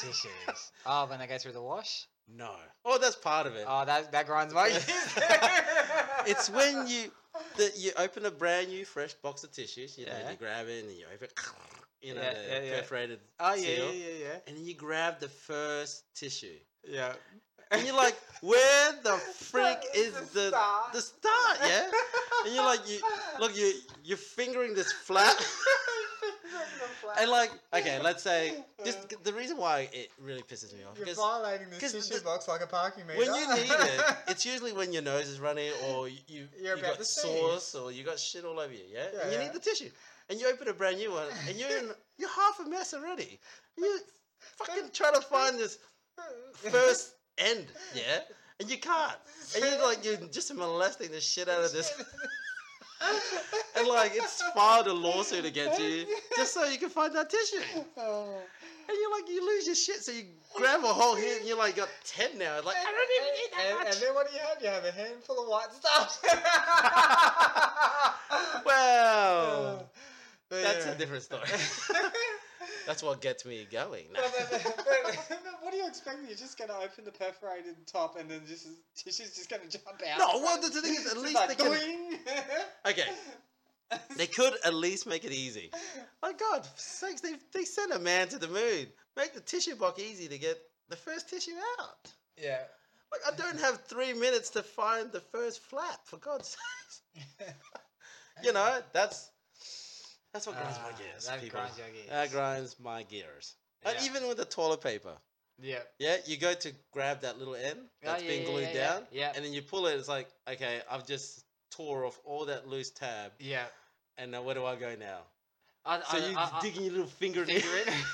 [SPEAKER 1] Tissues. oh, when they go through the wash.
[SPEAKER 2] No. Oh, that's part of it.
[SPEAKER 1] Oh, that that grinds my gears.
[SPEAKER 2] [LAUGHS] it's when you that you open a brand new fresh box of tissues. You know,
[SPEAKER 1] Yeah.
[SPEAKER 2] you grab it and you open, you know,
[SPEAKER 1] Yeah,
[SPEAKER 2] the
[SPEAKER 1] yeah, yeah.
[SPEAKER 2] perforated
[SPEAKER 1] [LAUGHS] Oh yeah,
[SPEAKER 2] seal,
[SPEAKER 1] yeah, yeah, yeah.
[SPEAKER 2] and you grab the first tissue,
[SPEAKER 1] Yeah.
[SPEAKER 2] and you're like, "Where the freak is
[SPEAKER 1] the
[SPEAKER 2] the
[SPEAKER 1] start."
[SPEAKER 2] the start?" Yeah, and you're like, "You look, you you're fingering this
[SPEAKER 1] [LAUGHS]
[SPEAKER 2] flat." [LAUGHS] And like, okay, let's say this. The reason why it really pisses me off
[SPEAKER 3] You're
[SPEAKER 2] because
[SPEAKER 3] violating this
[SPEAKER 2] 'cause
[SPEAKER 3] tissue
[SPEAKER 2] the-
[SPEAKER 3] box like a parking meter.
[SPEAKER 2] when you need it,
[SPEAKER 3] [LAUGHS]
[SPEAKER 2] it's usually when your nose is runny or you, you,
[SPEAKER 3] You're
[SPEAKER 2] you
[SPEAKER 3] about
[SPEAKER 2] got
[SPEAKER 3] to
[SPEAKER 2] sauce or you got shit all over you, yeah?
[SPEAKER 3] Yeah,
[SPEAKER 2] and you
[SPEAKER 3] yeah.
[SPEAKER 2] need the tissue. And you open a brand new one and you're in, [LAUGHS] you're half a mess already. You fucking trying to find this first end, yeah? And you can't. And you're like you're just molesting the shit out of [LAUGHS] this and like it's filed a lawsuit against you just so you can find that tissue.
[SPEAKER 3] Oh.
[SPEAKER 2] And you're like you lose your shit, so you grab a whole hand and you're like got ten now. Like I don't even need that
[SPEAKER 3] and,
[SPEAKER 2] much.
[SPEAKER 3] and then what do you have? You have a handful of
[SPEAKER 1] [LAUGHS]
[SPEAKER 3] white stuff.
[SPEAKER 2] Wow.
[SPEAKER 3] But
[SPEAKER 2] That's a
[SPEAKER 3] anyway.
[SPEAKER 2] different story. [LAUGHS]
[SPEAKER 1] [LAUGHS]
[SPEAKER 2] That's what gets me going. No.
[SPEAKER 3] But- but- but- but- [LAUGHS] but what do you expect? You're just gonna open the perforated top, and then just tissue's just gonna jump out.
[SPEAKER 2] No, well, the thing is, at
[SPEAKER 3] Just
[SPEAKER 2] least
[SPEAKER 3] like
[SPEAKER 2] they can.
[SPEAKER 3] doing.
[SPEAKER 2] [LAUGHS] Okay. They could at least make it easy. My God, for sakes, they, they sent a man to the moon. Make the tissue box easy to get the first tissue out.
[SPEAKER 3] [LAUGHS] yeah.
[SPEAKER 2] Like, I don't have three minutes to find the first flap, for God's sakes.
[SPEAKER 1] [LAUGHS]
[SPEAKER 2] You know, that's that's what grinds my
[SPEAKER 1] Ah,
[SPEAKER 2] gears,
[SPEAKER 1] that
[SPEAKER 2] people.
[SPEAKER 1] grinds your gears.
[SPEAKER 2] That grinds my gears. And
[SPEAKER 1] Yeah.
[SPEAKER 2] even with the toilet paper.
[SPEAKER 1] yeah.
[SPEAKER 2] Yeah, you go to grab that little end that's
[SPEAKER 1] yeah,
[SPEAKER 2] been
[SPEAKER 1] Oh, yeah,
[SPEAKER 2] glued
[SPEAKER 1] yeah, yeah.
[SPEAKER 2] down,
[SPEAKER 1] Yeah.
[SPEAKER 2] and then you pull it. It's like, okay, I've just tore off all that loose tab,
[SPEAKER 1] Yeah.
[SPEAKER 2] and now where do I go now?
[SPEAKER 1] I,
[SPEAKER 2] So
[SPEAKER 1] I,
[SPEAKER 2] you
[SPEAKER 1] I, I,
[SPEAKER 2] digging your little finger in.
[SPEAKER 1] finger
[SPEAKER 2] it. [LAUGHS]
[SPEAKER 1] in. [LAUGHS]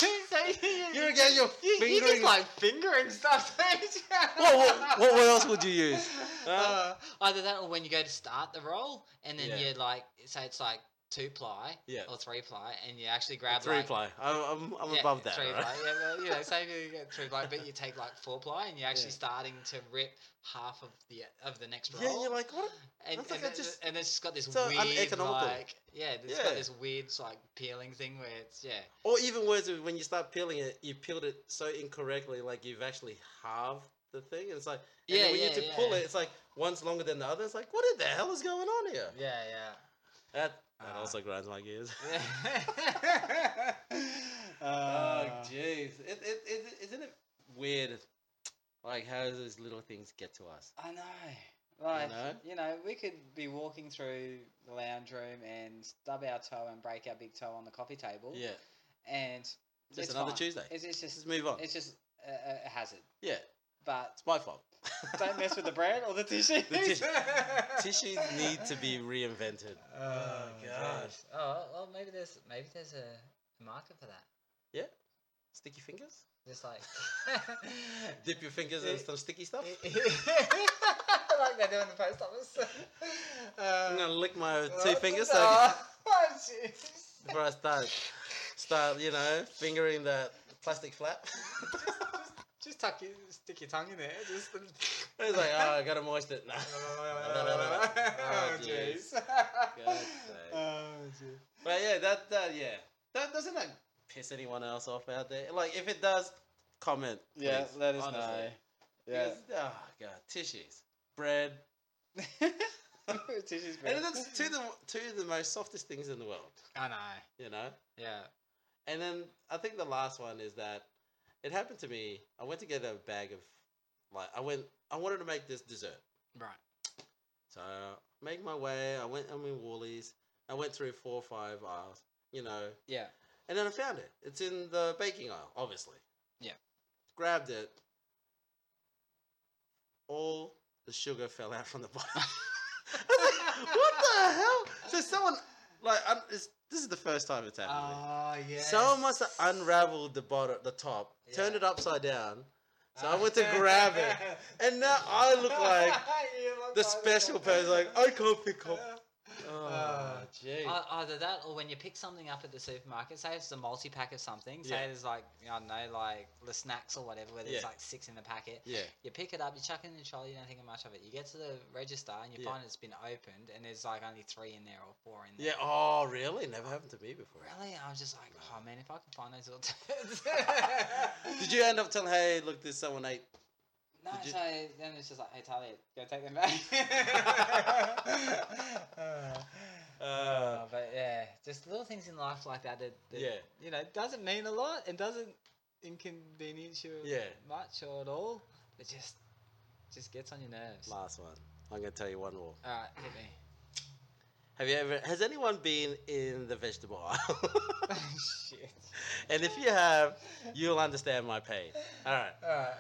[SPEAKER 1] so you,
[SPEAKER 2] You're again, you're
[SPEAKER 1] you, you
[SPEAKER 2] fingering.
[SPEAKER 1] just like fingering stuff. [LAUGHS]
[SPEAKER 2] what, what, what, what else would you use?
[SPEAKER 1] Uh, either that or when you go to start the roll and then
[SPEAKER 2] Yeah.
[SPEAKER 1] you like say it's like two ply
[SPEAKER 2] Yeah,
[SPEAKER 1] or three ply and you actually grab
[SPEAKER 2] three
[SPEAKER 1] like,
[SPEAKER 2] ply. I'm, I'm, I'm
[SPEAKER 1] yeah,
[SPEAKER 2] above that.
[SPEAKER 1] Three
[SPEAKER 2] right?
[SPEAKER 1] ply, yeah, well,
[SPEAKER 2] [LAUGHS]
[SPEAKER 1] you know, say if you get three ply, but you take like four ply and you're actually
[SPEAKER 2] Yeah.
[SPEAKER 1] starting to rip half of the of the next roll.
[SPEAKER 2] Yeah, you're like, what?
[SPEAKER 1] and, and,
[SPEAKER 2] that's like I
[SPEAKER 1] it-
[SPEAKER 2] just-
[SPEAKER 1] and it's just got this
[SPEAKER 2] so
[SPEAKER 1] weird
[SPEAKER 2] uneconomical.
[SPEAKER 1] like yeah, it's
[SPEAKER 2] Yeah.
[SPEAKER 1] got this weird like peeling thing where it's yeah
[SPEAKER 2] Or even worse, is when you start peeling it, you peeled it so incorrectly, like you've actually halved the thing. And it's like, and
[SPEAKER 1] yeah
[SPEAKER 2] then when
[SPEAKER 1] yeah,
[SPEAKER 2] you to
[SPEAKER 1] yeah.
[SPEAKER 2] pull it, it's like one's longer than the other. It's like, what in the hell is going on here?
[SPEAKER 1] yeah
[SPEAKER 2] That, that
[SPEAKER 1] Ah.
[SPEAKER 2] also grinds
[SPEAKER 1] [LAUGHS]
[SPEAKER 2] my gears.
[SPEAKER 1] yeah.
[SPEAKER 2] [LAUGHS]
[SPEAKER 1] [LAUGHS]
[SPEAKER 2] Oh
[SPEAKER 3] Uh,
[SPEAKER 2] jeez, it, it, it, isn't it weird? Like how those little things get to us.
[SPEAKER 1] I know. Like,
[SPEAKER 2] know?
[SPEAKER 1] you know, we could be walking through the lounge room and stub our toe and break our big toe on the coffee
[SPEAKER 3] Oh,
[SPEAKER 1] table.
[SPEAKER 2] Yeah,
[SPEAKER 1] And
[SPEAKER 2] Just
[SPEAKER 1] it's
[SPEAKER 2] another
[SPEAKER 1] fine.
[SPEAKER 2] Tuesday.
[SPEAKER 1] It's, it's
[SPEAKER 2] just
[SPEAKER 1] just,
[SPEAKER 2] move on.
[SPEAKER 1] it's just a, a a hazard.
[SPEAKER 2] yeah,
[SPEAKER 1] But
[SPEAKER 2] it's my fault. [LAUGHS]
[SPEAKER 3] don't mess with the bread or the tissues.
[SPEAKER 1] [LAUGHS]
[SPEAKER 2] The tish-
[SPEAKER 3] [LAUGHS]
[SPEAKER 2] Tissues need to be reinvented.
[SPEAKER 3] Oh,
[SPEAKER 2] God.
[SPEAKER 1] oh, well, maybe there's maybe there's a market for that.
[SPEAKER 2] Sticky fingers?
[SPEAKER 1] Just like [LAUGHS]
[SPEAKER 2] Dip your fingers in
[SPEAKER 3] Eh,
[SPEAKER 2] some sticky stuff?
[SPEAKER 3] like they do in the post office.
[SPEAKER 2] I'm
[SPEAKER 1] Uh,
[SPEAKER 2] gonna
[SPEAKER 3] Um,
[SPEAKER 2] lick my
[SPEAKER 3] oh,
[SPEAKER 2] two
[SPEAKER 1] [LAUGHS]
[SPEAKER 2] fingers so I can- [LAUGHS]
[SPEAKER 3] oh, jeez.
[SPEAKER 2] before I start start you know fingering that plastic flap. [LAUGHS]
[SPEAKER 3] Just tuck your, stick your tongue in there. Just.
[SPEAKER 2] it's like oh, I gotta moist it. [LAUGHS] No.
[SPEAKER 3] [LAUGHS] oh,
[SPEAKER 2] jeez.
[SPEAKER 3] jeez.
[SPEAKER 2] God's sake.
[SPEAKER 3] Oh, jeez.
[SPEAKER 2] But yeah, that that yeah, that doesn't that piss anyone else off out there. Like if it does, comment.
[SPEAKER 3] Yeah,
[SPEAKER 2] please,
[SPEAKER 3] let us
[SPEAKER 2] honestly.
[SPEAKER 3] know. Yeah.
[SPEAKER 2] Because, oh god, tissues, bread, [LAUGHS]
[SPEAKER 3] Tissues,
[SPEAKER 2] and
[SPEAKER 3] bread.
[SPEAKER 2] that's two of the two of the most softest things in the world.
[SPEAKER 3] Oh,
[SPEAKER 1] I know.
[SPEAKER 2] You know.
[SPEAKER 1] Yeah.
[SPEAKER 2] And then I think the last one is that it happened to me. I went to get a bag of like I went. I wanted to make this dessert,
[SPEAKER 1] Right.
[SPEAKER 2] so I make my way. I went. I'm in Woolies. I went through four or five aisles. You know,
[SPEAKER 1] Yeah.
[SPEAKER 2] And then I found it. It's in the baking aisle, obviously.
[SPEAKER 1] Yeah.
[SPEAKER 2] Grabbed it. All the sugar fell [LAUGHS] out from the bottom. I was like, what the hell? So someone, like, I'm, it's This is the first time it's happened. to me.
[SPEAKER 3] Oh, yeah.
[SPEAKER 2] Someone must have unraveled the bottom, the top, turned
[SPEAKER 3] Yeah.
[SPEAKER 2] it upside down, so I went to grab
[SPEAKER 3] [LAUGHS]
[SPEAKER 2] it. and now I look like
[SPEAKER 3] You look
[SPEAKER 2] the
[SPEAKER 3] like
[SPEAKER 2] special person.
[SPEAKER 3] [LAUGHS]
[SPEAKER 2] Like I can't pick up. Oh,
[SPEAKER 3] Uh,
[SPEAKER 2] gee.
[SPEAKER 1] Ei- Either that, or when you pick something up at the supermarket, say it's a multi pack of something, say
[SPEAKER 2] Yeah.
[SPEAKER 1] there's like I don't know, like the snacks or whatever, where there's
[SPEAKER 2] Yeah.
[SPEAKER 1] like six in the packet.
[SPEAKER 2] Yeah.
[SPEAKER 1] You pick it up, you chuck it in the trolley, you don't think much of it. You get to the register and you
[SPEAKER 2] Yeah.
[SPEAKER 1] find it's been opened, and there's like only three in there or four in
[SPEAKER 2] Yeah.
[SPEAKER 1] there.
[SPEAKER 2] Oh, really? Never happened to me before.
[SPEAKER 1] Really, I was just like, oh man, if I can find those alternatives.
[SPEAKER 2] [LAUGHS]
[SPEAKER 1] [LAUGHS]
[SPEAKER 2] Did you end up telling, hey, look, there's someone ate?
[SPEAKER 1] no,
[SPEAKER 2] Did you-
[SPEAKER 1] so then it's just like, hey, Talia, go take them
[SPEAKER 2] [LAUGHS]
[SPEAKER 1] back. [LAUGHS]
[SPEAKER 2] Uh,
[SPEAKER 1] Oh, but yeah, just little things in life like that that, that
[SPEAKER 2] yeah.
[SPEAKER 1] you know, it doesn't mean a lot and doesn't inconvenience you
[SPEAKER 2] Yeah.
[SPEAKER 1] much or at all. It just just gets on your nerves.
[SPEAKER 2] Last one. I'm gonna tell you one more.
[SPEAKER 1] All right, hit
[SPEAKER 2] [LAUGHS]
[SPEAKER 1] me. [LAUGHS]
[SPEAKER 2] Have you ever? Has anyone been in the vegetable aisle? [LAUGHS]
[SPEAKER 1] Shit.
[SPEAKER 2] and if you have, you'll understand my pain. All right.
[SPEAKER 3] All right.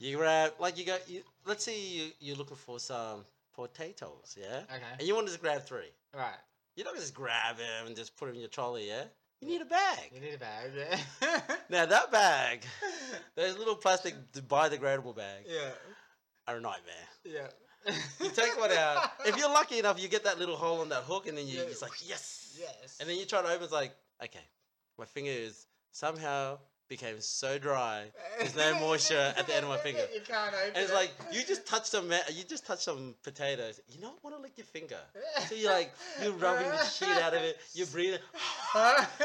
[SPEAKER 2] You grab like you go. You, let's say you you're looking for some potatoes, yeah,
[SPEAKER 1] Okay.
[SPEAKER 2] and you want to just grab three.
[SPEAKER 1] All right.
[SPEAKER 2] You're not gonna just grab them and just put them in your trolley, yeah. You need a bag.
[SPEAKER 1] You need a bag. Yeah. [LAUGHS]
[SPEAKER 2] Now that bag, [LAUGHS] those little plastic d- biodegradable bags,
[SPEAKER 1] yeah.
[SPEAKER 2] are a nightmare.
[SPEAKER 1] Yeah.
[SPEAKER 2] You take one out. If you're lucky enough, you get that little hole on that hook, and then you,
[SPEAKER 1] Yeah.
[SPEAKER 2] it's like yes.
[SPEAKER 1] [LAUGHS] Yes.
[SPEAKER 2] And then you try to open. It's like okay, my finger is somehow became so dry. there's no moisture at the end of my
[SPEAKER 1] [LAUGHS]
[SPEAKER 2] finger.
[SPEAKER 3] You can't open
[SPEAKER 2] And it's
[SPEAKER 3] it.
[SPEAKER 2] like you just touched some ma- you just touched some potatoes. You don't want to lick your finger. So you're like you're rubbing the shit out of it. You're breathing.
[SPEAKER 1] [LAUGHS]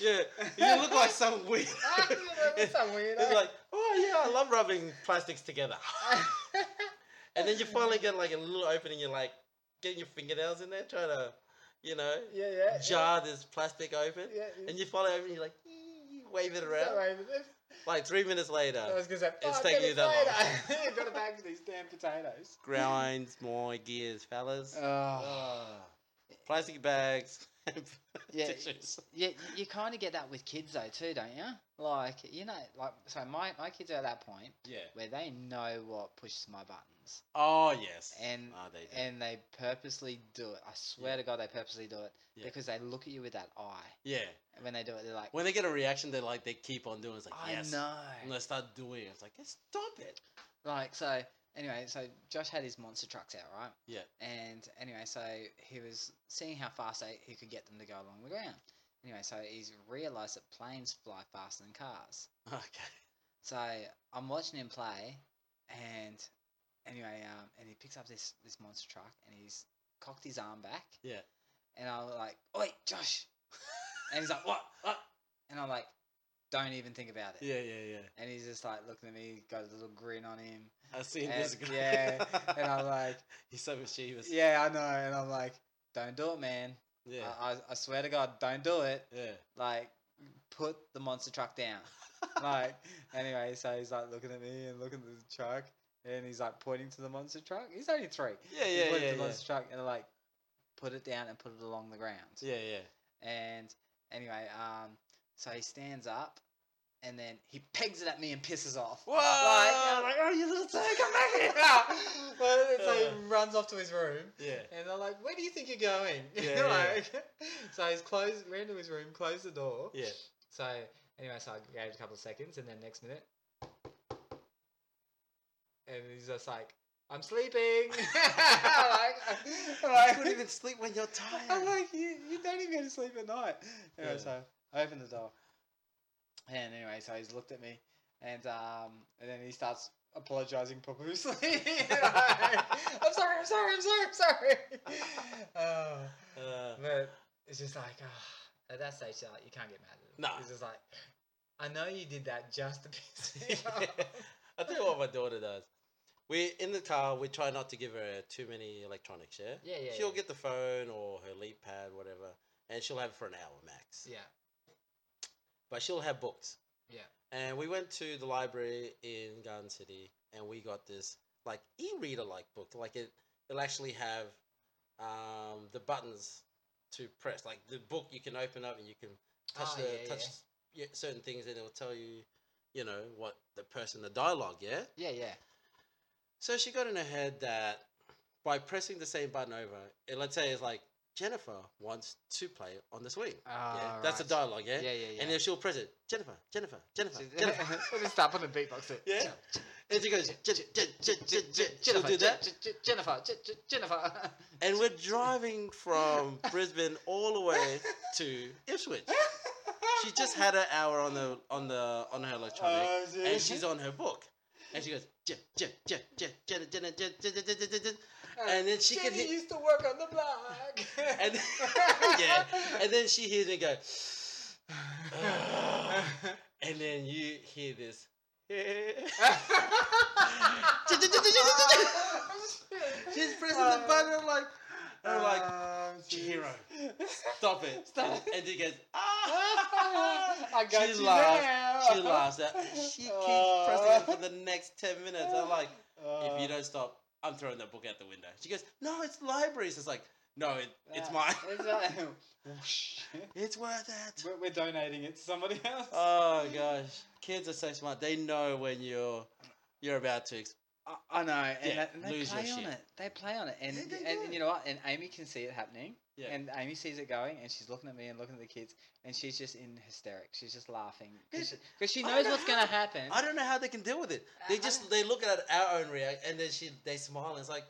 [SPEAKER 2] yeah, you look like some
[SPEAKER 3] [LAUGHS]
[SPEAKER 2] weird.
[SPEAKER 3] You know, that's
[SPEAKER 2] it's
[SPEAKER 3] so weird. eh?
[SPEAKER 2] like oh yeah, I love rubbing plastics together. and then you finally get like a little opening. You're like getting your fingernails in there, trying to, you know,
[SPEAKER 3] [LAUGHS] yeah, yeah.
[SPEAKER 2] jar this plastic open.
[SPEAKER 3] Yeah.
[SPEAKER 2] And you finally open. and You're like "Ee," wave it around. Like three minutes
[SPEAKER 3] I
[SPEAKER 2] later,
[SPEAKER 3] was gonna say,
[SPEAKER 2] It's
[SPEAKER 3] "Five
[SPEAKER 2] taking you
[SPEAKER 3] minutes
[SPEAKER 2] that long."
[SPEAKER 3] [LAUGHS] later." You've got a bag for these damn potatoes.
[SPEAKER 2] grinds more gears, fellas.
[SPEAKER 3] [LAUGHS] Ah.
[SPEAKER 1] Oh.
[SPEAKER 2] plastic bags and
[SPEAKER 1] Yeah,
[SPEAKER 2] [LAUGHS] tissues.
[SPEAKER 1] Yeah, you, you kind of get that with kids though too, don't you? Like you know, like so my my kids are at that point
[SPEAKER 2] Yeah.
[SPEAKER 1] where they know what pushes my buttons.
[SPEAKER 2] Oh yes.
[SPEAKER 1] And-
[SPEAKER 2] Ah, they do.
[SPEAKER 1] and they purposely do it. I swear
[SPEAKER 2] Yeah.
[SPEAKER 1] to God, they purposely do it
[SPEAKER 2] Yeah.
[SPEAKER 1] because they look at you with that eye.
[SPEAKER 2] yeah.
[SPEAKER 1] And when they do it, they're like,
[SPEAKER 2] When they get a reaction, they like they keep on doing. it. It's like
[SPEAKER 1] "I
[SPEAKER 2] yes.
[SPEAKER 1] know."
[SPEAKER 2] And they start doing it. It's like stop it. [LAUGHS]
[SPEAKER 1] Like so. Anyway, so Josh had his monster trucks out, right?
[SPEAKER 2] Yeah.
[SPEAKER 1] And anyway, so he was seeing how fast they, he could get them to go along the ground. Anyway, so he's realised that planes fly faster than cars.
[SPEAKER 2] Okay.
[SPEAKER 1] So I'm watching him play, and anyway, um, and he picks up this this monster truck and he's cocked his arm back.
[SPEAKER 2] Yeah.
[SPEAKER 1] And I'm like, "Oi, Josh!" [LAUGHS] and he's like, [LAUGHS] "What? What?" And I'm like, "Don't even think about it."
[SPEAKER 2] Yeah, yeah, yeah.
[SPEAKER 1] And he's just like looking at me, got a little grin on him,
[SPEAKER 2] I've seen
[SPEAKER 1] And-
[SPEAKER 2] this guy.
[SPEAKER 1] yeah, and
[SPEAKER 2] [LAUGHS]
[SPEAKER 1] I'm like,
[SPEAKER 2] he's so mischievous. Yeah.
[SPEAKER 1] "Yeah, I know." And I'm like, "Don't do it, man.
[SPEAKER 2] Yeah.
[SPEAKER 1] I, I, I swear to God, don't do it. Like, put the monster truck
[SPEAKER 2] [LAUGHS]
[SPEAKER 1] down." like anyway, so he's like looking at me and looking at the truck, and he's like pointing to the monster truck. He's only three.
[SPEAKER 2] Yeah,
[SPEAKER 1] He's
[SPEAKER 2] yeah,
[SPEAKER 1] pointing
[SPEAKER 2] yeah,
[SPEAKER 1] to the
[SPEAKER 2] yeah.
[SPEAKER 1] monster truck and like put it down and put it along the ground.
[SPEAKER 2] Yeah, yeah.
[SPEAKER 1] And anyway, um, so he stands up, and then he pegs it at me and pisses off.
[SPEAKER 2] Whoa!
[SPEAKER 1] Like, I'm like, oh, you little turd, come back
[SPEAKER 2] [LAUGHS]
[SPEAKER 1] [LAUGHS] here! But- so he runs off to his room.
[SPEAKER 2] yeah.
[SPEAKER 1] [LAUGHS] And they're like, where do you think you're going? [LAUGHS]
[SPEAKER 2] Yeah, yeah.
[SPEAKER 1] Like- [LAUGHS] So he's closed, ran to his room, closed the door.
[SPEAKER 2] Yeah.
[SPEAKER 1] So anyway, so I gave it a couple of seconds, and then next minute, and he's just like, "I'm sleeping." [LAUGHS] like,
[SPEAKER 2] [LAUGHS] you
[SPEAKER 1] like,
[SPEAKER 2] couldn't even sleep when you're
[SPEAKER 1] [LAUGHS]
[SPEAKER 2] tired.
[SPEAKER 3] I'm like, you, you don't even go to sleep at night.
[SPEAKER 1] anyway,
[SPEAKER 2] Yeah.
[SPEAKER 1] so I opened the door, and anyway, so he's looked at me, and um, and then he starts apologizing profusely. [LAUGHS] I'm sorry, I'm sorry, I'm sorry, I'm sorry. Oh.
[SPEAKER 2] Uh,
[SPEAKER 1] But it's just like ah, at that stage, you're like, you can't get mad at him.
[SPEAKER 2] Nah.
[SPEAKER 1] It's just like, I know you did that just to
[SPEAKER 2] [LAUGHS]
[SPEAKER 1] piss me off.
[SPEAKER 2] I tell you what my daughter does. We in the car. We try not to give her too many electronics. Yeah.
[SPEAKER 1] Yeah, yeah,
[SPEAKER 2] she'll
[SPEAKER 1] yeah.
[SPEAKER 2] get the phone or her leap pad, whatever, and she'll have it for an hour max.
[SPEAKER 1] Yeah,
[SPEAKER 2] But she'll have books.
[SPEAKER 1] yeah,
[SPEAKER 2] And we went to the library in Garden City, and we got this like e-reader like book. Like it, it'll actually have um, the buttons to press. Like the book, you can open up and you can touch
[SPEAKER 1] Ah,
[SPEAKER 2] the
[SPEAKER 1] yeah,
[SPEAKER 2] touch yeah, certain things, and it'll tell you, you know, what the person, the dialogue. Yeah.
[SPEAKER 1] yeah, yeah.
[SPEAKER 2] So she got in her head that by pressing the same button over, it, let's say it's like Jennifer wants to play on the swing.
[SPEAKER 1] Ah,
[SPEAKER 2] yeah, that's the
[SPEAKER 1] right.
[SPEAKER 2] dialogue. Yeah,
[SPEAKER 1] Yeah, yeah, yeah. [LAUGHS]
[SPEAKER 2] and then she'll press it. Jennifer, Jennifer, Jennifer, Jennifer.
[SPEAKER 1] Let me start putting beatbox in.
[SPEAKER 3] [LAUGHS] Yeah.
[SPEAKER 2] and she goes, "Jen- Jen- Jen- Jen- Jen." she'll do that.
[SPEAKER 1] Jennifer, Jennifer.
[SPEAKER 2] And we're driving
[SPEAKER 3] [LAUGHS]
[SPEAKER 2] from Brisbane all the way to Ipswich. She just had an hour on the on the on her electronic,
[SPEAKER 3] Oh, yeah.
[SPEAKER 2] and she's on her book, and she goes, "Jen- Jen- Jen- Jen- Jen- Jen- Jen- Jen- Jen- Jen- Jen- Jen." and then she can
[SPEAKER 3] Oh, Jenny
[SPEAKER 2] hear,
[SPEAKER 3] used to work on the block.
[SPEAKER 2] and [LAUGHS]
[SPEAKER 3] [LAUGHS]
[SPEAKER 2] yeah, and then she hears me go, [SIGHS] and then you hear
[SPEAKER 3] [LAUGHS]
[SPEAKER 2] this.
[SPEAKER 1] Uh,
[SPEAKER 2] She's pressing the button. I'm like,
[SPEAKER 3] Oh,
[SPEAKER 2] I'm like, Jiro, stop it.
[SPEAKER 3] Stop.
[SPEAKER 2] And he goes,
[SPEAKER 1] uh,
[SPEAKER 2] ah.
[SPEAKER 3] [LAUGHS] I got
[SPEAKER 2] She
[SPEAKER 3] you
[SPEAKER 2] laughs.
[SPEAKER 3] now.
[SPEAKER 2] She laughs. At, she keeps pressing it for the next 10 minutes. I'm like, if
[SPEAKER 3] Oh,
[SPEAKER 2] you don't stop, I'm throwing that book out the window. She goes, no, it's libraries. It's like, no, it, it's mine.
[SPEAKER 3] It's mine. Whoosh.
[SPEAKER 2] [LAUGHS] It's worth it.
[SPEAKER 3] We're, we're donating it to somebody else.
[SPEAKER 2] Oh, gosh. Kids are so smart. They know when you're you're about to. Ex-
[SPEAKER 1] I- I know, and,
[SPEAKER 2] Yeah,
[SPEAKER 1] that, and they
[SPEAKER 2] lose your
[SPEAKER 1] play on
[SPEAKER 2] shit.
[SPEAKER 1] it. They play on it, and
[SPEAKER 2] Yeah, they
[SPEAKER 1] and,
[SPEAKER 2] do.
[SPEAKER 1] you know what? And Amy can see it happening,
[SPEAKER 2] Yeah.
[SPEAKER 1] and Amy sees it going, and she's looking at me and looking at the kids, and she's just in hysterics. She's just laughing
[SPEAKER 2] Yeah,
[SPEAKER 1] because she, 'cause she
[SPEAKER 2] I
[SPEAKER 1] knows
[SPEAKER 2] know
[SPEAKER 1] what's
[SPEAKER 2] how-
[SPEAKER 1] going to happen.
[SPEAKER 2] I don't know how they can deal with it. They
[SPEAKER 1] I
[SPEAKER 2] just
[SPEAKER 1] don't-
[SPEAKER 2] they look at our own react, and then she they smile. And it's like,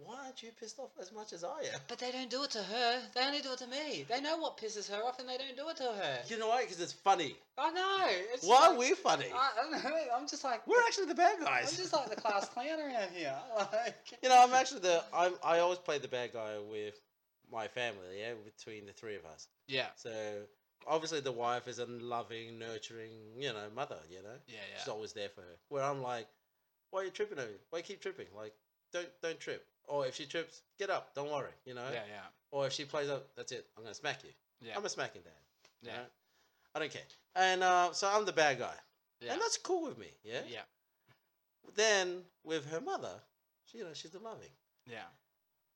[SPEAKER 2] why aren't you pissed off as much as I am?
[SPEAKER 1] But they don't do it to her. They only do it to me. They know what pisses her off, and they don't do it to her.
[SPEAKER 2] You know why? Because it's funny.
[SPEAKER 1] I know. It's
[SPEAKER 2] Why are
[SPEAKER 1] like-
[SPEAKER 2] we funny?
[SPEAKER 1] I, I don't know. I'm just like
[SPEAKER 2] We're actually the bad
[SPEAKER 1] I'm
[SPEAKER 2] guys.
[SPEAKER 1] just like the class clown around here. [LAUGHS] Like
[SPEAKER 2] You know, I'm actually the I'm I always play the bad guy with my family. Yeah, between the three of us.
[SPEAKER 1] yeah,
[SPEAKER 2] So obviously the wife is a loving, nurturing, you know, mother. You know,
[SPEAKER 1] yeah,
[SPEAKER 2] [LAUGHS] she's always there for her. Where I'm like, why are you tripping over? me? Why you keep tripping? Like, don't don't trip. Or if she trips, get up. Don't worry. You know. Or if she plays up, that's it. I'm gonna smack you.
[SPEAKER 1] Yeah.
[SPEAKER 2] I'm a smacking dad. you know? I don't care. And uh, so I'm the bad guy.
[SPEAKER 1] Yeah.
[SPEAKER 2] And that's cool with me. Yeah. Then with her mother, she, you know, she's the loving.
[SPEAKER 1] yeah,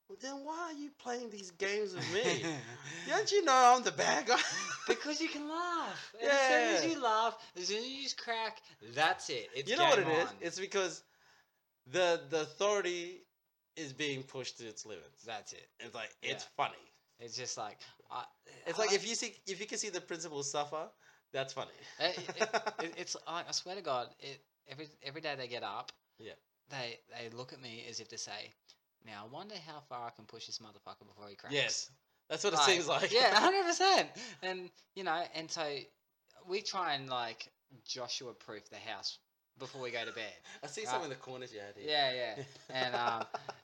[SPEAKER 2] Well, then why are you playing these games with me?
[SPEAKER 1] [LAUGHS]
[SPEAKER 2] [LAUGHS] Don't you know I'm the bad guy? [LAUGHS]
[SPEAKER 1] Because you can laugh. And As soon
[SPEAKER 2] Yeah.
[SPEAKER 1] as you laugh, as soon as you just crack, that's it. It's
[SPEAKER 2] you know what it
[SPEAKER 1] game
[SPEAKER 2] is?
[SPEAKER 1] on.
[SPEAKER 2] It's because the the authority is being pushed to its limits.
[SPEAKER 1] that's it.
[SPEAKER 2] It's like
[SPEAKER 1] Yeah.
[SPEAKER 2] it's funny.
[SPEAKER 1] It's just like I,
[SPEAKER 2] It's like if you see if you can see the principal suffer, that's funny.
[SPEAKER 1] eh,
[SPEAKER 2] [LAUGHS]
[SPEAKER 1] it, it's I, I swear to God, it every every day they get up.
[SPEAKER 2] Yeah.
[SPEAKER 1] They they look at me as if to say, "Now I wonder how far I can push this motherfucker before he cracks."
[SPEAKER 2] yes, [LAUGHS] that's what it
[SPEAKER 1] Like,
[SPEAKER 2] seems like. [LAUGHS]
[SPEAKER 1] yeah, hundred percent. And you know, and so we try and like Joshua proof the house before we go to bed.
[SPEAKER 2] I see
[SPEAKER 1] Uh,
[SPEAKER 2] some in the corners you had here.
[SPEAKER 1] Yeah, yeah. and, um,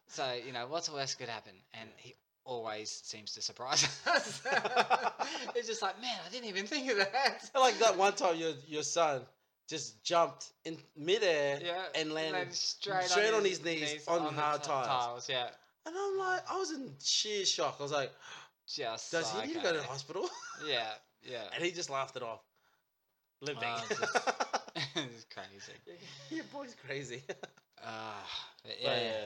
[SPEAKER 1] So, you know, what's the worst could happen? And he always seems to surprise [LAUGHS]
[SPEAKER 2] [LAUGHS]
[SPEAKER 1] us. it's just like, man, I didn't even think of that.
[SPEAKER 2] [LAUGHS] I like that one time your your son just jumped in midair
[SPEAKER 1] [LAUGHS] Yeah.
[SPEAKER 2] and landed.
[SPEAKER 1] straight,
[SPEAKER 2] straight on his knees on
[SPEAKER 1] the
[SPEAKER 2] hard
[SPEAKER 1] ti-
[SPEAKER 2] tiles.
[SPEAKER 1] Yeah.
[SPEAKER 2] And I'm like, I was in sheer shock. I was like,
[SPEAKER 1] Just
[SPEAKER 2] does he need to go to the
[SPEAKER 1] psycho.
[SPEAKER 2] hospital?
[SPEAKER 1] [LAUGHS] Yeah, yeah.
[SPEAKER 2] [LAUGHS] And he just laughed it off. Living.
[SPEAKER 1] Wow, Ah,
[SPEAKER 2] [LAUGHS]
[SPEAKER 1] just- [LAUGHS] it's crazy.
[SPEAKER 2] Your boy's crazy. [LAUGHS]
[SPEAKER 1] Uh, but
[SPEAKER 2] Yeah.
[SPEAKER 1] yeah, yeah.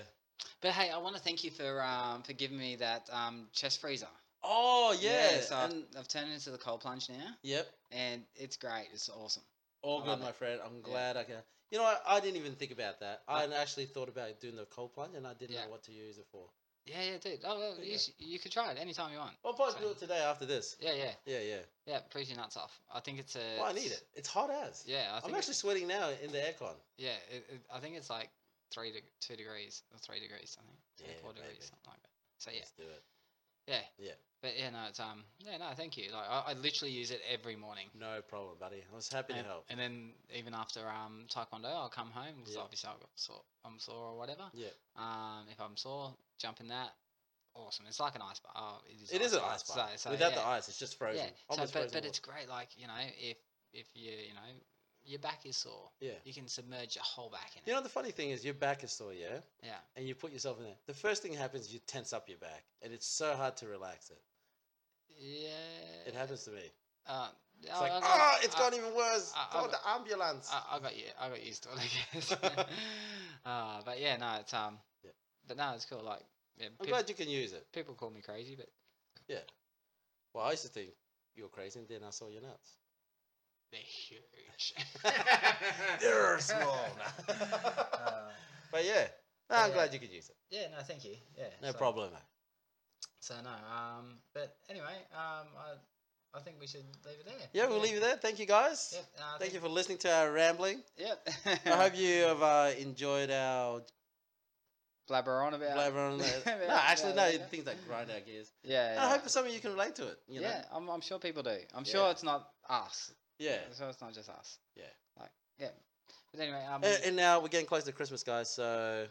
[SPEAKER 1] But hey, I want to thank you for um, for giving me that um, chest freezer.
[SPEAKER 2] Oh yeah.
[SPEAKER 1] so
[SPEAKER 2] and-
[SPEAKER 1] I've, I've turned it into the cold plunge now,
[SPEAKER 2] yep.
[SPEAKER 1] and it's great. It's awesome.
[SPEAKER 2] All
[SPEAKER 1] I
[SPEAKER 2] good,
[SPEAKER 1] love
[SPEAKER 2] my
[SPEAKER 1] it.
[SPEAKER 2] friend. I'm glad I can. You know, I, I didn't even think about that. I actually thought about doing the cold plunge, and I didn't
[SPEAKER 1] Yeah.
[SPEAKER 2] know what to use it for.
[SPEAKER 1] Yeah, yeah, dude. Oh, well,
[SPEAKER 2] Yeah.
[SPEAKER 1] you, sh- you could try it anytime you want.
[SPEAKER 2] I'll probably
[SPEAKER 1] So-
[SPEAKER 2] do it today after this.
[SPEAKER 1] Yeah, yeah,
[SPEAKER 2] Yeah, yeah.
[SPEAKER 1] yeah. it Proves your nuts off. I think it's a.
[SPEAKER 2] Well, I need it. It's hot as.
[SPEAKER 1] Yeah, I think.
[SPEAKER 2] I'm actually sweating now in the aircon.
[SPEAKER 1] It, yeah, it, it, I think it's like three to two degrees or three degrees. I think. Three,
[SPEAKER 2] Yeah,
[SPEAKER 1] four degrees,
[SPEAKER 2] maybe.
[SPEAKER 1] something like that. So yeah,
[SPEAKER 2] Let's do it.
[SPEAKER 1] yeah,
[SPEAKER 2] Yeah.
[SPEAKER 1] But yeah, no, it's um, yeah, no, thank you. Like I, I literally use it every morning.
[SPEAKER 2] No problem, buddy. I was happy
[SPEAKER 1] And,
[SPEAKER 2] to help.
[SPEAKER 1] and then even after um taekwondo, I'll come home because
[SPEAKER 2] Yeah.
[SPEAKER 1] obviously I've got sore, I'm sore or whatever.
[SPEAKER 2] Yeah.
[SPEAKER 1] Um, if I'm sore, jump in that. Awesome. It's like an ice bath. Oh, it is.
[SPEAKER 2] It is an
[SPEAKER 1] bath,
[SPEAKER 2] ice bath.
[SPEAKER 1] So, so,
[SPEAKER 2] Without
[SPEAKER 1] yeah.
[SPEAKER 2] the ice, it's just frozen.
[SPEAKER 1] Yeah, so,
[SPEAKER 2] Almost
[SPEAKER 1] but,
[SPEAKER 2] frozen
[SPEAKER 1] but
[SPEAKER 2] water.
[SPEAKER 1] it's great. Like you know, if if you you know your back is sore,
[SPEAKER 2] Yeah.
[SPEAKER 1] you can submerge your whole back in
[SPEAKER 2] You
[SPEAKER 1] it.
[SPEAKER 2] know the funny thing is your back is sore, yeah,
[SPEAKER 1] Yeah,
[SPEAKER 2] and you put yourself in there. The first thing happens, you tense up your back, and it's so hard to relax it.
[SPEAKER 1] yeah.
[SPEAKER 2] It happens to me.
[SPEAKER 1] Uh,
[SPEAKER 2] It's like,
[SPEAKER 1] I, I,
[SPEAKER 2] ah,
[SPEAKER 1] uh,
[SPEAKER 2] it's gone even worse.
[SPEAKER 1] I- I
[SPEAKER 2] Call
[SPEAKER 1] got-
[SPEAKER 2] the ambulance.
[SPEAKER 1] I, I got you. I got used to it. I
[SPEAKER 2] [LAUGHS]
[SPEAKER 1] guess. [LAUGHS] uh, but yeah, no, it's um.
[SPEAKER 2] Yeah.
[SPEAKER 1] But no, it's cool. Like yeah,
[SPEAKER 2] I'm
[SPEAKER 1] people,
[SPEAKER 2] glad you can use it.
[SPEAKER 1] people call me crazy, but
[SPEAKER 2] Well, I used to think you're crazy, and then I saw your nuts.
[SPEAKER 1] they're huge.
[SPEAKER 2] [LAUGHS]
[SPEAKER 1] [LAUGHS]
[SPEAKER 2] They're small.
[SPEAKER 1] Uh,
[SPEAKER 2] [LAUGHS] but yeah, no,
[SPEAKER 1] but
[SPEAKER 2] I'm
[SPEAKER 1] yeah.
[SPEAKER 2] glad you could use it.
[SPEAKER 1] yeah, no, thank you. Yeah,
[SPEAKER 2] No
[SPEAKER 1] so-
[SPEAKER 2] problem.
[SPEAKER 1] So no, um, but anyway, um, I, I think we should leave it there.
[SPEAKER 2] Yeah, we'll leave it there. Thank you guys.
[SPEAKER 1] Yeah, uh,
[SPEAKER 2] Thank you for listening to our rambling.
[SPEAKER 3] Yep.
[SPEAKER 1] [LAUGHS]
[SPEAKER 2] I hope you have uh, enjoyed our
[SPEAKER 3] blabber on about.
[SPEAKER 2] blabber on that.
[SPEAKER 3] [LAUGHS] Yeah,
[SPEAKER 2] No, actually, no,
[SPEAKER 3] yeah, yeah.
[SPEAKER 2] things that grind our gears.
[SPEAKER 3] Yeah.
[SPEAKER 2] And
[SPEAKER 3] yeah.
[SPEAKER 2] I hope some of you can relate to it. You know?
[SPEAKER 3] yeah, I'm, I'm sure people do. I'm
[SPEAKER 2] Yeah.
[SPEAKER 3] sure it's not us.
[SPEAKER 2] Yeah.
[SPEAKER 3] I'm sure it's not just us.
[SPEAKER 2] Yeah. Uh,
[SPEAKER 3] Like, yeah. But anyway, um,
[SPEAKER 2] And, and now we're getting close to Christmas, guys. So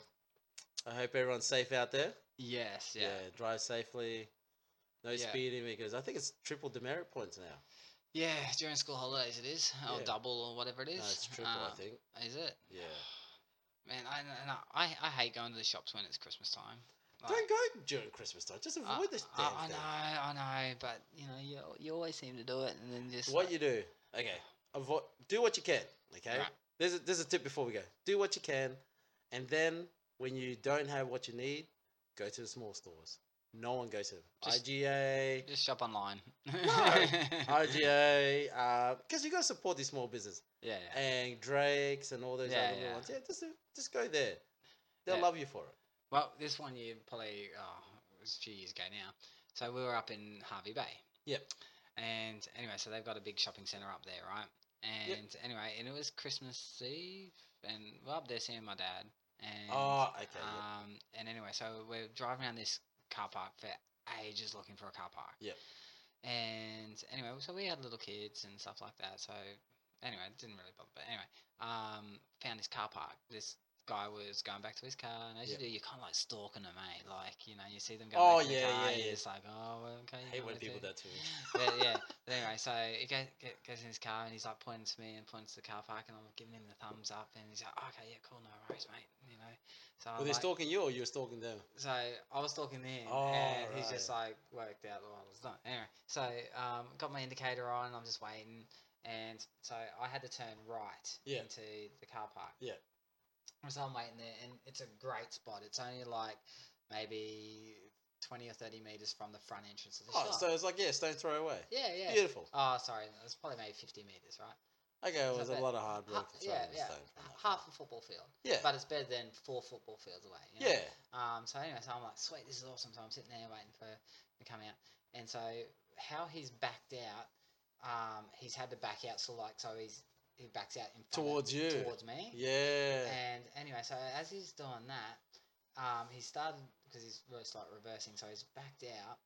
[SPEAKER 2] I hope everyone's safe out there.
[SPEAKER 1] Yes,
[SPEAKER 2] Yeah.
[SPEAKER 1] yeah,
[SPEAKER 2] drive safely. No
[SPEAKER 1] Yeah.
[SPEAKER 2] speeding because I think it's triple demerit points now.
[SPEAKER 1] yeah. During school holidays, it is or
[SPEAKER 2] Yeah.
[SPEAKER 1] double or whatever it is.
[SPEAKER 2] No, it's triple,
[SPEAKER 3] Ah.
[SPEAKER 1] Um,
[SPEAKER 2] I think.
[SPEAKER 1] Is it?
[SPEAKER 2] Yeah.
[SPEAKER 1] Man, I, and I I hate going to the shops when it's Christmas time.
[SPEAKER 2] Don't go during Christmas time. Just
[SPEAKER 1] I-
[SPEAKER 2] avoid this
[SPEAKER 1] I,
[SPEAKER 2] damn
[SPEAKER 1] I
[SPEAKER 2] thing.
[SPEAKER 1] know, I know, but you know, you, you always seem to do it, and then just
[SPEAKER 2] What you do? Okay. Avoid. Do what you can. Okay.
[SPEAKER 1] Right.
[SPEAKER 2] There's a, there's a tip before we go. Do what you can, and then when you don't have what you need, go to the small stores. No one goes to them.
[SPEAKER 1] Just- [LAUGHS]
[SPEAKER 2] IGA,
[SPEAKER 1] just shop online. [LAUGHS]
[SPEAKER 2] IGA, because uh, you gotta support these small business
[SPEAKER 1] yeah,
[SPEAKER 2] and Drake's and all those
[SPEAKER 1] Yeah,
[SPEAKER 2] other little
[SPEAKER 1] yeah.
[SPEAKER 2] ones. Yeah, just just go there. They'll
[SPEAKER 1] Yeah.
[SPEAKER 2] love you for it.
[SPEAKER 1] Well, this one year, probably oh, it was a few years ago now. So we were up in Harvey Bay.
[SPEAKER 2] Yep.
[SPEAKER 1] And anyway, so they've got a big shopping centre up there, right?
[SPEAKER 2] Yep.
[SPEAKER 1] And anyway, and it was Christmas Eve, and we're up there seeing my dad. And
[SPEAKER 2] Oh, okay. yeah.
[SPEAKER 1] um, and anyway, so we're driving around this car park for ages looking for a car park.
[SPEAKER 2] Yep.
[SPEAKER 1] And anyway, so we had little kids and stuff like that. So anyway, it didn't really bother. But anyway, um, found this car park. This guy was going back to his car, and as
[SPEAKER 2] Yep.
[SPEAKER 1] you do, you're kind of like stalking them, mate. Like you know, you see them going.
[SPEAKER 2] Oh,
[SPEAKER 1] back to
[SPEAKER 2] yeah,
[SPEAKER 1] the car,
[SPEAKER 2] yeah,
[SPEAKER 1] You're
[SPEAKER 2] yeah.
[SPEAKER 1] just like, oh, well, okay. you
[SPEAKER 2] I hate
[SPEAKER 1] know
[SPEAKER 2] when
[SPEAKER 1] what
[SPEAKER 2] people
[SPEAKER 1] to
[SPEAKER 2] do that to me.
[SPEAKER 1] do." But yeah. But anyway, so he goes, get, goes in his car and he's like pointing to me and points to the car park, and I'm giving him the thumbs up, and he's like, okay, yeah, cool, no worries, mate. You know. So I'm
[SPEAKER 2] Were they
[SPEAKER 1] like-
[SPEAKER 2] stalking you or you were stalking them?
[SPEAKER 1] so I was talking then,
[SPEAKER 2] Oh,
[SPEAKER 1] and he's just like worked out what I was doing. Anyway, so um, got my indicator on, and I'm just waiting, and so I had to turn right
[SPEAKER 2] Yeah.
[SPEAKER 1] into the car park.
[SPEAKER 2] Yeah.
[SPEAKER 1] So I'm waiting there, and it's a great spot. It's only like maybe twenty or thirty meters from the front entrance of the
[SPEAKER 2] Oh,
[SPEAKER 1] shop.
[SPEAKER 2] so it's like yeah, stone throw away.
[SPEAKER 1] yeah, yeah.
[SPEAKER 2] Beautiful.
[SPEAKER 1] Oh, sorry, it's probably maybe fifty meters, right?
[SPEAKER 2] Okay, it
[SPEAKER 1] It's
[SPEAKER 2] was a
[SPEAKER 1] not bad.
[SPEAKER 2] lot of hard work.
[SPEAKER 1] Ha-
[SPEAKER 2] to throw
[SPEAKER 1] yeah,
[SPEAKER 2] this
[SPEAKER 1] yeah.
[SPEAKER 2] stone from that
[SPEAKER 1] Half a football field,
[SPEAKER 2] far. Yeah,
[SPEAKER 1] but it's better than four football fields away. you know?
[SPEAKER 2] yeah.
[SPEAKER 1] Um, so anyway, so I'm like, sweet, this is awesome. So I'm sitting there waiting for him to come out. And so how he's backed out, um, he's had to back out. So like, so he's he backs out in front
[SPEAKER 2] Towards
[SPEAKER 1] of,
[SPEAKER 2] you.
[SPEAKER 1] towards me.
[SPEAKER 2] Yeah.
[SPEAKER 1] And anyway, so as he's doing that, um, he started because he's really like reversing. So he's backed out,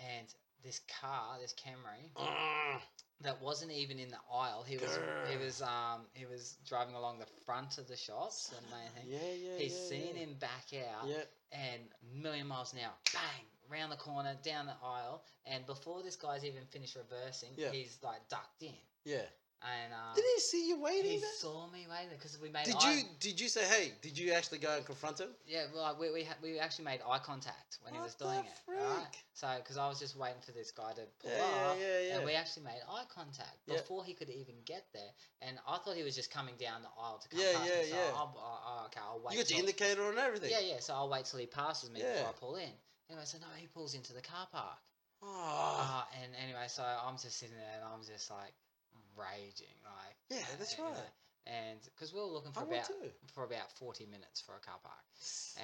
[SPEAKER 1] and this car, this Camry,
[SPEAKER 2] Ah,
[SPEAKER 1] that wasn't even in the aisle. He was he
[SPEAKER 2] Grr.
[SPEAKER 1] was um he was driving along the front of the shop. The main thing.
[SPEAKER 2] yeah, yeah.
[SPEAKER 1] He's
[SPEAKER 2] yeah,
[SPEAKER 1] seen
[SPEAKER 2] yeah.
[SPEAKER 1] him back out
[SPEAKER 2] Yeah.
[SPEAKER 1] and million miles an hour, bang, round the corner, down the aisle, and before this guy's even finished reversing,
[SPEAKER 2] Yeah.
[SPEAKER 1] he's like ducked in,
[SPEAKER 2] Yeah.
[SPEAKER 1] and um,
[SPEAKER 2] Did he see you
[SPEAKER 1] he,
[SPEAKER 2] waiting? there?
[SPEAKER 1] saw me waiting because we made.
[SPEAKER 2] Did
[SPEAKER 1] eye-
[SPEAKER 2] you did you say hey? Did you actually go and confront him?
[SPEAKER 1] Yeah, well, like, we we, ha- we actually made eye contact when he
[SPEAKER 2] What
[SPEAKER 1] was
[SPEAKER 2] the
[SPEAKER 1] doing it. Right?
[SPEAKER 2] frick?
[SPEAKER 1] So, because I was just waiting for this guy to pull
[SPEAKER 2] Yeah, yeah,
[SPEAKER 1] up,
[SPEAKER 2] yeah, yeah.
[SPEAKER 1] and we actually made eye contact
[SPEAKER 2] Yeah.
[SPEAKER 1] before he could even get there. And I thought he was just coming down the aisle to come
[SPEAKER 2] Yeah,
[SPEAKER 1] past
[SPEAKER 2] yeah,
[SPEAKER 1] me. So
[SPEAKER 2] yeah.
[SPEAKER 1] I'll, i okay, I'll wait.
[SPEAKER 2] you got
[SPEAKER 1] till-
[SPEAKER 2] your indicator on everything.
[SPEAKER 1] Yeah, yeah. So I'll wait till he passes me
[SPEAKER 2] Yeah.
[SPEAKER 1] before I pull in. Anyway, so no, he pulls into the car park.
[SPEAKER 2] Ah,
[SPEAKER 1] Uh, and anyway, so I'm just sitting there and I'm just like raging, like
[SPEAKER 2] yeah, that's
[SPEAKER 1] you know,
[SPEAKER 2] right.
[SPEAKER 1] and because we were looking
[SPEAKER 2] I
[SPEAKER 1] for
[SPEAKER 2] want
[SPEAKER 1] about
[SPEAKER 2] to.
[SPEAKER 1] for about forty minutes for a car park.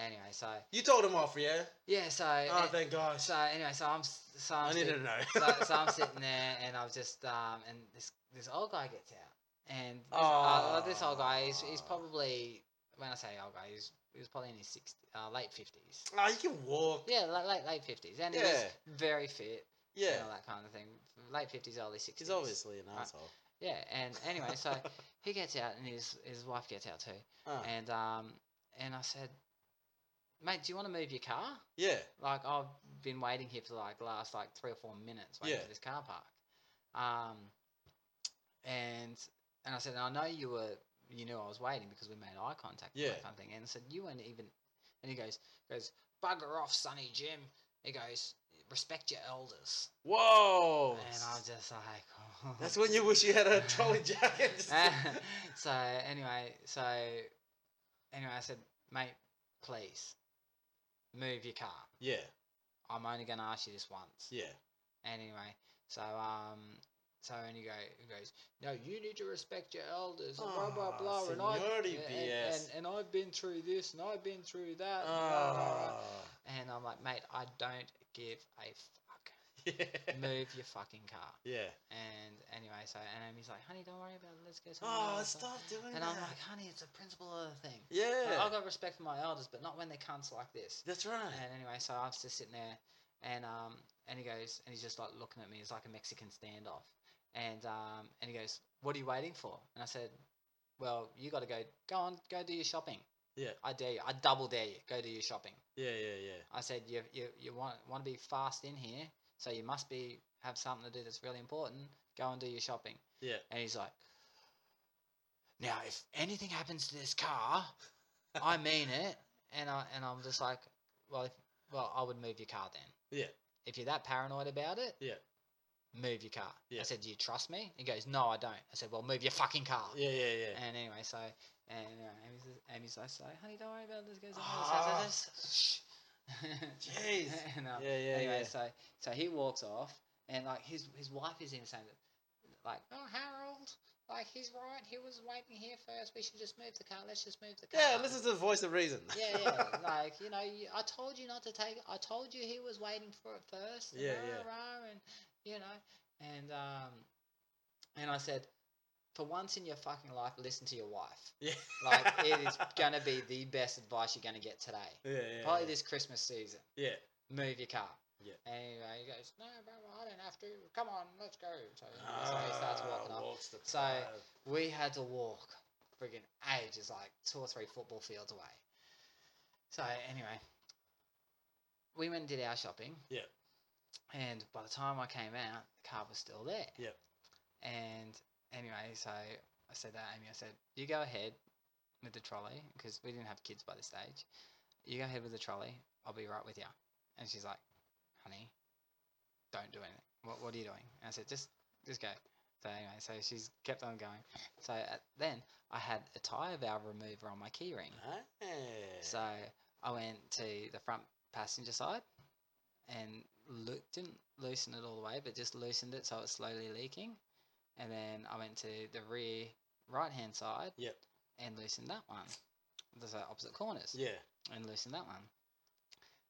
[SPEAKER 1] Anyway, so
[SPEAKER 2] You told him off, yeah?
[SPEAKER 1] yeah, so
[SPEAKER 2] Oh,
[SPEAKER 1] a-
[SPEAKER 2] thank gosh.
[SPEAKER 1] so anyway, so I'm s- so I'm
[SPEAKER 2] I need
[SPEAKER 1] sit-
[SPEAKER 2] to know.
[SPEAKER 1] so, so I'm sitting there and I was just um and this this old guy gets out and this, uh, this old guy he's, he's
[SPEAKER 2] Aw.
[SPEAKER 1] probably when I say old guy he's he was probably in his 60, uh, late fifties.
[SPEAKER 2] [LAUGHS] Ah, you can walk.
[SPEAKER 1] Yeah, like late late fifties, and he was
[SPEAKER 2] Yeah.
[SPEAKER 1] very fit
[SPEAKER 2] Yeah.
[SPEAKER 1] you know, that kind of thing. Late fifties, early sixties.
[SPEAKER 2] He's obviously an
[SPEAKER 1] Right.
[SPEAKER 2] asshole.
[SPEAKER 1] Yeah, and anyway, so he gets out, and his his wife gets out too,
[SPEAKER 2] Ah,
[SPEAKER 1] and um, and I said, mate, do you want to move your car?
[SPEAKER 2] yeah.
[SPEAKER 1] Like I've been waiting here for like last like three or four minutes waiting
[SPEAKER 2] Yeah.
[SPEAKER 1] for this car park, um, and and I said, I know you were you knew I was waiting because we made eye contact, and
[SPEAKER 2] Yeah.
[SPEAKER 1] that kind of thing, and I said you weren't even, and he goes goes bugger off, Sonny Jim. He goes respect your elders.
[SPEAKER 2] Whoa.
[SPEAKER 1] And I'm just like, [LAUGHS]
[SPEAKER 2] That's when you wish you had a trolley jacket. [LAUGHS]
[SPEAKER 1] so anyway, so anyway, I said, mate, please move your car.
[SPEAKER 2] yeah.
[SPEAKER 1] [LAUGHS] I'm only going to ask you this once.
[SPEAKER 2] Yeah.
[SPEAKER 1] Anyway, so um, So and he go, he goes, no, you need to respect your elders and blah blah
[SPEAKER 2] Ah,
[SPEAKER 1] blah. And I and,
[SPEAKER 2] seniority
[SPEAKER 1] and,
[SPEAKER 2] BS.
[SPEAKER 1] and I've been through this and I've been through that. And, blah, blah, blah."
[SPEAKER 2] [LAUGHS] Ah.
[SPEAKER 1] and I'm like, mate, I don't give a
[SPEAKER 2] [LAUGHS]
[SPEAKER 1] fuck. Move your fucking car.
[SPEAKER 2] yeah.
[SPEAKER 1] And anyway, so and Amy's like, honey, don't worry about it. Let's go somewhere
[SPEAKER 2] Oh,
[SPEAKER 1] else."
[SPEAKER 2] stop doing
[SPEAKER 1] And
[SPEAKER 2] that.
[SPEAKER 1] I'm like, honey, it's a principle of the thing. Like,
[SPEAKER 2] yeah.
[SPEAKER 1] I've got respect for my elders, but not when they're cunts like this.
[SPEAKER 2] That's right.
[SPEAKER 1] And anyway, so I was just sitting there, and um, and he goes, and he's just like looking at me. It's like a Mexican standoff, and um, and he goes, "What are you waiting for?" And I said, "Well, you got to go. Go on, go do your shopping.
[SPEAKER 2] Yeah.
[SPEAKER 1] I dare you. I double dare you. Go do your shopping."
[SPEAKER 2] Yeah, yeah, yeah.
[SPEAKER 1] I said, "You you, you want want to be fast in here, so you must be have something to do that's really important. Go and do your shopping."
[SPEAKER 2] Yeah.
[SPEAKER 1] And he's like, "Now, if anything happens to this car, I mean it." And I and I'm just like, "Well, if, well, I would move your car then."
[SPEAKER 2] Yeah.
[SPEAKER 1] If you're that paranoid about it,
[SPEAKER 2] Yeah.
[SPEAKER 1] move your car.
[SPEAKER 2] Yeah.
[SPEAKER 1] I said, "Do you trust me?" He goes, "No, I don't." I said, "Well, move your fucking car."
[SPEAKER 2] Yeah, yeah, yeah.
[SPEAKER 1] And anyway, so and uh, Amy's Amy's just like, "Honey, don't worry about this." Goes,
[SPEAKER 2] Ah.
[SPEAKER 1] [LAUGHS] "Shh."
[SPEAKER 2] Jeez.
[SPEAKER 1] and, um,
[SPEAKER 2] yeah, yeah,
[SPEAKER 1] anyway,
[SPEAKER 2] yeah.
[SPEAKER 1] so so he walks off, and like his his wife is in saying, that, like, oh Harold, like he's right. He was waiting here first. We should just move the car. Let's just move the car.
[SPEAKER 2] Yeah, listen to the voice of reason.
[SPEAKER 1] Yeah, yeah. like you know, you, I told you not to take. I told you he was waiting for it first. And
[SPEAKER 2] Yeah,
[SPEAKER 1] rah,
[SPEAKER 2] yeah.
[SPEAKER 1] rah, and you know, and um, and I said, for once in your fucking life, listen to your wife.
[SPEAKER 2] yeah.
[SPEAKER 1] Like it
[SPEAKER 2] [LAUGHS]
[SPEAKER 1] is gonna be the best advice you're gonna get today.
[SPEAKER 2] [LAUGHS] Yeah, yeah.
[SPEAKER 1] Probably
[SPEAKER 2] yeah.
[SPEAKER 1] this Christmas season
[SPEAKER 2] Yeah.
[SPEAKER 1] move your car.
[SPEAKER 2] Yeah.
[SPEAKER 1] Anyway, he goes, no, bro, I don't have to. Come on, let's go. So, anyway, so he starts walking
[SPEAKER 2] Ah,
[SPEAKER 1] up.
[SPEAKER 2] walks the
[SPEAKER 1] So-
[SPEAKER 2] path.
[SPEAKER 1] We had to walk friggin' ages, like two or three football fields away. So anyway, we went and did our shopping.
[SPEAKER 2] Yeah.
[SPEAKER 1] And by the time I came out, the car was still there.
[SPEAKER 2] Yeah.
[SPEAKER 1] And anyway, so I said that Amy. I said, "You go ahead with the trolley because we didn't have kids by this stage. You go ahead with the trolley. I'll be right with you." And she's like, "Honey, don't do anything. What What are you doing?" And I said, "Just just go." So anyway, so she's kept on going. So at, then I had a tire valve remover on my keyring.
[SPEAKER 2] Ah.
[SPEAKER 1] So I went to the front passenger side and loo- didn't loosen it all the way, but just loosened it so it was slowly leaking. And then I went to the rear right hand side
[SPEAKER 2] Yep.
[SPEAKER 1] and loosened that one. Those are opposite corners
[SPEAKER 2] Yeah.
[SPEAKER 1] and loosen that one.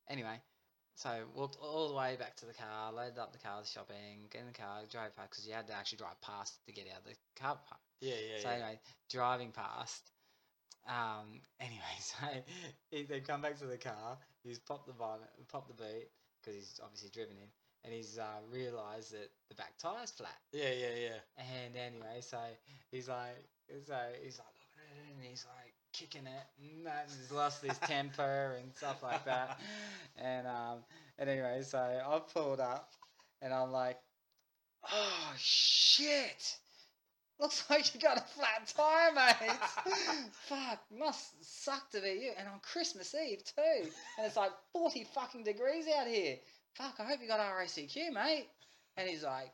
[SPEAKER 1] Anyway, so walked all the way back to the car, loaded up the car with shopping, get in the car, drove past because you had to actually drive past to get out of the car park.
[SPEAKER 2] Yeah, yeah,
[SPEAKER 1] So
[SPEAKER 2] yeah.
[SPEAKER 1] anyway, driving past. Um. [LAUGHS] Anyway, so he, they come back to the car. He's popped the bonnet, popped the boot because he's obviously driven in, and he's uh, realised that the back tire's flat.
[SPEAKER 2] Yeah, yeah, yeah.
[SPEAKER 1] And anyway, so he's like, so he's like looking at it, and he's like kicking it, and that- he's lost his temper and stuff like that. And um, and anyway, so I pulled up, and I'm like, oh shit. Looks [LAUGHS] like you got a flat tire, mate. Fuck, must suck to be you. And on Christmas Eve too. And it's like forty fucking degrees out here. Fuck, I hope you got RACQ, mate. And he's like,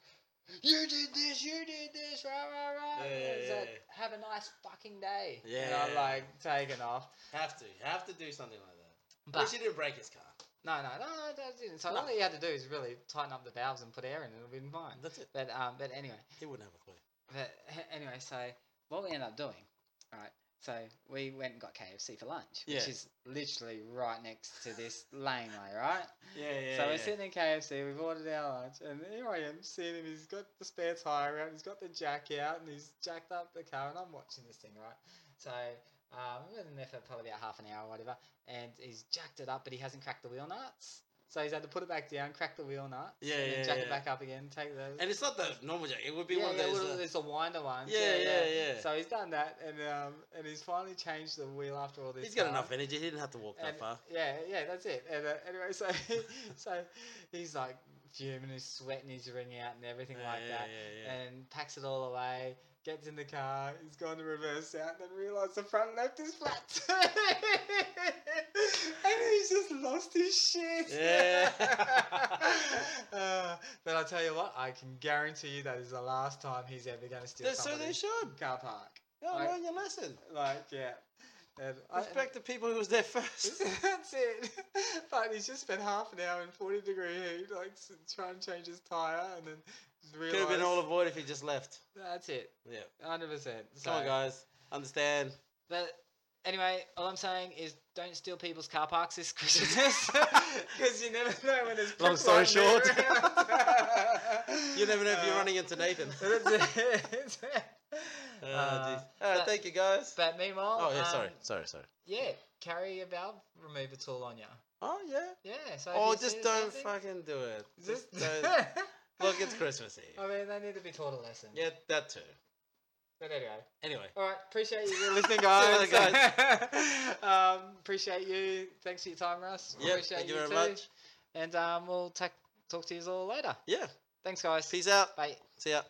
[SPEAKER 1] You did this, you did this, rah rah rah.
[SPEAKER 2] Yeah,
[SPEAKER 1] And he's
[SPEAKER 2] yeah,
[SPEAKER 1] like,
[SPEAKER 2] yeah.
[SPEAKER 1] Have a nice fucking day. And
[SPEAKER 2] Yeah.
[SPEAKER 1] I'm like taking off.
[SPEAKER 2] Have to. Have to do something like that. At
[SPEAKER 1] But
[SPEAKER 2] least you didn't break his car.
[SPEAKER 1] no, no, no, no, that didn't. So
[SPEAKER 2] No.
[SPEAKER 1] all you had to do is really tighten up the valves and put air in, and it'll be fine.
[SPEAKER 2] That's it.
[SPEAKER 1] But um, but anyway.
[SPEAKER 2] He wouldn't have a clue.
[SPEAKER 1] But anyway, so what we ended up doing, right? So we went and got KFC for lunch,
[SPEAKER 2] Yeah.
[SPEAKER 1] which is literally right next to this laneway, right?
[SPEAKER 2] Yeah, yeah.
[SPEAKER 1] so
[SPEAKER 2] yeah.
[SPEAKER 1] we're sitting in KFC, we've ordered our lunch, and here I am seeing him. He's got the spare tire out, he's got the jack out, and he's jacked up the car, and I'm watching this thing, right? So um, we've been there for probably about half an hour or whatever, and he's jacked it up, but he hasn't cracked the wheel nuts. So he's had to put it back down, crack the wheel nuts,
[SPEAKER 2] Yeah,
[SPEAKER 1] and then
[SPEAKER 2] yeah,
[SPEAKER 1] jack
[SPEAKER 2] yeah.
[SPEAKER 1] it back up again, take the
[SPEAKER 2] And it's not the normal jack. It would be
[SPEAKER 1] yeah,
[SPEAKER 2] one of
[SPEAKER 1] yeah,
[SPEAKER 2] those.
[SPEAKER 1] well,
[SPEAKER 2] uh,
[SPEAKER 1] there's the winder ones.
[SPEAKER 2] yeah, yeah, yeah.
[SPEAKER 1] So he's done that, and um, and he's finally changed the wheel after all this.
[SPEAKER 2] He's got
[SPEAKER 1] time.
[SPEAKER 2] enough energy. He didn't have to walk
[SPEAKER 1] And-
[SPEAKER 2] that far.
[SPEAKER 1] Yeah, yeah, that's it. And uh, anyway, [LAUGHS] so so he's like fuming, he's sweating his ring out and everything
[SPEAKER 2] Yeah,
[SPEAKER 1] like
[SPEAKER 2] yeah,
[SPEAKER 1] that,
[SPEAKER 2] yeah, yeah.
[SPEAKER 1] and packs it all away. Gets in the car, he's gone to reverse out, and then realised the front left is flat, [LAUGHS] and he's just lost his shit.
[SPEAKER 2] Yeah.
[SPEAKER 1] [LAUGHS] Uh, but I tell you what, I can guarantee you that is the last time he's ever going to steal
[SPEAKER 2] That's so they
[SPEAKER 1] somebody's
[SPEAKER 2] should.
[SPEAKER 1] car park.
[SPEAKER 2] No,
[SPEAKER 1] I-
[SPEAKER 2] learn your lesson.
[SPEAKER 1] Like, yeah. And I-
[SPEAKER 2] Respect the people who was there first.
[SPEAKER 1] That's it. [LAUGHS] But he's just spent half an hour in 40 degree heat, like s- trying to change his tire and then
[SPEAKER 2] Could have been
[SPEAKER 1] realised-
[SPEAKER 2] all avoided if he just left.
[SPEAKER 1] That's it.
[SPEAKER 2] Yeah.
[SPEAKER 1] Hundred percent.
[SPEAKER 2] Come on, guys. Understand.
[SPEAKER 1] But anyway, all I'm saying is don't steal people's car parks this Christmas. [LAUGHS]
[SPEAKER 3] Because you never know when there's
[SPEAKER 2] Long
[SPEAKER 3] people
[SPEAKER 2] story
[SPEAKER 3] out there
[SPEAKER 2] short.
[SPEAKER 3] around.
[SPEAKER 2] [LAUGHS] You never know if you're
[SPEAKER 3] Uh,
[SPEAKER 2] running into Nathan.
[SPEAKER 1] [LAUGHS]
[SPEAKER 2] [LAUGHS]
[SPEAKER 1] That's it. Uh,
[SPEAKER 2] Oh, jeez. All right,
[SPEAKER 1] but-
[SPEAKER 2] thank you, guys.
[SPEAKER 1] but meanwhile,
[SPEAKER 2] Oh, yeah, sorry.
[SPEAKER 1] um,
[SPEAKER 2] Sorry, sorry.
[SPEAKER 1] yeah, carry a valve remover tool on you.
[SPEAKER 2] Oh, yeah.
[SPEAKER 1] Yeah. So if
[SPEAKER 2] Oh,
[SPEAKER 1] you see
[SPEAKER 2] just
[SPEAKER 1] the
[SPEAKER 2] don't
[SPEAKER 1] same thing-
[SPEAKER 2] fucking do it.
[SPEAKER 1] [LAUGHS]
[SPEAKER 2] Just
[SPEAKER 1] Just-
[SPEAKER 2] [LAUGHS] don't. Look, it's Christmas Eve.
[SPEAKER 1] I mean, they need to be taught a lesson.
[SPEAKER 2] Yeah, that too.
[SPEAKER 1] But anyway.
[SPEAKER 2] Anyway.
[SPEAKER 1] All right. Appreciate
[SPEAKER 2] [LAUGHS]
[SPEAKER 1] you [LAUGHS] listening,
[SPEAKER 2] See you later,
[SPEAKER 1] guys. [LAUGHS] um, appreciate you. Thanks for your time, Russ.
[SPEAKER 2] Yeah,
[SPEAKER 1] appreciate
[SPEAKER 2] thank you very
[SPEAKER 1] too.
[SPEAKER 2] much.
[SPEAKER 1] And um, we'll ta- talk to you all later.
[SPEAKER 2] Yeah.
[SPEAKER 1] Thanks, guys.
[SPEAKER 2] Peace out.
[SPEAKER 1] Bye.
[SPEAKER 2] See ya.